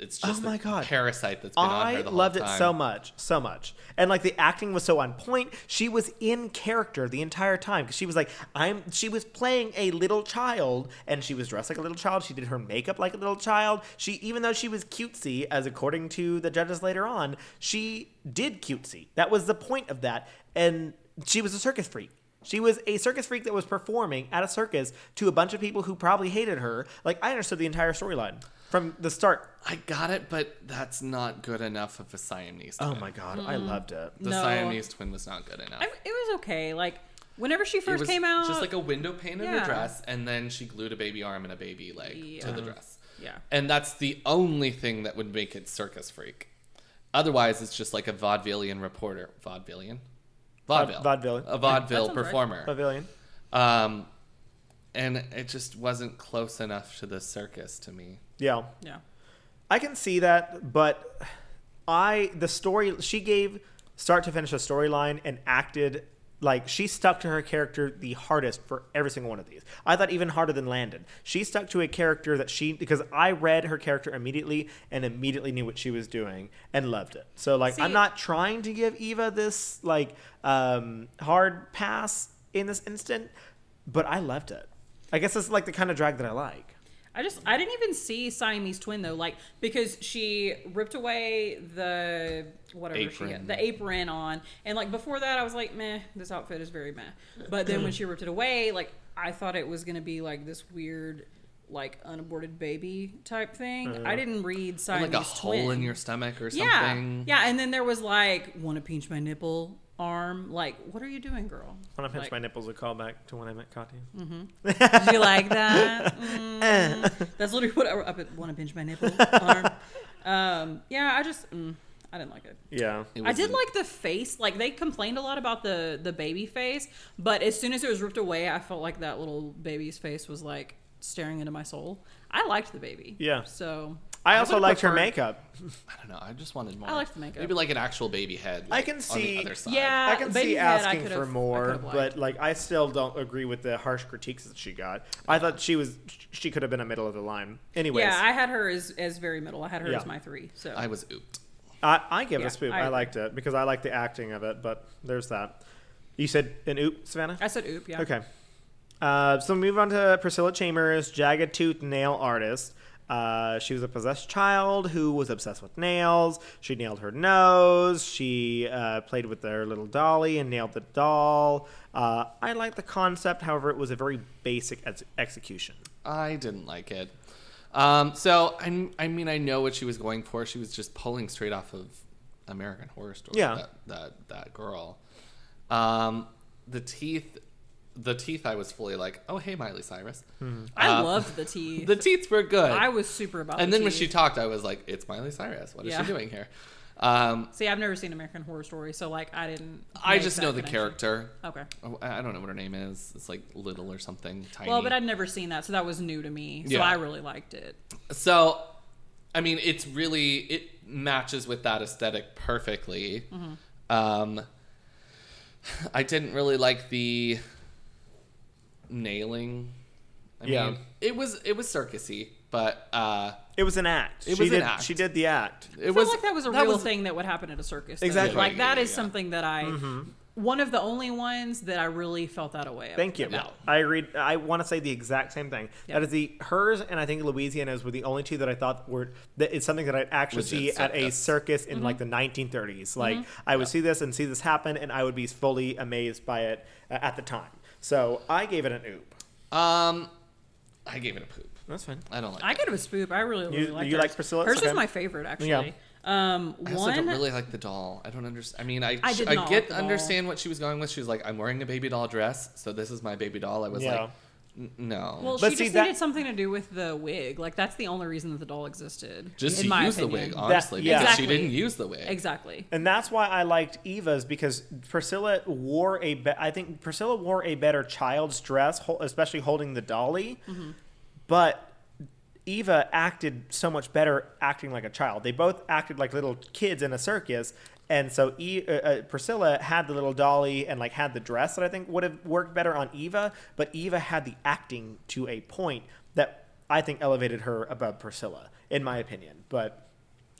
[SPEAKER 3] it's just
[SPEAKER 4] Oh
[SPEAKER 3] the
[SPEAKER 4] my God.
[SPEAKER 3] parasite that's been on
[SPEAKER 4] I
[SPEAKER 3] her the whole
[SPEAKER 4] loved it
[SPEAKER 3] time.
[SPEAKER 4] so much, so much, and like the acting was so on point. She was in character the entire time because she was like, I'm. She was playing a little child, and she was dressed like a little child. She did her makeup like a little child. She, even though she was cutesy, as according to the judges later on, she did cutesy. That was the point of that, and she was a circus freak. She was a circus freak that was performing at a circus to a bunch of people who probably hated her. Like I understood the entire storyline from the start.
[SPEAKER 3] I got it, but that's not good enough of a Siamese.
[SPEAKER 4] Oh
[SPEAKER 3] twin.
[SPEAKER 4] my god, I
[SPEAKER 3] Mm.
[SPEAKER 4] loved it.
[SPEAKER 3] The
[SPEAKER 2] No.
[SPEAKER 3] Siamese twin was not good enough.
[SPEAKER 2] I, it was okay. Like whenever she
[SPEAKER 3] It
[SPEAKER 2] first
[SPEAKER 3] was
[SPEAKER 2] came out,
[SPEAKER 3] just like a window pane in
[SPEAKER 2] Yeah.
[SPEAKER 3] her dress, and then she glued a baby arm and a baby leg to the
[SPEAKER 2] Yeah.
[SPEAKER 3] dress.
[SPEAKER 2] yeah,
[SPEAKER 3] And that's the only thing that would make it circus freak. Otherwise, it's just like a vaudevillian reporter. Vaudevillian? Vaudeville.
[SPEAKER 4] vaudevillian.
[SPEAKER 3] A vaudeville
[SPEAKER 2] sounds right.
[SPEAKER 3] performer.
[SPEAKER 4] Pavilion.
[SPEAKER 3] Um, and it just wasn't close enough to the circus to me.
[SPEAKER 4] Yeah.
[SPEAKER 2] yeah.
[SPEAKER 4] I can see that, but I the story she gave start to finish a storyline and acted like she stuck to her character the hardest for every single one of these. I thought even harder than Landon. She stuck to a character that she because I read her character immediately and immediately knew what she was doing and loved it. So like I'm
[SPEAKER 2] See-
[SPEAKER 4] not trying to give Eva this like um, hard pass in this instant, but I loved it. I guess it's like the kind of drag that I like.
[SPEAKER 2] I just I didn't even see Siamese twin though, like because she ripped away the whatever she
[SPEAKER 3] Apron.
[SPEAKER 2] had, the apron on, and like before that I was like, meh, this outfit is very meh. But then when she ripped it away, like I thought it was gonna be like this weird, like unaborted baby type thing. I didn't read Siamese
[SPEAKER 3] Uh-huh. like a hole
[SPEAKER 2] twin.
[SPEAKER 3] in your stomach or
[SPEAKER 2] yeah,
[SPEAKER 3] something.
[SPEAKER 2] yeah, and then there was like, want to pinch my nipple arm? Like, what are you doing, girl?
[SPEAKER 4] When I pinch
[SPEAKER 2] Like- Mm.
[SPEAKER 4] my nipples, a callback to when I met Katya.
[SPEAKER 2] Did you like that?
[SPEAKER 4] Eh.
[SPEAKER 2] Mm. That's literally what I up at. Want to pinch my nipple? Arm. Um, yeah, I just mm, I didn't like it.
[SPEAKER 4] Yeah.
[SPEAKER 3] It
[SPEAKER 2] I did
[SPEAKER 3] wasn't-
[SPEAKER 2] like the face. Like they complained a lot about the the baby face, but as soon as it was ripped away, I felt like that little baby's face was like staring into my soul. I liked the baby.
[SPEAKER 4] Yeah.
[SPEAKER 2] So
[SPEAKER 4] I also
[SPEAKER 2] would've
[SPEAKER 4] liked her
[SPEAKER 2] preferred-
[SPEAKER 4] makeup.
[SPEAKER 3] I don't know. I just wanted more.
[SPEAKER 2] I liked the makeup.
[SPEAKER 3] Maybe like an actual baby head. Like,
[SPEAKER 4] can
[SPEAKER 3] On
[SPEAKER 4] see-
[SPEAKER 3] the other side.
[SPEAKER 2] Yeah,
[SPEAKER 4] I can
[SPEAKER 2] baby
[SPEAKER 4] see
[SPEAKER 2] head I
[SPEAKER 4] asking
[SPEAKER 2] could've-
[SPEAKER 4] for
[SPEAKER 2] I
[SPEAKER 4] more,
[SPEAKER 2] could've liked.
[SPEAKER 4] but like I still don't agree with the harsh critiques that she got. I thought she was she could have been a middle of the line. Anyways,
[SPEAKER 2] yeah, I had her as as very middle. I had her as
[SPEAKER 4] Yeah.
[SPEAKER 2] my three. So
[SPEAKER 3] I was ooped.
[SPEAKER 4] I, I give it
[SPEAKER 2] Yeah,
[SPEAKER 4] a spoop.
[SPEAKER 2] I
[SPEAKER 4] I,
[SPEAKER 2] agree.
[SPEAKER 4] liked it because I liked the acting of it. But there's that. You said an oop, Savannah.
[SPEAKER 2] I said oop. Yeah.
[SPEAKER 4] Okay. Uh, so we move on to Priscilla Chambers, jagged tooth nail artist. Uh, she was a possessed child who was obsessed with nails. She nailed her nose. She uh, played with her little dolly and nailed the doll. Uh, I like the concept, however, it was a very basic ex- execution.
[SPEAKER 3] I didn't like it. Um, so I, I mean, I know what she was going for. She was just pulling straight off of American Horror Story.
[SPEAKER 4] Yeah.
[SPEAKER 3] that that, that girl. Um, the teeth, the teeth. I was fully like, oh hey, Miley Cyrus.
[SPEAKER 2] I
[SPEAKER 3] Um,
[SPEAKER 2] loved the teeth.
[SPEAKER 3] The teeth were good.
[SPEAKER 2] I was super about.
[SPEAKER 3] and
[SPEAKER 2] the
[SPEAKER 3] then when
[SPEAKER 2] teeth.
[SPEAKER 3] she talked, I was like, it's Miley Cyrus. What is
[SPEAKER 2] Yeah.
[SPEAKER 3] she doing here? Um,
[SPEAKER 2] See, I've never seen American Horror Story, so like I didn't.
[SPEAKER 3] I
[SPEAKER 2] make
[SPEAKER 3] just
[SPEAKER 2] that
[SPEAKER 3] know the
[SPEAKER 2] connection.
[SPEAKER 3] character.
[SPEAKER 2] Okay.
[SPEAKER 3] Oh, I I don't know what her name is. It's like little or something tiny.
[SPEAKER 2] Well, but I'd never seen that, so that was new to me. So
[SPEAKER 3] Yeah.
[SPEAKER 2] I really liked it.
[SPEAKER 3] So, I mean, it's really it matches with that aesthetic perfectly.
[SPEAKER 2] Mm-hmm.
[SPEAKER 3] Um, I didn't really like the nailing. I
[SPEAKER 4] Yeah.
[SPEAKER 3] mean, it was it was circusy, but uh,
[SPEAKER 4] It was an act.
[SPEAKER 3] It
[SPEAKER 4] she
[SPEAKER 3] was an
[SPEAKER 4] did,
[SPEAKER 3] act.
[SPEAKER 4] She did the act.
[SPEAKER 3] it
[SPEAKER 2] I feel
[SPEAKER 3] was
[SPEAKER 2] like that was a real thing that would happen at a circus. though.
[SPEAKER 4] Exactly.
[SPEAKER 2] Like that is
[SPEAKER 3] Yeah,
[SPEAKER 4] Mm-hmm.
[SPEAKER 3] yeah, yeah.
[SPEAKER 2] something that I one of the only ones that I really felt that way. about.
[SPEAKER 4] Thank you.
[SPEAKER 3] No.
[SPEAKER 4] I agreed. I want to say the exact same thing.
[SPEAKER 2] Yeah.
[SPEAKER 4] That is the hers and I think Louisiana's were the only two that I thought were that it's something that I'd actually
[SPEAKER 3] Legit
[SPEAKER 4] see at a
[SPEAKER 3] circus.
[SPEAKER 4] circus Mm-hmm. in like the 1930s. Like I would see this and see this happen, and I would be fully amazed by it uh, at the time. So I gave it an oop.
[SPEAKER 3] Um, I gave it a poop.
[SPEAKER 4] That's fine.
[SPEAKER 3] I don't like.
[SPEAKER 2] I gave it a spoop. I really, really
[SPEAKER 4] You-
[SPEAKER 2] liked
[SPEAKER 4] you
[SPEAKER 2] hers.
[SPEAKER 4] like Priscilla's?
[SPEAKER 2] Hers was
[SPEAKER 4] Okay.
[SPEAKER 2] my favorite, actually.
[SPEAKER 4] Yeah.
[SPEAKER 2] Um,
[SPEAKER 3] I also
[SPEAKER 2] one,
[SPEAKER 3] don't really like the doll. I don't understand. I mean, I,
[SPEAKER 2] I
[SPEAKER 3] I,
[SPEAKER 2] did not like
[SPEAKER 3] get
[SPEAKER 2] the doll.
[SPEAKER 3] understand what she was going with. She was like, I'm wearing a baby doll dress, so this is my baby doll. I was
[SPEAKER 4] Yeah.
[SPEAKER 3] like, "N- no.
[SPEAKER 2] well,
[SPEAKER 4] But
[SPEAKER 2] she
[SPEAKER 4] see,
[SPEAKER 2] just
[SPEAKER 4] that-
[SPEAKER 2] needed something to do with the wig. Like that's the only reason that the doll existed.
[SPEAKER 3] just
[SPEAKER 2] in
[SPEAKER 3] to
[SPEAKER 2] my
[SPEAKER 3] use the
[SPEAKER 2] opinion.
[SPEAKER 3] wig, honestly,
[SPEAKER 4] yeah.
[SPEAKER 3] because she
[SPEAKER 2] Exactly.
[SPEAKER 3] didn't use the wig.
[SPEAKER 2] Exactly.
[SPEAKER 4] And that's why I liked Eva's because Priscilla wore a be- I think Priscilla wore a better child's dress, hol- especially holding the dolly.
[SPEAKER 2] Mm-hmm.
[SPEAKER 4] But Eva acted so much better acting like a child. They both acted like little kids in a circus. And so e- uh, uh, Priscilla had the little dolly and like had the dress that I think would have worked better on Eva, but Eva had the acting to a point that I think elevated her above Priscilla in my opinion. But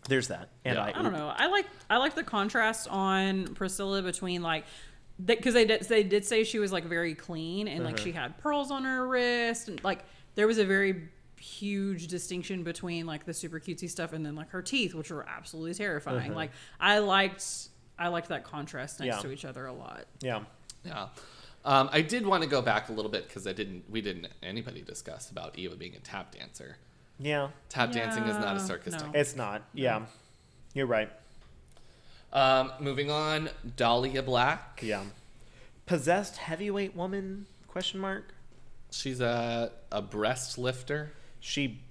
[SPEAKER 4] there's that. And
[SPEAKER 3] Yeah.
[SPEAKER 4] I,
[SPEAKER 2] I don't know. I like I like the contrast on Priscilla between like because they did they did say she was like very clean and like she
[SPEAKER 4] Uh-huh.
[SPEAKER 2] had pearls on her wrist and like there was a very huge distinction between like the super cutesy stuff and then like her teeth which were absolutely terrifying. Like I liked I liked that contrast next
[SPEAKER 4] Uh-huh. Yeah.
[SPEAKER 2] to each other a lot.
[SPEAKER 4] Yeah.
[SPEAKER 3] Yeah. Um, I did want to go back a little bit because I didn't. We didn't. Anybody discussed about Eva being a tap dancer.
[SPEAKER 4] Yeah.
[SPEAKER 3] Tap dancing is not a
[SPEAKER 2] Yeah,
[SPEAKER 3] circus.
[SPEAKER 2] no.
[SPEAKER 3] technique.
[SPEAKER 4] It's not. Yeah. You're right.
[SPEAKER 3] Um, moving on, Dahlia Black.
[SPEAKER 4] Yeah. Possessed heavyweight woman? Question mark.
[SPEAKER 3] She's a a breast lifter.
[SPEAKER 4] She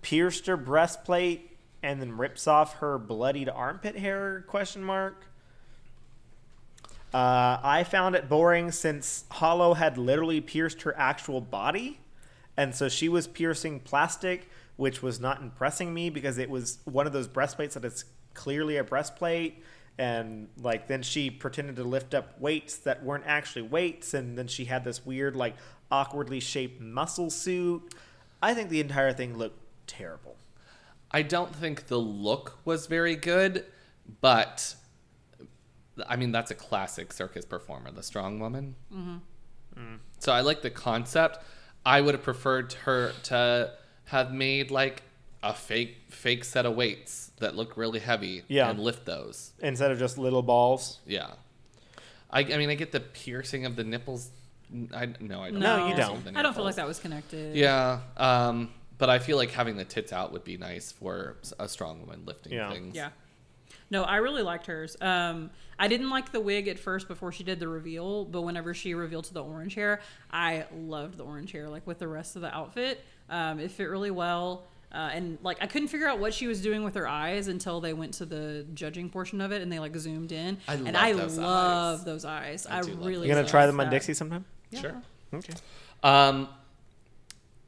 [SPEAKER 4] pierced her breastplate and then rips off her bloodied armpit hair? Question mark. Uh, I found it boring since Hollow had literally pierced her actual body, and so she was piercing plastic, which was not impressing me because it was one of those breastplates that is clearly a breastplate. And like then she pretended to lift up weights that weren't actually weights, and then she had this weird like awkwardly shaped muscle suit. I think the entire thing looked terrible.
[SPEAKER 3] I don't think the look was very good, but I mean that's a classic circus performer, the strong woman. Mm-hmm. So I like the concept. I would have preferred her to have made like a fake fake set of weights that look really heavy
[SPEAKER 4] Yeah.
[SPEAKER 3] and lift those.
[SPEAKER 4] Instead of just little balls.
[SPEAKER 3] Yeah. I, I mean I get the piercing of the nipples. I no I don't.
[SPEAKER 4] No, you
[SPEAKER 3] pierce
[SPEAKER 4] don't.
[SPEAKER 3] of the
[SPEAKER 2] I don't feel
[SPEAKER 3] nipples.
[SPEAKER 2] like that was connected.
[SPEAKER 3] Yeah, um, but I feel like having the tits out would be nice for s- a strong woman lifting
[SPEAKER 4] Yeah.
[SPEAKER 3] things.
[SPEAKER 2] Yeah. No, I really liked hers. Um, I didn't like the wig at first before she did the reveal, but whenever she revealed to the orange hair, I loved the orange hair. Like with the rest of the outfit, um, it fit really well. Uh, and like I couldn't figure out what she was doing with her eyes until they went to the judging portion of it and they like zoomed in.
[SPEAKER 3] I
[SPEAKER 2] and
[SPEAKER 3] love
[SPEAKER 2] I
[SPEAKER 3] those
[SPEAKER 2] love
[SPEAKER 3] eyes.
[SPEAKER 2] those eyes.
[SPEAKER 3] I
[SPEAKER 2] I,
[SPEAKER 3] do love
[SPEAKER 2] really.
[SPEAKER 4] You're gonna
[SPEAKER 2] love
[SPEAKER 4] try them on
[SPEAKER 2] that.
[SPEAKER 4] Dixie sometime.
[SPEAKER 2] Yeah.
[SPEAKER 3] Sure.
[SPEAKER 4] Okay.
[SPEAKER 3] Um,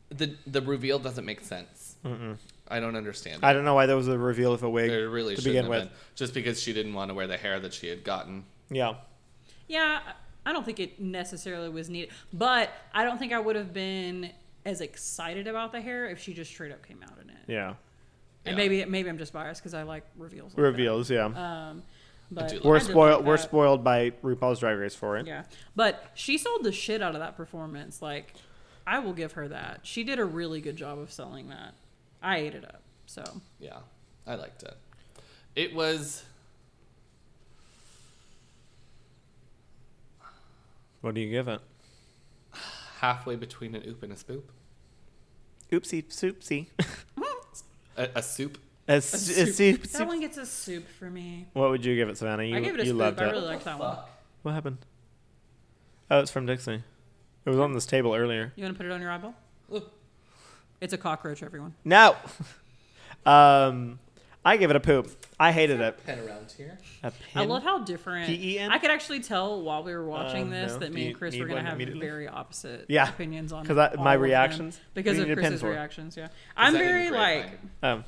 [SPEAKER 3] the the reveal doesn't make sense. I don't understand.
[SPEAKER 4] I don't know why there was a reveal of a wig
[SPEAKER 3] it There really
[SPEAKER 4] to
[SPEAKER 3] shouldn't
[SPEAKER 4] begin
[SPEAKER 3] have
[SPEAKER 4] with.
[SPEAKER 3] been just because she didn't want to wear the hair that she had gotten.
[SPEAKER 4] Yeah.
[SPEAKER 2] Yeah, I don't think it necessarily was needed, but I don't think I would have been as excited about the hair if she just straight up came out in it.
[SPEAKER 4] Yeah.
[SPEAKER 2] And
[SPEAKER 3] Yeah.
[SPEAKER 2] maybe maybe I'm just biased because I like reveals. Like
[SPEAKER 4] Reveals, yeah.
[SPEAKER 2] That. Um, but
[SPEAKER 3] do like
[SPEAKER 4] we're
[SPEAKER 2] I did
[SPEAKER 4] spoiled
[SPEAKER 2] like
[SPEAKER 4] we're
[SPEAKER 2] that.
[SPEAKER 4] spoiled by RuPaul's Drag Race for it.
[SPEAKER 2] Yeah, but she sold the shit out of that performance. Like, I will give her that. She did a really good job of selling that. I ate it up. So
[SPEAKER 3] Yeah, I liked it. It was
[SPEAKER 4] What do you give it?
[SPEAKER 3] halfway between an oop and a spoop.
[SPEAKER 4] Oopsie soupsie.
[SPEAKER 3] A, a soup.
[SPEAKER 4] a, s- a
[SPEAKER 2] soup.
[SPEAKER 4] soup-
[SPEAKER 2] that one gets a soup for me.
[SPEAKER 4] What would you give it, Savannah? You
[SPEAKER 2] I gave it a
[SPEAKER 4] you
[SPEAKER 2] soup.
[SPEAKER 4] loved
[SPEAKER 2] I
[SPEAKER 4] it.
[SPEAKER 2] really liked that one.
[SPEAKER 4] What happened? Oh, it's from Dixie. It was on this table earlier.
[SPEAKER 2] You want to put it on your eyeball?
[SPEAKER 3] Ugh.
[SPEAKER 2] It's a cockroach, everyone.
[SPEAKER 4] No. um I give it a poop. I hated it.
[SPEAKER 3] Pen around here.
[SPEAKER 4] A pin.
[SPEAKER 2] I love how different.
[SPEAKER 4] P-E-N?
[SPEAKER 2] I could actually tell while we were watching
[SPEAKER 4] Um,
[SPEAKER 2] this
[SPEAKER 4] E no.
[SPEAKER 2] that
[SPEAKER 4] Do
[SPEAKER 2] me and
[SPEAKER 4] you
[SPEAKER 2] Chris
[SPEAKER 4] need
[SPEAKER 2] were going
[SPEAKER 4] one
[SPEAKER 2] to have
[SPEAKER 4] immediately?
[SPEAKER 2] very opposite
[SPEAKER 4] Yeah.
[SPEAKER 2] opinions on
[SPEAKER 4] 'Cause I-
[SPEAKER 2] all
[SPEAKER 4] my
[SPEAKER 2] of them
[SPEAKER 4] reactions?
[SPEAKER 2] because
[SPEAKER 4] You
[SPEAKER 2] of
[SPEAKER 4] need a pin
[SPEAKER 2] Chris's
[SPEAKER 4] for it.
[SPEAKER 2] reactions. Yeah, I'm
[SPEAKER 3] that in
[SPEAKER 2] very
[SPEAKER 3] grade
[SPEAKER 2] like
[SPEAKER 3] nine?
[SPEAKER 4] um,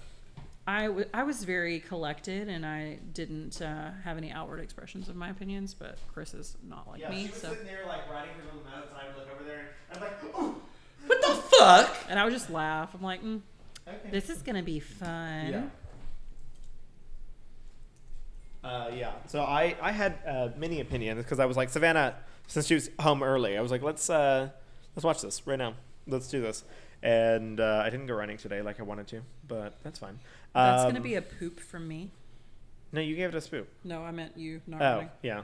[SPEAKER 2] I, w- I was very collected and I didn't uh, have any outward expressions of my opinions, but Chris is not like
[SPEAKER 1] Yeah, she
[SPEAKER 2] me.
[SPEAKER 1] was
[SPEAKER 2] So
[SPEAKER 1] sitting there like writing her little notes, and I would look over there, and I'm like, oh,
[SPEAKER 3] What the fuck?
[SPEAKER 2] and I would just laugh. I'm like, mm,
[SPEAKER 1] okay.
[SPEAKER 2] this is gonna be fun.
[SPEAKER 3] Yeah.
[SPEAKER 4] Uh, yeah. So I, I had uh, many opinions because I was like Savannah, since she was home early, I was like let's uh, let's watch this right now. Let's do this. And uh, I didn't go running today like I wanted to, but that's fine.
[SPEAKER 2] That's
[SPEAKER 4] Um,
[SPEAKER 2] gonna be a poop from me.
[SPEAKER 4] no. You gave it a spoop.
[SPEAKER 2] No, I meant you. Not
[SPEAKER 4] Oh,
[SPEAKER 2] running.
[SPEAKER 4] yeah.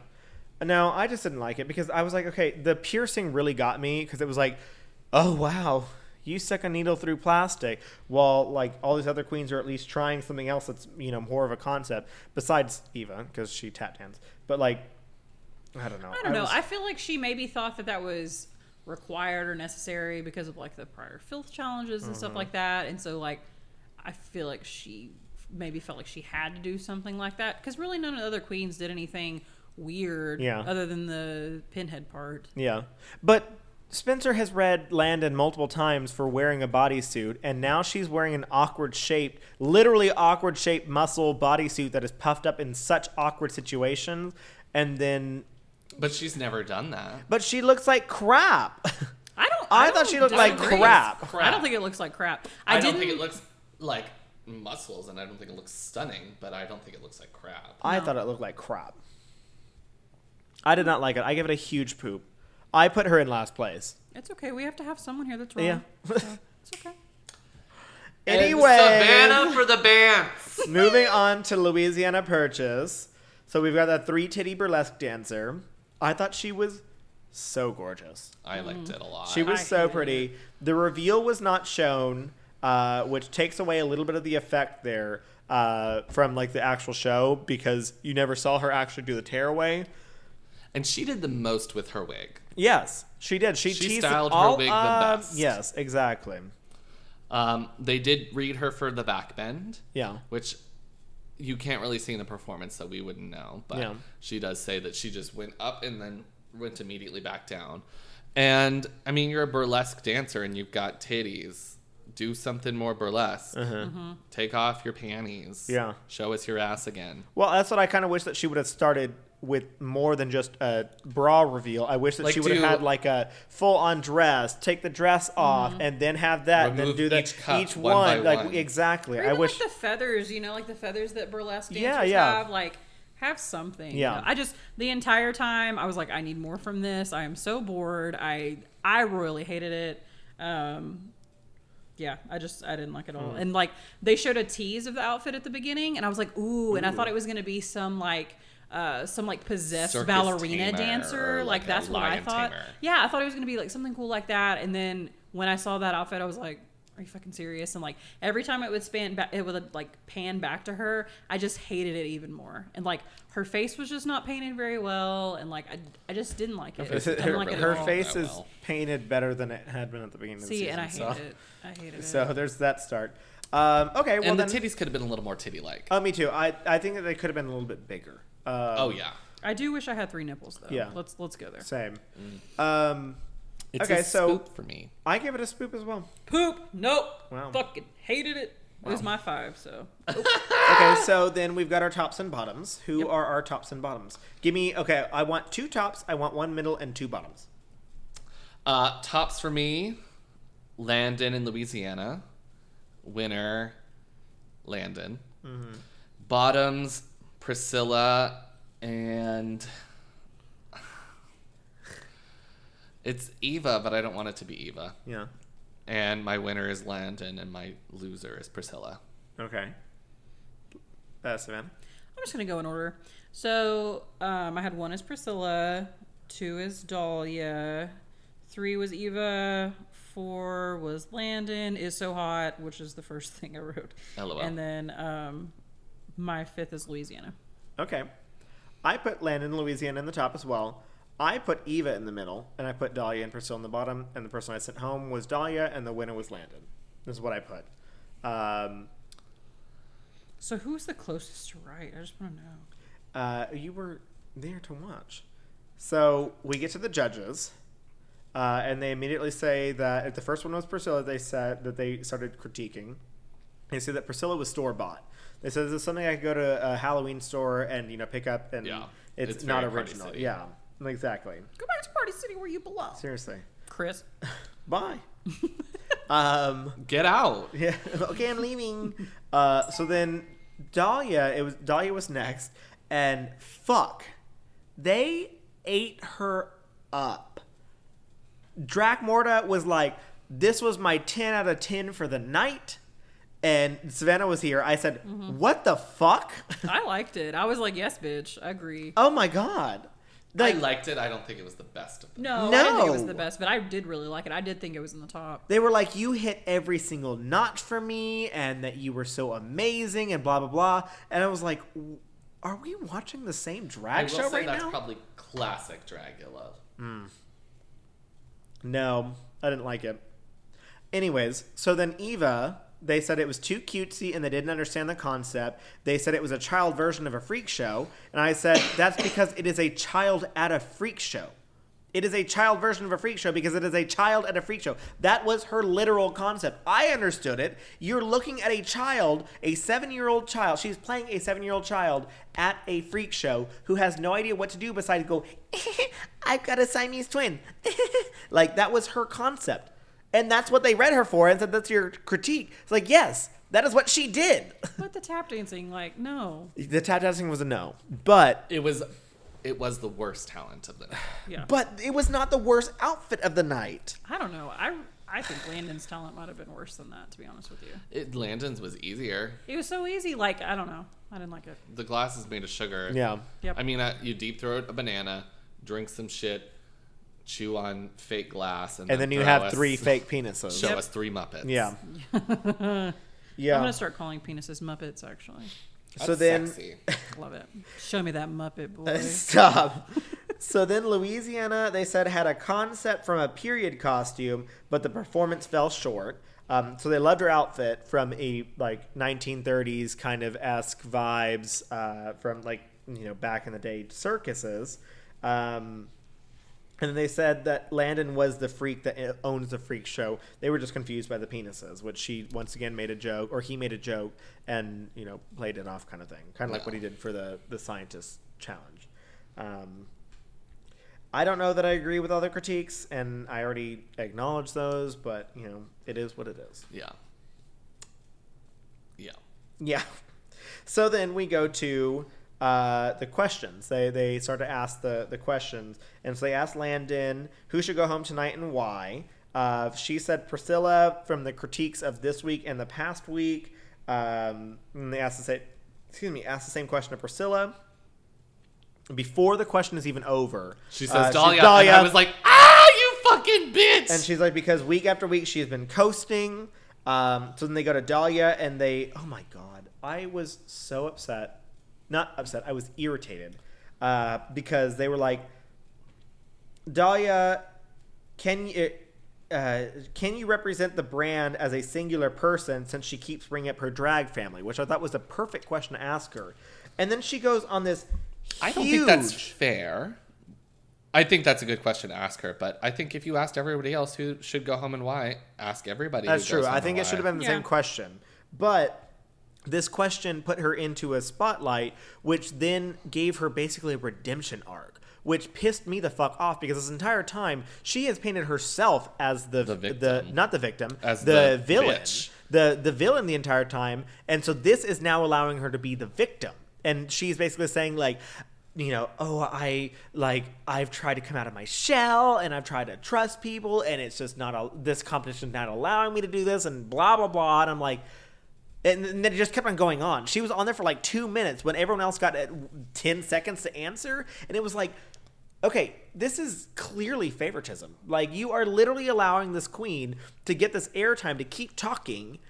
[SPEAKER 4] No, I just didn't like it because I was like, okay, the piercing really got me because it was like, oh wow, you suck a needle through plastic, while like all these other queens are at least trying something else that's you know more of a concept besides Eva because she tap dance. But like, I don't know.
[SPEAKER 2] I don't know.
[SPEAKER 4] was-
[SPEAKER 2] I feel like she maybe thought that that was required or necessary because of like the prior filth challenges and stuff like that. And so like I feel like she maybe felt like she had to do something like that because really none of the other queens did anything weird
[SPEAKER 4] Yeah.
[SPEAKER 2] other than the pinhead part.
[SPEAKER 4] Yeah. But Spencer has read Landon multiple times for wearing a bodysuit, and now she's wearing an awkward shaped, literally awkward shaped muscle bodysuit that is puffed up in such awkward situations. And then,
[SPEAKER 3] But she's never done that.
[SPEAKER 4] but she looks like crap.
[SPEAKER 2] I don't.
[SPEAKER 4] I
[SPEAKER 2] don't
[SPEAKER 4] thought she looked like
[SPEAKER 2] disagree.
[SPEAKER 4] crap.
[SPEAKER 2] I don't think it looks like crap. I,
[SPEAKER 3] I, don't
[SPEAKER 2] didn't.
[SPEAKER 3] think it looks like muscles, and I don't think it looks stunning, but I don't think it looks like crap.
[SPEAKER 4] I
[SPEAKER 2] No.
[SPEAKER 4] thought it looked like crap. I did not like it. I give it a huge poop. I put her in last place.
[SPEAKER 2] It's okay. We have to have someone here that's wrong.
[SPEAKER 4] Yeah.
[SPEAKER 2] so it's okay.
[SPEAKER 4] Anyway.
[SPEAKER 3] Savannah for the bants.
[SPEAKER 4] Moving on to Louisiana Purchase. So we've got that three titty burlesque dancer. I thought she was so gorgeous.
[SPEAKER 3] I liked it a lot.
[SPEAKER 4] She was
[SPEAKER 2] I
[SPEAKER 4] so
[SPEAKER 2] hated
[SPEAKER 4] pretty. The reveal was not shown, uh, which takes away a little bit of the effect there uh, from like the actual show because you never saw her actually do the tearaway.
[SPEAKER 3] and she did the most with her wig.
[SPEAKER 4] Yes, she did. She,
[SPEAKER 3] She
[SPEAKER 4] teased it
[SPEAKER 3] styled her
[SPEAKER 4] all
[SPEAKER 3] wig the
[SPEAKER 4] up.
[SPEAKER 3] best.
[SPEAKER 4] Yes, exactly.
[SPEAKER 3] Um, they did read her for the back bend.
[SPEAKER 4] Yeah.
[SPEAKER 3] Which you can't really see in the performance, so we wouldn't know. But
[SPEAKER 4] Yeah.
[SPEAKER 3] she does say that she just went up and then went immediately back down. And I mean, you're a burlesque dancer and you've got titties. Do something more burlesque.
[SPEAKER 4] Mm-hmm.
[SPEAKER 3] Take off your panties.
[SPEAKER 4] Yeah.
[SPEAKER 3] Show us your ass again.
[SPEAKER 4] Well, that's what I kind of wish that she would have started with more than just a bra reveal. I wish that
[SPEAKER 3] Like,
[SPEAKER 4] she would have
[SPEAKER 3] do-
[SPEAKER 4] had like a full on dress, take the dress
[SPEAKER 2] Mm-hmm.
[SPEAKER 4] off, and then have that, then
[SPEAKER 3] Remove
[SPEAKER 4] do that
[SPEAKER 3] each cup
[SPEAKER 4] one,
[SPEAKER 3] one by
[SPEAKER 4] like
[SPEAKER 3] one.
[SPEAKER 4] exactly.
[SPEAKER 2] Or
[SPEAKER 4] I
[SPEAKER 2] even,
[SPEAKER 4] wish.
[SPEAKER 2] like the feathers, you know, like the feathers that burlesque dancers
[SPEAKER 4] Yeah, yeah.
[SPEAKER 2] have, like have something. you
[SPEAKER 4] Yeah.
[SPEAKER 2] know? I just the entire time I was like, I need more from this. I am so bored. I I royally hated it. Um yeah, I just I didn't like it at all. And like they showed a tease of the outfit at the beginning and I was like, ooh, and I thought it was gonna be some like uh, some like possessed
[SPEAKER 3] Circus
[SPEAKER 2] ballerina
[SPEAKER 3] tamer
[SPEAKER 2] dancer,
[SPEAKER 3] or,
[SPEAKER 2] like,
[SPEAKER 3] like, a
[SPEAKER 2] that's what I
[SPEAKER 3] lion
[SPEAKER 2] thought.
[SPEAKER 3] tamer.
[SPEAKER 2] Yeah, I thought it was gonna be like something cool like that, and then when I saw that outfit, I was like, "Are you fucking serious?" And like every time it would span, ba- it would like pan back to her. I just hated it even more, and like her face was just not painted very well, and like I, I just didn't like it. I
[SPEAKER 3] face is
[SPEAKER 2] didn't
[SPEAKER 4] her
[SPEAKER 2] like it at
[SPEAKER 4] her
[SPEAKER 2] all.
[SPEAKER 4] face
[SPEAKER 3] Oh,
[SPEAKER 4] is
[SPEAKER 3] well.
[SPEAKER 4] painted better than it had been at the beginning
[SPEAKER 2] See,
[SPEAKER 4] of
[SPEAKER 2] and
[SPEAKER 4] the
[SPEAKER 2] I
[SPEAKER 4] season.
[SPEAKER 2] hated
[SPEAKER 4] so,
[SPEAKER 2] it. I hated it.
[SPEAKER 4] so there's that start. Um, okay, well
[SPEAKER 3] and
[SPEAKER 4] then.
[SPEAKER 3] the titties could have been a little more titty like.
[SPEAKER 4] oh, me too. I I think that they could have been a little bit bigger. Um,
[SPEAKER 3] oh, yeah.
[SPEAKER 2] I do wish I had three nipples though.
[SPEAKER 4] Yeah.
[SPEAKER 2] let's let's go there.
[SPEAKER 4] Same.
[SPEAKER 2] Mm.
[SPEAKER 4] Um,
[SPEAKER 3] It's
[SPEAKER 4] Okay,
[SPEAKER 3] a
[SPEAKER 4] so-
[SPEAKER 3] spoop for me.
[SPEAKER 4] I give it a spoop as well.
[SPEAKER 2] Poop. Nope.
[SPEAKER 4] Wow.
[SPEAKER 2] Fucking hated it. It was my five. So
[SPEAKER 4] Okay, so then we've got our tops and bottoms. Who
[SPEAKER 2] Yep.
[SPEAKER 4] are our tops and bottoms? Give me okay. I want two tops. I want one middle and two bottoms.
[SPEAKER 3] Uh, tops for me, Landon in Louisiana. Winner, Landon.
[SPEAKER 4] Mm-hmm.
[SPEAKER 3] Bottoms, Priscilla, and it's Eva, but I don't want it to be Eva.
[SPEAKER 4] Yeah.
[SPEAKER 3] And my winner is Landon, and my loser is Priscilla.
[SPEAKER 4] Okay. Uh, Savannah.
[SPEAKER 2] I'm just gonna go in order. So um, I had one is Priscilla, two is Dahlia, three was Eva, four was Landon. Is so hot, which is the first thing I wrote.
[SPEAKER 3] LOL.
[SPEAKER 2] And then um, my fifth is Louisiana.
[SPEAKER 4] Okay. I put Landon, Louisiana, in the top as well. I put Eva in the middle, and I put Dahlia and Priscilla in the bottom. And the person I sent home was Dahlia, and the winner was Landon. This is what I put. Um,
[SPEAKER 2] So who's the closest to right? I just want to know.
[SPEAKER 4] uh, you were there to watch. So we get to the judges, uh, and they immediately say that if the first one was Priscilla, they said that they started critiquing. They said that Priscilla was store bought. They said this is something I could go to a Halloween store and you know pick up, and
[SPEAKER 3] Yeah.
[SPEAKER 4] it's,
[SPEAKER 3] It's
[SPEAKER 4] not
[SPEAKER 3] very Party
[SPEAKER 4] original.
[SPEAKER 3] City.
[SPEAKER 4] Yeah, exactly.
[SPEAKER 2] Go back to Party City where you belong,
[SPEAKER 4] Seriously,
[SPEAKER 2] Chris.
[SPEAKER 4] bye. um,
[SPEAKER 3] Get out.
[SPEAKER 4] yeah. okay, I'm leaving. Uh, so then Dahlia, it was Dahlia was next, and fuck, they ate her up. Drac Morta was like, "This was my ten out of ten for the night," and Savannah was here. I said, "What the fuck?
[SPEAKER 2] I liked it. I was like, yes, bitch. I agree.
[SPEAKER 4] oh my god!" Like,
[SPEAKER 3] I liked it. I don't think it was the best of them.
[SPEAKER 2] No, I didn't think it was
[SPEAKER 4] No.
[SPEAKER 2] the best, but I did really like it. I did think it was in the top.
[SPEAKER 4] they were like, "You hit every single notch for me," and that you were so amazing, and blah blah blah. And I was like, "W- "Are we watching the same
[SPEAKER 3] I
[SPEAKER 4] drag
[SPEAKER 3] will
[SPEAKER 4] show
[SPEAKER 3] say
[SPEAKER 4] right
[SPEAKER 3] that's
[SPEAKER 4] now?"
[SPEAKER 3] probably classic Dragula.
[SPEAKER 4] no, I didn't like it. Anyways, so then Eva, they said it was too cutesy and they didn't understand the concept. They said it was a child version of a freak show, and I said that's because it is a child at a freak show. It is a child version of a freak show because it is a child at a freak show. That was her literal concept. I understood it. You're looking at a child, a seven year old child. She's playing a seven year old child at a freak show who has no idea what to do besides go, I've got a Siamese twin. like, that was her concept. And that's what they read her for and said, That's your critique. It's like, Yes, that is what she did.
[SPEAKER 2] But the tap dancing, like, no.
[SPEAKER 4] the tap dancing was a no. But
[SPEAKER 3] It was, it was the worst talent of the night.
[SPEAKER 2] Yeah.
[SPEAKER 4] but it was not the worst outfit of the night.
[SPEAKER 2] I don't know. I I think Landon's talent might have been worse than that, to be honest with you.
[SPEAKER 3] It, Landon's was easier.
[SPEAKER 2] It was so easy. Like, I don't know. I didn't like it.
[SPEAKER 3] The glass is made of sugar.
[SPEAKER 4] Yeah.
[SPEAKER 2] Yep.
[SPEAKER 3] I mean, uh, you deep throat a banana, drink some shit, chew on fake glass, and,
[SPEAKER 4] And then you
[SPEAKER 3] throw
[SPEAKER 4] have
[SPEAKER 3] us-
[SPEAKER 4] three fake penises.
[SPEAKER 3] Show
[SPEAKER 2] Yep.
[SPEAKER 3] us three Muppets.
[SPEAKER 4] Yeah.
[SPEAKER 2] I'm
[SPEAKER 4] yeah.
[SPEAKER 2] going to start calling penises Muppets, actually.
[SPEAKER 3] That's
[SPEAKER 4] So then
[SPEAKER 3] sexy.
[SPEAKER 2] Love it. Show me that Muppet boy.
[SPEAKER 4] stop. so then Louisiana, they said had a concept from a period costume, but the performance fell short. Um, so they loved her outfit from a like 1930s kind of esque vibes uh, from like you know back in the day circuses. Um, and they said that Landon was the freak that uh, owns the freak show. They were just confused by the penises, which she once again made a joke, or he made a joke, and you know played it off, kind of thing, kind of like
[SPEAKER 3] Yeah.
[SPEAKER 4] what he did for the the scientist challenge. Um, I don't know that I agree with all the critiques, and I already acknowledge those, but you know it is what it is.
[SPEAKER 3] Yeah. Yeah.
[SPEAKER 4] Yeah. So then we go to uh, the questions. They they start to ask the the questions, and so they asked Landon who should go home tonight and why. Uh, she said Priscilla from the critiques of this week and the past week. Um, and they asked the same, excuse me, asked the same question to Priscilla. Before the question is even over,
[SPEAKER 3] She
[SPEAKER 4] uh,
[SPEAKER 3] says Dahlia, and I was like, ah, you fucking bitch.
[SPEAKER 4] and she's like, because week after week she's been coasting. Um, so then they go to Dahlia and they, oh my God, I was so upset. Not upset, I was irritated uh, because they were like, Dahlia, can you. Uh, can you represent the brand as a singular person since she keeps bringing up her drag family, which I thought was the perfect question to ask her? And then she goes on this.
[SPEAKER 3] I don't think that's
[SPEAKER 4] huge-
[SPEAKER 3] fair. I think that's a good question to ask her, but I think if you asked everybody else who should go home and why, ask everybody. who
[SPEAKER 4] That's true.
[SPEAKER 3] goes home
[SPEAKER 4] I
[SPEAKER 3] and
[SPEAKER 4] think it
[SPEAKER 3] why.
[SPEAKER 4] should have been the
[SPEAKER 2] Yeah.
[SPEAKER 4] same question. But this question put her into a spotlight, which then gave her basically a redemption arc, which pissed me the fuck off because this entire time she has painted herself as the the,
[SPEAKER 3] The victim.
[SPEAKER 4] not the victim,
[SPEAKER 3] As
[SPEAKER 4] the,
[SPEAKER 3] the
[SPEAKER 4] villain.
[SPEAKER 3] bitch.
[SPEAKER 4] The the villain the entire time. And so this is now allowing her to be the victim. And she's basically saying like you know, oh, I like I've tried to come out of my shell and I've tried to trust people and it's just not a, this competition's not allowing me to do this and blah blah blah and I'm like and then it just kept on going on. She was on there for like two minutes when everyone else got uh, 10 seconds to answer. And it was like, okay, this is clearly favoritism. Like, you are literally allowing this queen to get this airtime to keep talking.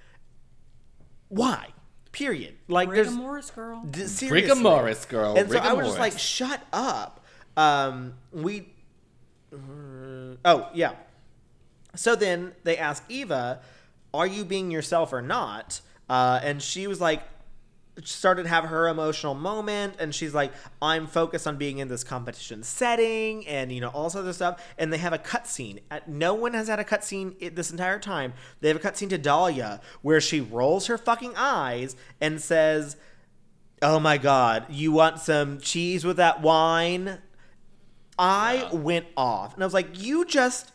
[SPEAKER 4] Why? Period. Like,
[SPEAKER 2] Rigor
[SPEAKER 4] there's.
[SPEAKER 2] Morris, girl.
[SPEAKER 4] D-
[SPEAKER 3] Rigor
[SPEAKER 4] seriously.
[SPEAKER 3] Morris, girl.
[SPEAKER 4] And so
[SPEAKER 3] Rigor
[SPEAKER 4] I was just
[SPEAKER 3] Morris.
[SPEAKER 4] like, shut up. Um, we. Uh, oh, yeah. So then they ask Eva, are you being yourself or not? Uh, and she was like, started to have her emotional moment and she's like i'm focused on being in this competition setting and you know all this other stuff and they have a cutscene Uh, no one has had a cutscene i- this entire time they have a cutscene to dahlia where she rolls her fucking eyes and says oh my god you want some cheese with that wine i went off and i was like you just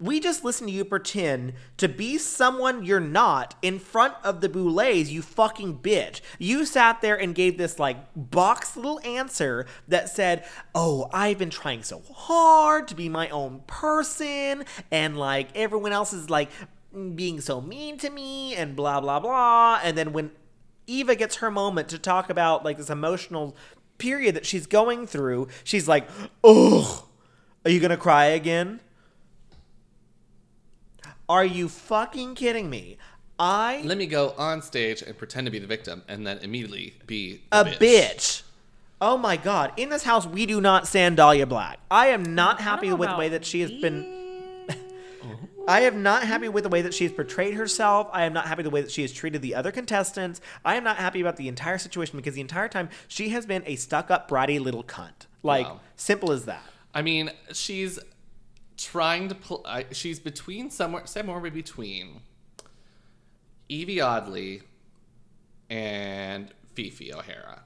[SPEAKER 4] we just listen to you pretend to be someone you're not in front of the Boulets, you fucking bitch. You sat there and gave this like box little answer that said, Oh, I've been trying so hard to be my own person, and like everyone else is like being so mean to me, and blah, blah, blah. And then when Eva gets her moment to talk about like this emotional period that she's going through, she's like, Ugh, are you gonna cry again? Are you fucking kidding me? I
[SPEAKER 3] Let me go on stage and pretend to be the victim and then immediately be the
[SPEAKER 4] a bitch. Oh my god! In this house, we do not sand Dahlia Black. I am not happy
[SPEAKER 2] know
[SPEAKER 4] with the way
[SPEAKER 2] about
[SPEAKER 4] that she has been. I am not happy with the way that she has portrayed herself. I am not happy the way that she has treated the other contestants. I am not happy about the entire situation because the entire time she has been a stuck-up bratty little cunt. Like
[SPEAKER 3] Wow.
[SPEAKER 4] simple as that.
[SPEAKER 3] I mean, she's trying to. Pl- I, she's between somewhere, somewhere between Evie Oddly and Fifi O'Hara.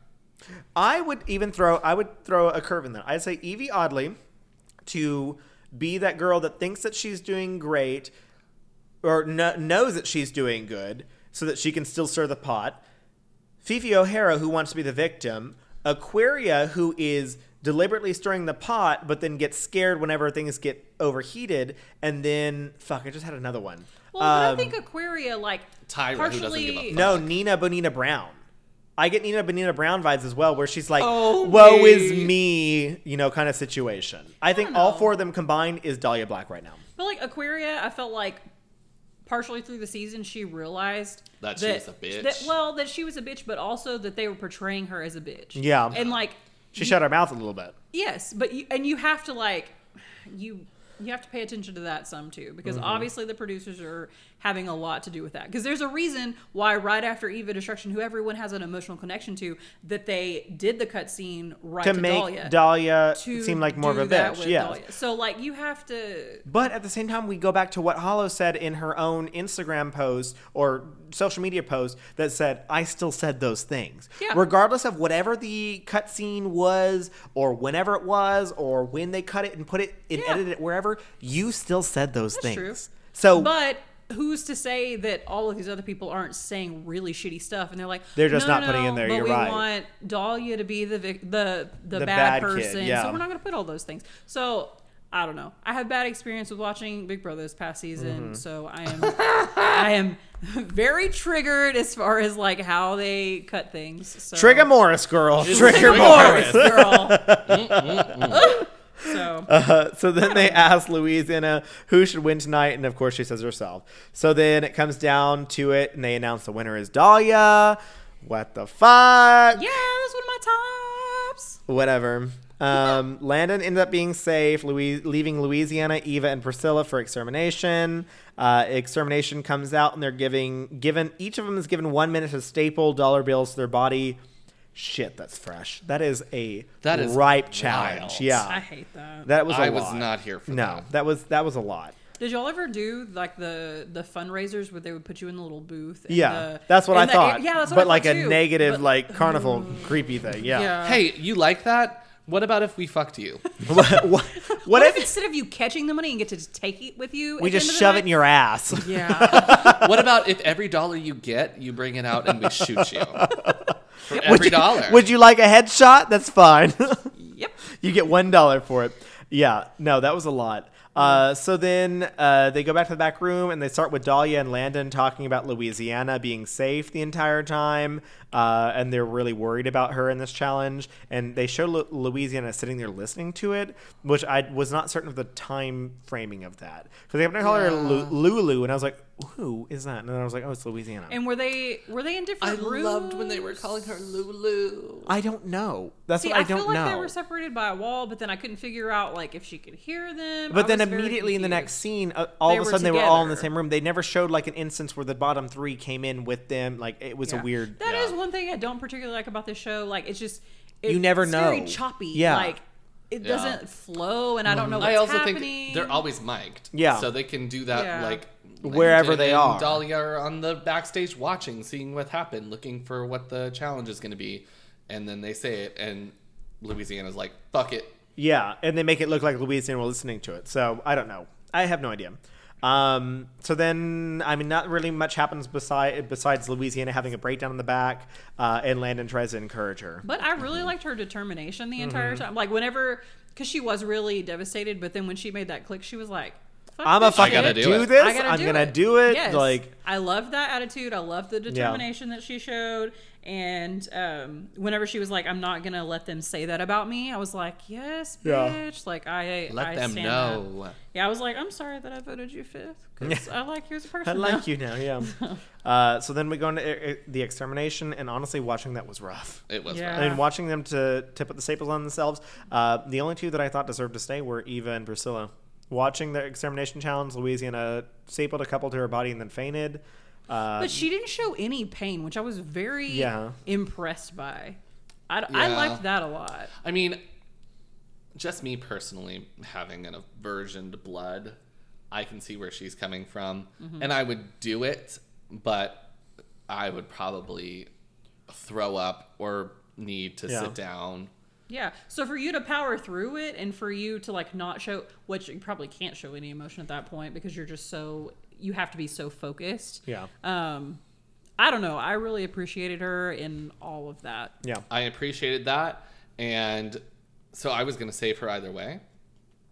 [SPEAKER 4] I would even throw I would throw a curve in there. I'd say Evie Oddly to be that girl that thinks that she's doing great or kn- knows that she's doing good so that she can still stir the pot. Fifi O'Hara who wants to be the victim, Aquaria who is deliberately stirring the pot but then gets scared whenever things get overheated and then fuck, I just had another one.
[SPEAKER 2] Well, but I
[SPEAKER 4] Um,
[SPEAKER 2] think Aquaria like
[SPEAKER 3] Tyra, who doesn't give a
[SPEAKER 2] partially-
[SPEAKER 3] fuck.
[SPEAKER 4] no, Nina Bonina Brown. I get Nina Bonina Brown vibes as well, where she's like,
[SPEAKER 3] Oh,
[SPEAKER 4] "Woe is
[SPEAKER 3] wait.
[SPEAKER 4] me," you know, kind of situation. I think
[SPEAKER 2] don't
[SPEAKER 4] all
[SPEAKER 2] know.
[SPEAKER 4] four of them combined is Dahlia Black right now.
[SPEAKER 2] But like Aquaria, I felt like partially through the season she realized
[SPEAKER 3] That she was a bitch.
[SPEAKER 2] that- well, that she was a bitch, but also that they were portraying her as a bitch.
[SPEAKER 4] Yeah.
[SPEAKER 2] and like
[SPEAKER 4] She shut her mouth a little bit.
[SPEAKER 2] yes, but you, and you have to like you you have to pay attention to that some too
[SPEAKER 4] Mm-hmm.
[SPEAKER 2] because obviously the producers are having a lot to do with that because there's a reason why right after Eva Destruction, who everyone has an emotional connection to, that they did the cutscene right to,
[SPEAKER 4] to make
[SPEAKER 2] Dahlia.
[SPEAKER 4] Dahlia,
[SPEAKER 2] to
[SPEAKER 4] seem like more of
[SPEAKER 2] do
[SPEAKER 4] a
[SPEAKER 2] that
[SPEAKER 4] bitch.
[SPEAKER 2] with
[SPEAKER 4] Yeah.
[SPEAKER 2] Dahlia. So like you have to
[SPEAKER 4] But at the same time, we go back to what Hollow said in her own Instagram post or social media post that said, I still said those things.
[SPEAKER 2] Yeah.
[SPEAKER 4] Regardless of whatever the cutscene was or whenever it was or when they cut it and put it and
[SPEAKER 2] Yeah.
[SPEAKER 4] edited it wherever, you still said those
[SPEAKER 2] That's
[SPEAKER 4] things.
[SPEAKER 2] true.
[SPEAKER 4] So
[SPEAKER 2] But who's to say that all of these other people aren't saying really shitty stuff? And they're like,
[SPEAKER 4] They're just
[SPEAKER 2] "No,
[SPEAKER 4] not
[SPEAKER 2] no,
[SPEAKER 4] putting
[SPEAKER 2] no,
[SPEAKER 4] in there,
[SPEAKER 2] But
[SPEAKER 4] you're
[SPEAKER 2] we
[SPEAKER 4] right."
[SPEAKER 2] want Dahlia to be the vic- the the,
[SPEAKER 4] The
[SPEAKER 2] bad,
[SPEAKER 4] bad kid,
[SPEAKER 2] person,
[SPEAKER 4] yeah.
[SPEAKER 2] so we're not going to put all those things. So I don't know. I have bad experience with watching Big Brother this past
[SPEAKER 4] Mm-hmm.
[SPEAKER 2] season, so I am I am very triggered as far as like how they cut things. So.
[SPEAKER 4] Trigger Morris, girl. Trigger
[SPEAKER 3] Trigger
[SPEAKER 4] Morris.
[SPEAKER 2] girl. so
[SPEAKER 4] Uh, so then they ask Louisiana who should win tonight, and of course she says herself. So then it comes down to it, and they announce the winner is Dahlia. What the fuck?
[SPEAKER 2] yeah, that's one of my tops.
[SPEAKER 4] Whatever. Um, Landon ended up being safe, Louis- leaving Louisiana, Eva, and Priscilla for extermination. Uh, extermination comes out, and they're giving given each of them is given one minute to staple dollar bills to their body. Shit, that's fresh. That is a
[SPEAKER 3] That is
[SPEAKER 4] ripe
[SPEAKER 3] wild.
[SPEAKER 4] challenge. Yeah,
[SPEAKER 2] I hate that.
[SPEAKER 4] that was. I
[SPEAKER 3] I was not here for
[SPEAKER 4] no.
[SPEAKER 3] that.
[SPEAKER 4] That was that was a lot.
[SPEAKER 2] Did y'all ever do like the the fundraisers where they would put you in the little booth? and
[SPEAKER 4] Yeah,
[SPEAKER 2] the-
[SPEAKER 4] that's what I
[SPEAKER 2] and the- e,
[SPEAKER 4] thought.
[SPEAKER 2] Yeah, that's what
[SPEAKER 4] but
[SPEAKER 2] I
[SPEAKER 4] like
[SPEAKER 2] thought
[SPEAKER 4] a
[SPEAKER 2] too.
[SPEAKER 4] negative,
[SPEAKER 2] But-
[SPEAKER 4] like carnival creepy thing. Yeah.
[SPEAKER 2] Yeah.
[SPEAKER 3] Hey, you like that? What about if we fucked you?
[SPEAKER 4] what, what,
[SPEAKER 2] what if
[SPEAKER 4] if
[SPEAKER 2] instead of you catching the money and get to take it with you,
[SPEAKER 4] we just shove it in your ass?
[SPEAKER 2] Yeah,
[SPEAKER 3] what about if every dollar you get, you bring it out and we shoot you for every
[SPEAKER 4] you-
[SPEAKER 3] dollar?
[SPEAKER 4] Would you like a headshot? That's fine.
[SPEAKER 2] yep.
[SPEAKER 4] you get one dollar for it. Yeah. No, that was a lot. Uh, so then uh, they go back to the back room and they start with Dahlia and Landon talking about Louisiana being safe the entire time, uh, and they're really worried about her in this challenge. And they show Lu- Louisiana sitting there listening to it, which I was not certain of the time framing of that because they kept calling her Lu- Lulu, and I was like, "Who is that?" And then I was like, "Oh, it's Louisiana."
[SPEAKER 2] And were they were they in
[SPEAKER 3] I
[SPEAKER 2] different rooms?
[SPEAKER 3] loved when they were calling her Lulu.
[SPEAKER 4] I don't know. That's
[SPEAKER 2] See,
[SPEAKER 4] what
[SPEAKER 2] I,
[SPEAKER 4] I, don't
[SPEAKER 2] feel like
[SPEAKER 4] know.
[SPEAKER 2] they were separated by a wall, but then I couldn't figure out like if she could hear them.
[SPEAKER 4] But
[SPEAKER 2] I
[SPEAKER 4] then
[SPEAKER 2] was very
[SPEAKER 4] immediately in the next
[SPEAKER 2] confused.
[SPEAKER 4] scene, uh, all
[SPEAKER 2] They
[SPEAKER 4] of a
[SPEAKER 2] were
[SPEAKER 4] sudden they were all in the
[SPEAKER 2] together.
[SPEAKER 4] same room. They never showed like an instance where the bottom three came in with them. Like it was
[SPEAKER 2] Yeah.
[SPEAKER 4] a weird.
[SPEAKER 2] That is
[SPEAKER 3] yeah.
[SPEAKER 2] one thing I don't particularly like about this show. Like it's just it-
[SPEAKER 4] You never
[SPEAKER 2] it's Very
[SPEAKER 4] know.
[SPEAKER 2] choppy.
[SPEAKER 4] Yeah. Mm-hmm.
[SPEAKER 2] Like it
[SPEAKER 3] Yeah.
[SPEAKER 2] doesn't flow, and I don't know what's
[SPEAKER 3] I also
[SPEAKER 2] happening.
[SPEAKER 3] think they're always mic'd.
[SPEAKER 4] Yeah.
[SPEAKER 3] So they can do that
[SPEAKER 2] Yeah.
[SPEAKER 3] like
[SPEAKER 4] Wherever
[SPEAKER 3] Landon
[SPEAKER 4] they
[SPEAKER 3] and
[SPEAKER 4] are.
[SPEAKER 3] Dahlia are on the backstage watching, seeing what happened, looking for what the challenge is going to be. And then they say it, and Louisiana's like, fuck it.
[SPEAKER 4] Yeah, and they make it look like Louisiana were listening to it. So I don't know. I have no idea. Um, so then, I mean, not really much happens beside, besides Louisiana having a breakdown in the back, uh, and Landon tries to encourage her.
[SPEAKER 2] But I really liked her determination the entire
[SPEAKER 4] Mm-hmm.
[SPEAKER 2] time. Like whenever, because she was really devastated, but then when she made that click, she was like, Fuck
[SPEAKER 4] I'm a
[SPEAKER 2] this
[SPEAKER 4] fucking
[SPEAKER 2] shit.
[SPEAKER 3] gotta do it.
[SPEAKER 4] this.
[SPEAKER 2] I gotta
[SPEAKER 4] I'm
[SPEAKER 2] do
[SPEAKER 4] gonna
[SPEAKER 2] it.
[SPEAKER 4] do it.
[SPEAKER 2] Yes.
[SPEAKER 4] Like,
[SPEAKER 2] I love that attitude. I love the determination that she showed. And um, whenever she was like, "I'm not gonna let them say that about me," I was like, "Yes,
[SPEAKER 4] Yeah.
[SPEAKER 2] bitch!" Like I
[SPEAKER 3] Let
[SPEAKER 2] I
[SPEAKER 3] them
[SPEAKER 2] stand
[SPEAKER 3] know.
[SPEAKER 2] that. Yeah, I was like, "I'm sorry that I voted you fifth because I like you as a person."
[SPEAKER 4] I
[SPEAKER 2] now."
[SPEAKER 4] like you now. Yeah. uh, so then we go into uh, uh, the extermination, and honestly, watching that was rough.
[SPEAKER 3] It was
[SPEAKER 2] Yeah.
[SPEAKER 3] rough.
[SPEAKER 4] I mean, watching them to, to put the staples on themselves, uh, the only two that I thought deserved to stay were Eva and Priscilla. Watching the extermination challenge, Louisiana stapled a couple to her body and then fainted. Uh,
[SPEAKER 2] But she didn't show any pain, which I was very
[SPEAKER 4] Yeah.
[SPEAKER 2] impressed by. I, I
[SPEAKER 3] Yeah.
[SPEAKER 2] liked that a lot.
[SPEAKER 3] I mean, just me personally having an aversion to blood, I can see where she's coming from, and I would do it, but I would probably throw up or need to
[SPEAKER 4] Yeah.
[SPEAKER 3] sit down.
[SPEAKER 2] Yeah. So for you to power through it and for you to like not show which you probably can't show any emotion at that point because you're just so you have to be so focused.
[SPEAKER 4] yeah.
[SPEAKER 2] Um I don't know. I really appreciated her in all of that.
[SPEAKER 4] Yeah.
[SPEAKER 3] I appreciated that, and so I was gonna save her either way.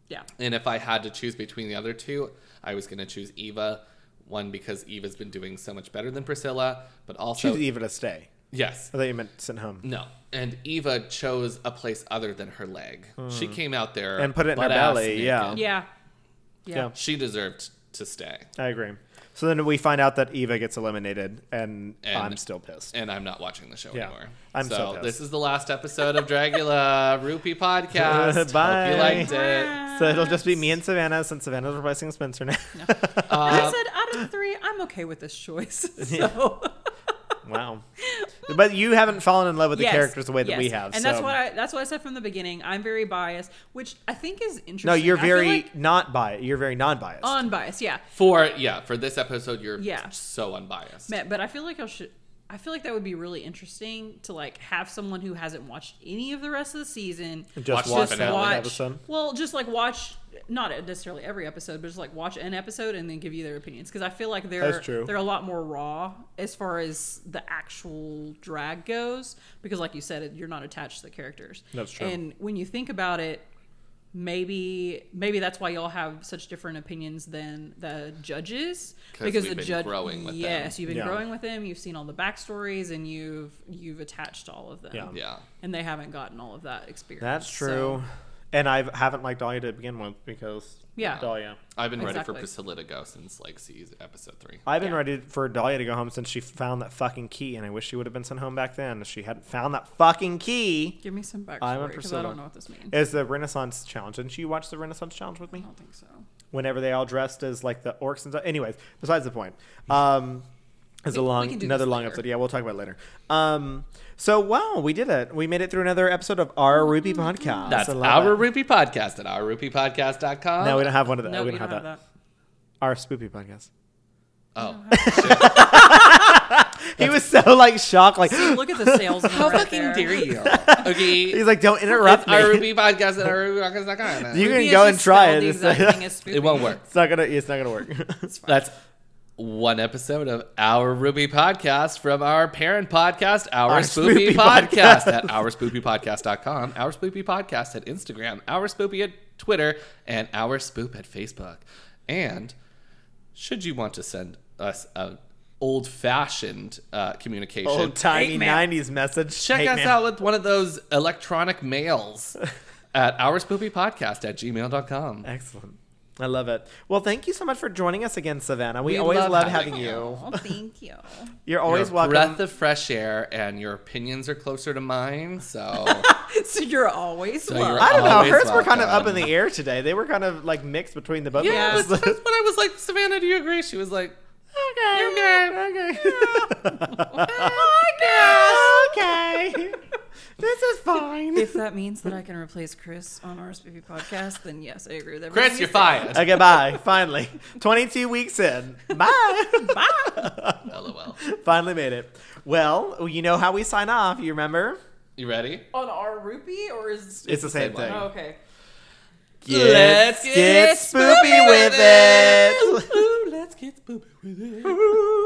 [SPEAKER 2] Yeah.
[SPEAKER 3] And if I had to choose between the other two, I was going to choose Eva. One, because Eva's been doing so much better than Priscilla, but also.
[SPEAKER 4] Choose E- Eva to stay.
[SPEAKER 3] Yes.
[SPEAKER 4] I thought you meant sent home.
[SPEAKER 3] No. And Eva chose a place other than her leg. She came out there
[SPEAKER 4] Hmm. And put it in her
[SPEAKER 3] butt-ass
[SPEAKER 4] belly, yeah.
[SPEAKER 3] naked.
[SPEAKER 2] Yeah. Yeah.
[SPEAKER 4] Yeah.
[SPEAKER 3] She deserved to stay.
[SPEAKER 4] I agree. So then we find out that Eva gets eliminated, and,
[SPEAKER 3] And-
[SPEAKER 4] I'm still pissed.
[SPEAKER 3] And I'm not watching the show
[SPEAKER 4] Yeah.
[SPEAKER 3] anymore.
[SPEAKER 4] I'm so pissed.
[SPEAKER 3] this is the last episode of Dragula Rupee Podcast.
[SPEAKER 4] Bye.
[SPEAKER 3] Hope you liked it.
[SPEAKER 2] Uh,
[SPEAKER 4] so it'll just be me and Savannah since Savannah's replacing Spencer now.
[SPEAKER 3] Uh,
[SPEAKER 2] I said out of the three, I'm okay with this choice. So
[SPEAKER 4] wow. But you haven't fallen in love with the
[SPEAKER 2] Yes,
[SPEAKER 4] characters the way that we
[SPEAKER 2] yes.
[SPEAKER 4] have.
[SPEAKER 2] And that's
[SPEAKER 4] so-
[SPEAKER 2] what I that's what I said from the beginning. I'm very biased, which I think is interesting.
[SPEAKER 4] No, you're
[SPEAKER 2] I feel
[SPEAKER 4] very
[SPEAKER 2] like
[SPEAKER 4] not biased. You're very non-biased.
[SPEAKER 2] unbiased, yeah.
[SPEAKER 3] For, yeah, for this episode, you're
[SPEAKER 2] Yeah.
[SPEAKER 3] so unbiased.
[SPEAKER 2] Man, but I feel like I should. I feel like that would be really interesting to like have someone who hasn't watched any of the rest of the season
[SPEAKER 4] Just
[SPEAKER 3] watch
[SPEAKER 2] just
[SPEAKER 3] finale.
[SPEAKER 2] watch.
[SPEAKER 4] episode.
[SPEAKER 2] Well, just like watch not necessarily every episode, but just like watch an episode and then give you their opinions because I feel like they're
[SPEAKER 4] That's true.
[SPEAKER 2] they're a lot more raw as far as the actual drag goes because like you said, it- you're not attached to the characters.
[SPEAKER 4] That's true.
[SPEAKER 2] And when you think about it, maybe maybe that's why y'all have such different opinions than the judges
[SPEAKER 3] 'Cause
[SPEAKER 2] because
[SPEAKER 3] we've
[SPEAKER 2] the
[SPEAKER 3] been
[SPEAKER 2] judge
[SPEAKER 3] growing with them.
[SPEAKER 2] yes you've been
[SPEAKER 4] Yeah.
[SPEAKER 2] growing with them you've seen all the backstories and you've you've attached to all of them
[SPEAKER 4] Yeah.
[SPEAKER 3] Yeah.
[SPEAKER 2] and they haven't gotten all of that experience
[SPEAKER 4] That's
[SPEAKER 2] So-
[SPEAKER 4] true. And I haven't liked Dahlia to begin with because
[SPEAKER 2] Yeah.
[SPEAKER 4] Dahlia.
[SPEAKER 3] I've been ready for
[SPEAKER 2] Exactly.
[SPEAKER 3] Priscilla to go since like season episode three.
[SPEAKER 4] I've been
[SPEAKER 2] Yeah.
[SPEAKER 4] ready for Dahlia to go home since she found that fucking key, and I wish she would have been sent home back then. If she hadn't found that fucking key,
[SPEAKER 2] give me some
[SPEAKER 4] I'm a
[SPEAKER 2] backstory because
[SPEAKER 4] Priscilla.
[SPEAKER 2] i don't know what this means i
[SPEAKER 4] is the Renaissance challenge. Didn't you watch the Renaissance challenge with me?
[SPEAKER 2] don't think so
[SPEAKER 4] Whenever they all dressed as like the orcs and stuff. Anyways, besides the point. Um, it's a
[SPEAKER 2] We- we
[SPEAKER 4] long,
[SPEAKER 2] can do
[SPEAKER 4] another
[SPEAKER 2] this
[SPEAKER 4] long
[SPEAKER 2] later.
[SPEAKER 4] episode. Yeah, we'll talk about it later. Um, so wow, we did it. We made it through another episode of our Ruby podcast.
[SPEAKER 3] That's
[SPEAKER 4] I love
[SPEAKER 3] our
[SPEAKER 4] it.
[SPEAKER 3] Rupee Podcast at ourrupeepodcast.com.
[SPEAKER 4] No, we don't have one of those.
[SPEAKER 2] no
[SPEAKER 4] we
[SPEAKER 2] we
[SPEAKER 4] don't have, that.
[SPEAKER 2] that
[SPEAKER 4] Our spoopy podcast.
[SPEAKER 3] Oh,
[SPEAKER 4] He was so like shocked, like
[SPEAKER 2] look at the sales
[SPEAKER 3] how
[SPEAKER 2] right
[SPEAKER 3] fucking
[SPEAKER 2] there.
[SPEAKER 3] dare you? Okay,
[SPEAKER 4] he's like, "Don't
[SPEAKER 3] it's
[SPEAKER 4] interrupt me."
[SPEAKER 3] our Rupee Podcast at ourrupeepodcast.com.
[SPEAKER 4] you
[SPEAKER 2] Maybe
[SPEAKER 4] can
[SPEAKER 2] it's
[SPEAKER 4] go
[SPEAKER 2] just
[SPEAKER 4] and try
[SPEAKER 2] spelled
[SPEAKER 4] it.
[SPEAKER 2] the
[SPEAKER 4] It's,
[SPEAKER 2] exact thing as
[SPEAKER 3] It won't work.
[SPEAKER 4] it's not gonna. It's not gonna work.
[SPEAKER 3] That's one episode of our Ruby Podcast from our parent podcast, our,
[SPEAKER 4] Our
[SPEAKER 3] Spoopy,
[SPEAKER 4] Spoopy
[SPEAKER 3] Podcast,
[SPEAKER 4] Podcast.
[SPEAKER 3] at ourspoopypodcast.com, our Spoopy Podcast at Instagram, our Spoopy at Twitter, and our Spoop at Facebook. And should you want to send us an old fashioned uh, communication,
[SPEAKER 4] Old timey
[SPEAKER 2] Hate mail.
[SPEAKER 4] '90s message.
[SPEAKER 3] check
[SPEAKER 4] Hate
[SPEAKER 3] us
[SPEAKER 4] mail.
[SPEAKER 3] out with one of those electronic mails at ourspoopypodcast at gmail.com.
[SPEAKER 4] Excellent. I love it. Well, thank you so much for joining us again, Savannah. We,
[SPEAKER 3] We
[SPEAKER 4] always
[SPEAKER 3] love
[SPEAKER 4] love
[SPEAKER 3] having
[SPEAKER 4] having you.
[SPEAKER 2] oh thank you
[SPEAKER 4] You're always
[SPEAKER 3] You're a breath
[SPEAKER 4] welcome.
[SPEAKER 3] of fresh air, and your opinions are closer to mine. So
[SPEAKER 2] so you're always
[SPEAKER 3] So
[SPEAKER 2] loved.
[SPEAKER 3] you're
[SPEAKER 4] I don't know.
[SPEAKER 3] always
[SPEAKER 4] Hers were kind of up
[SPEAKER 3] welcome.
[SPEAKER 4] in the air today. They were kind of like mixed between the both
[SPEAKER 3] yeah,
[SPEAKER 4] of
[SPEAKER 3] that's,
[SPEAKER 4] us.
[SPEAKER 3] that's when I was like, Savannah, do you agree? She was like,
[SPEAKER 4] okay. Okay. okay. This is fine.
[SPEAKER 2] if that means that I can replace Chris on our Spoopy podcast, then yes, I agree with everything.
[SPEAKER 3] Chris,
[SPEAKER 2] you
[SPEAKER 3] you're
[SPEAKER 2] said.
[SPEAKER 3] fired.
[SPEAKER 4] Okay, bye. Finally. 22 weeks in. Bye.
[SPEAKER 3] LOL.
[SPEAKER 4] Finally made it. Well, you know how we sign off, you remember?
[SPEAKER 3] You ready?
[SPEAKER 2] On our rupee, or is
[SPEAKER 4] It's the same
[SPEAKER 3] same
[SPEAKER 4] thing.
[SPEAKER 2] Oh, okay?
[SPEAKER 3] Let's get
[SPEAKER 4] spoopy with it.
[SPEAKER 3] it's boo boo.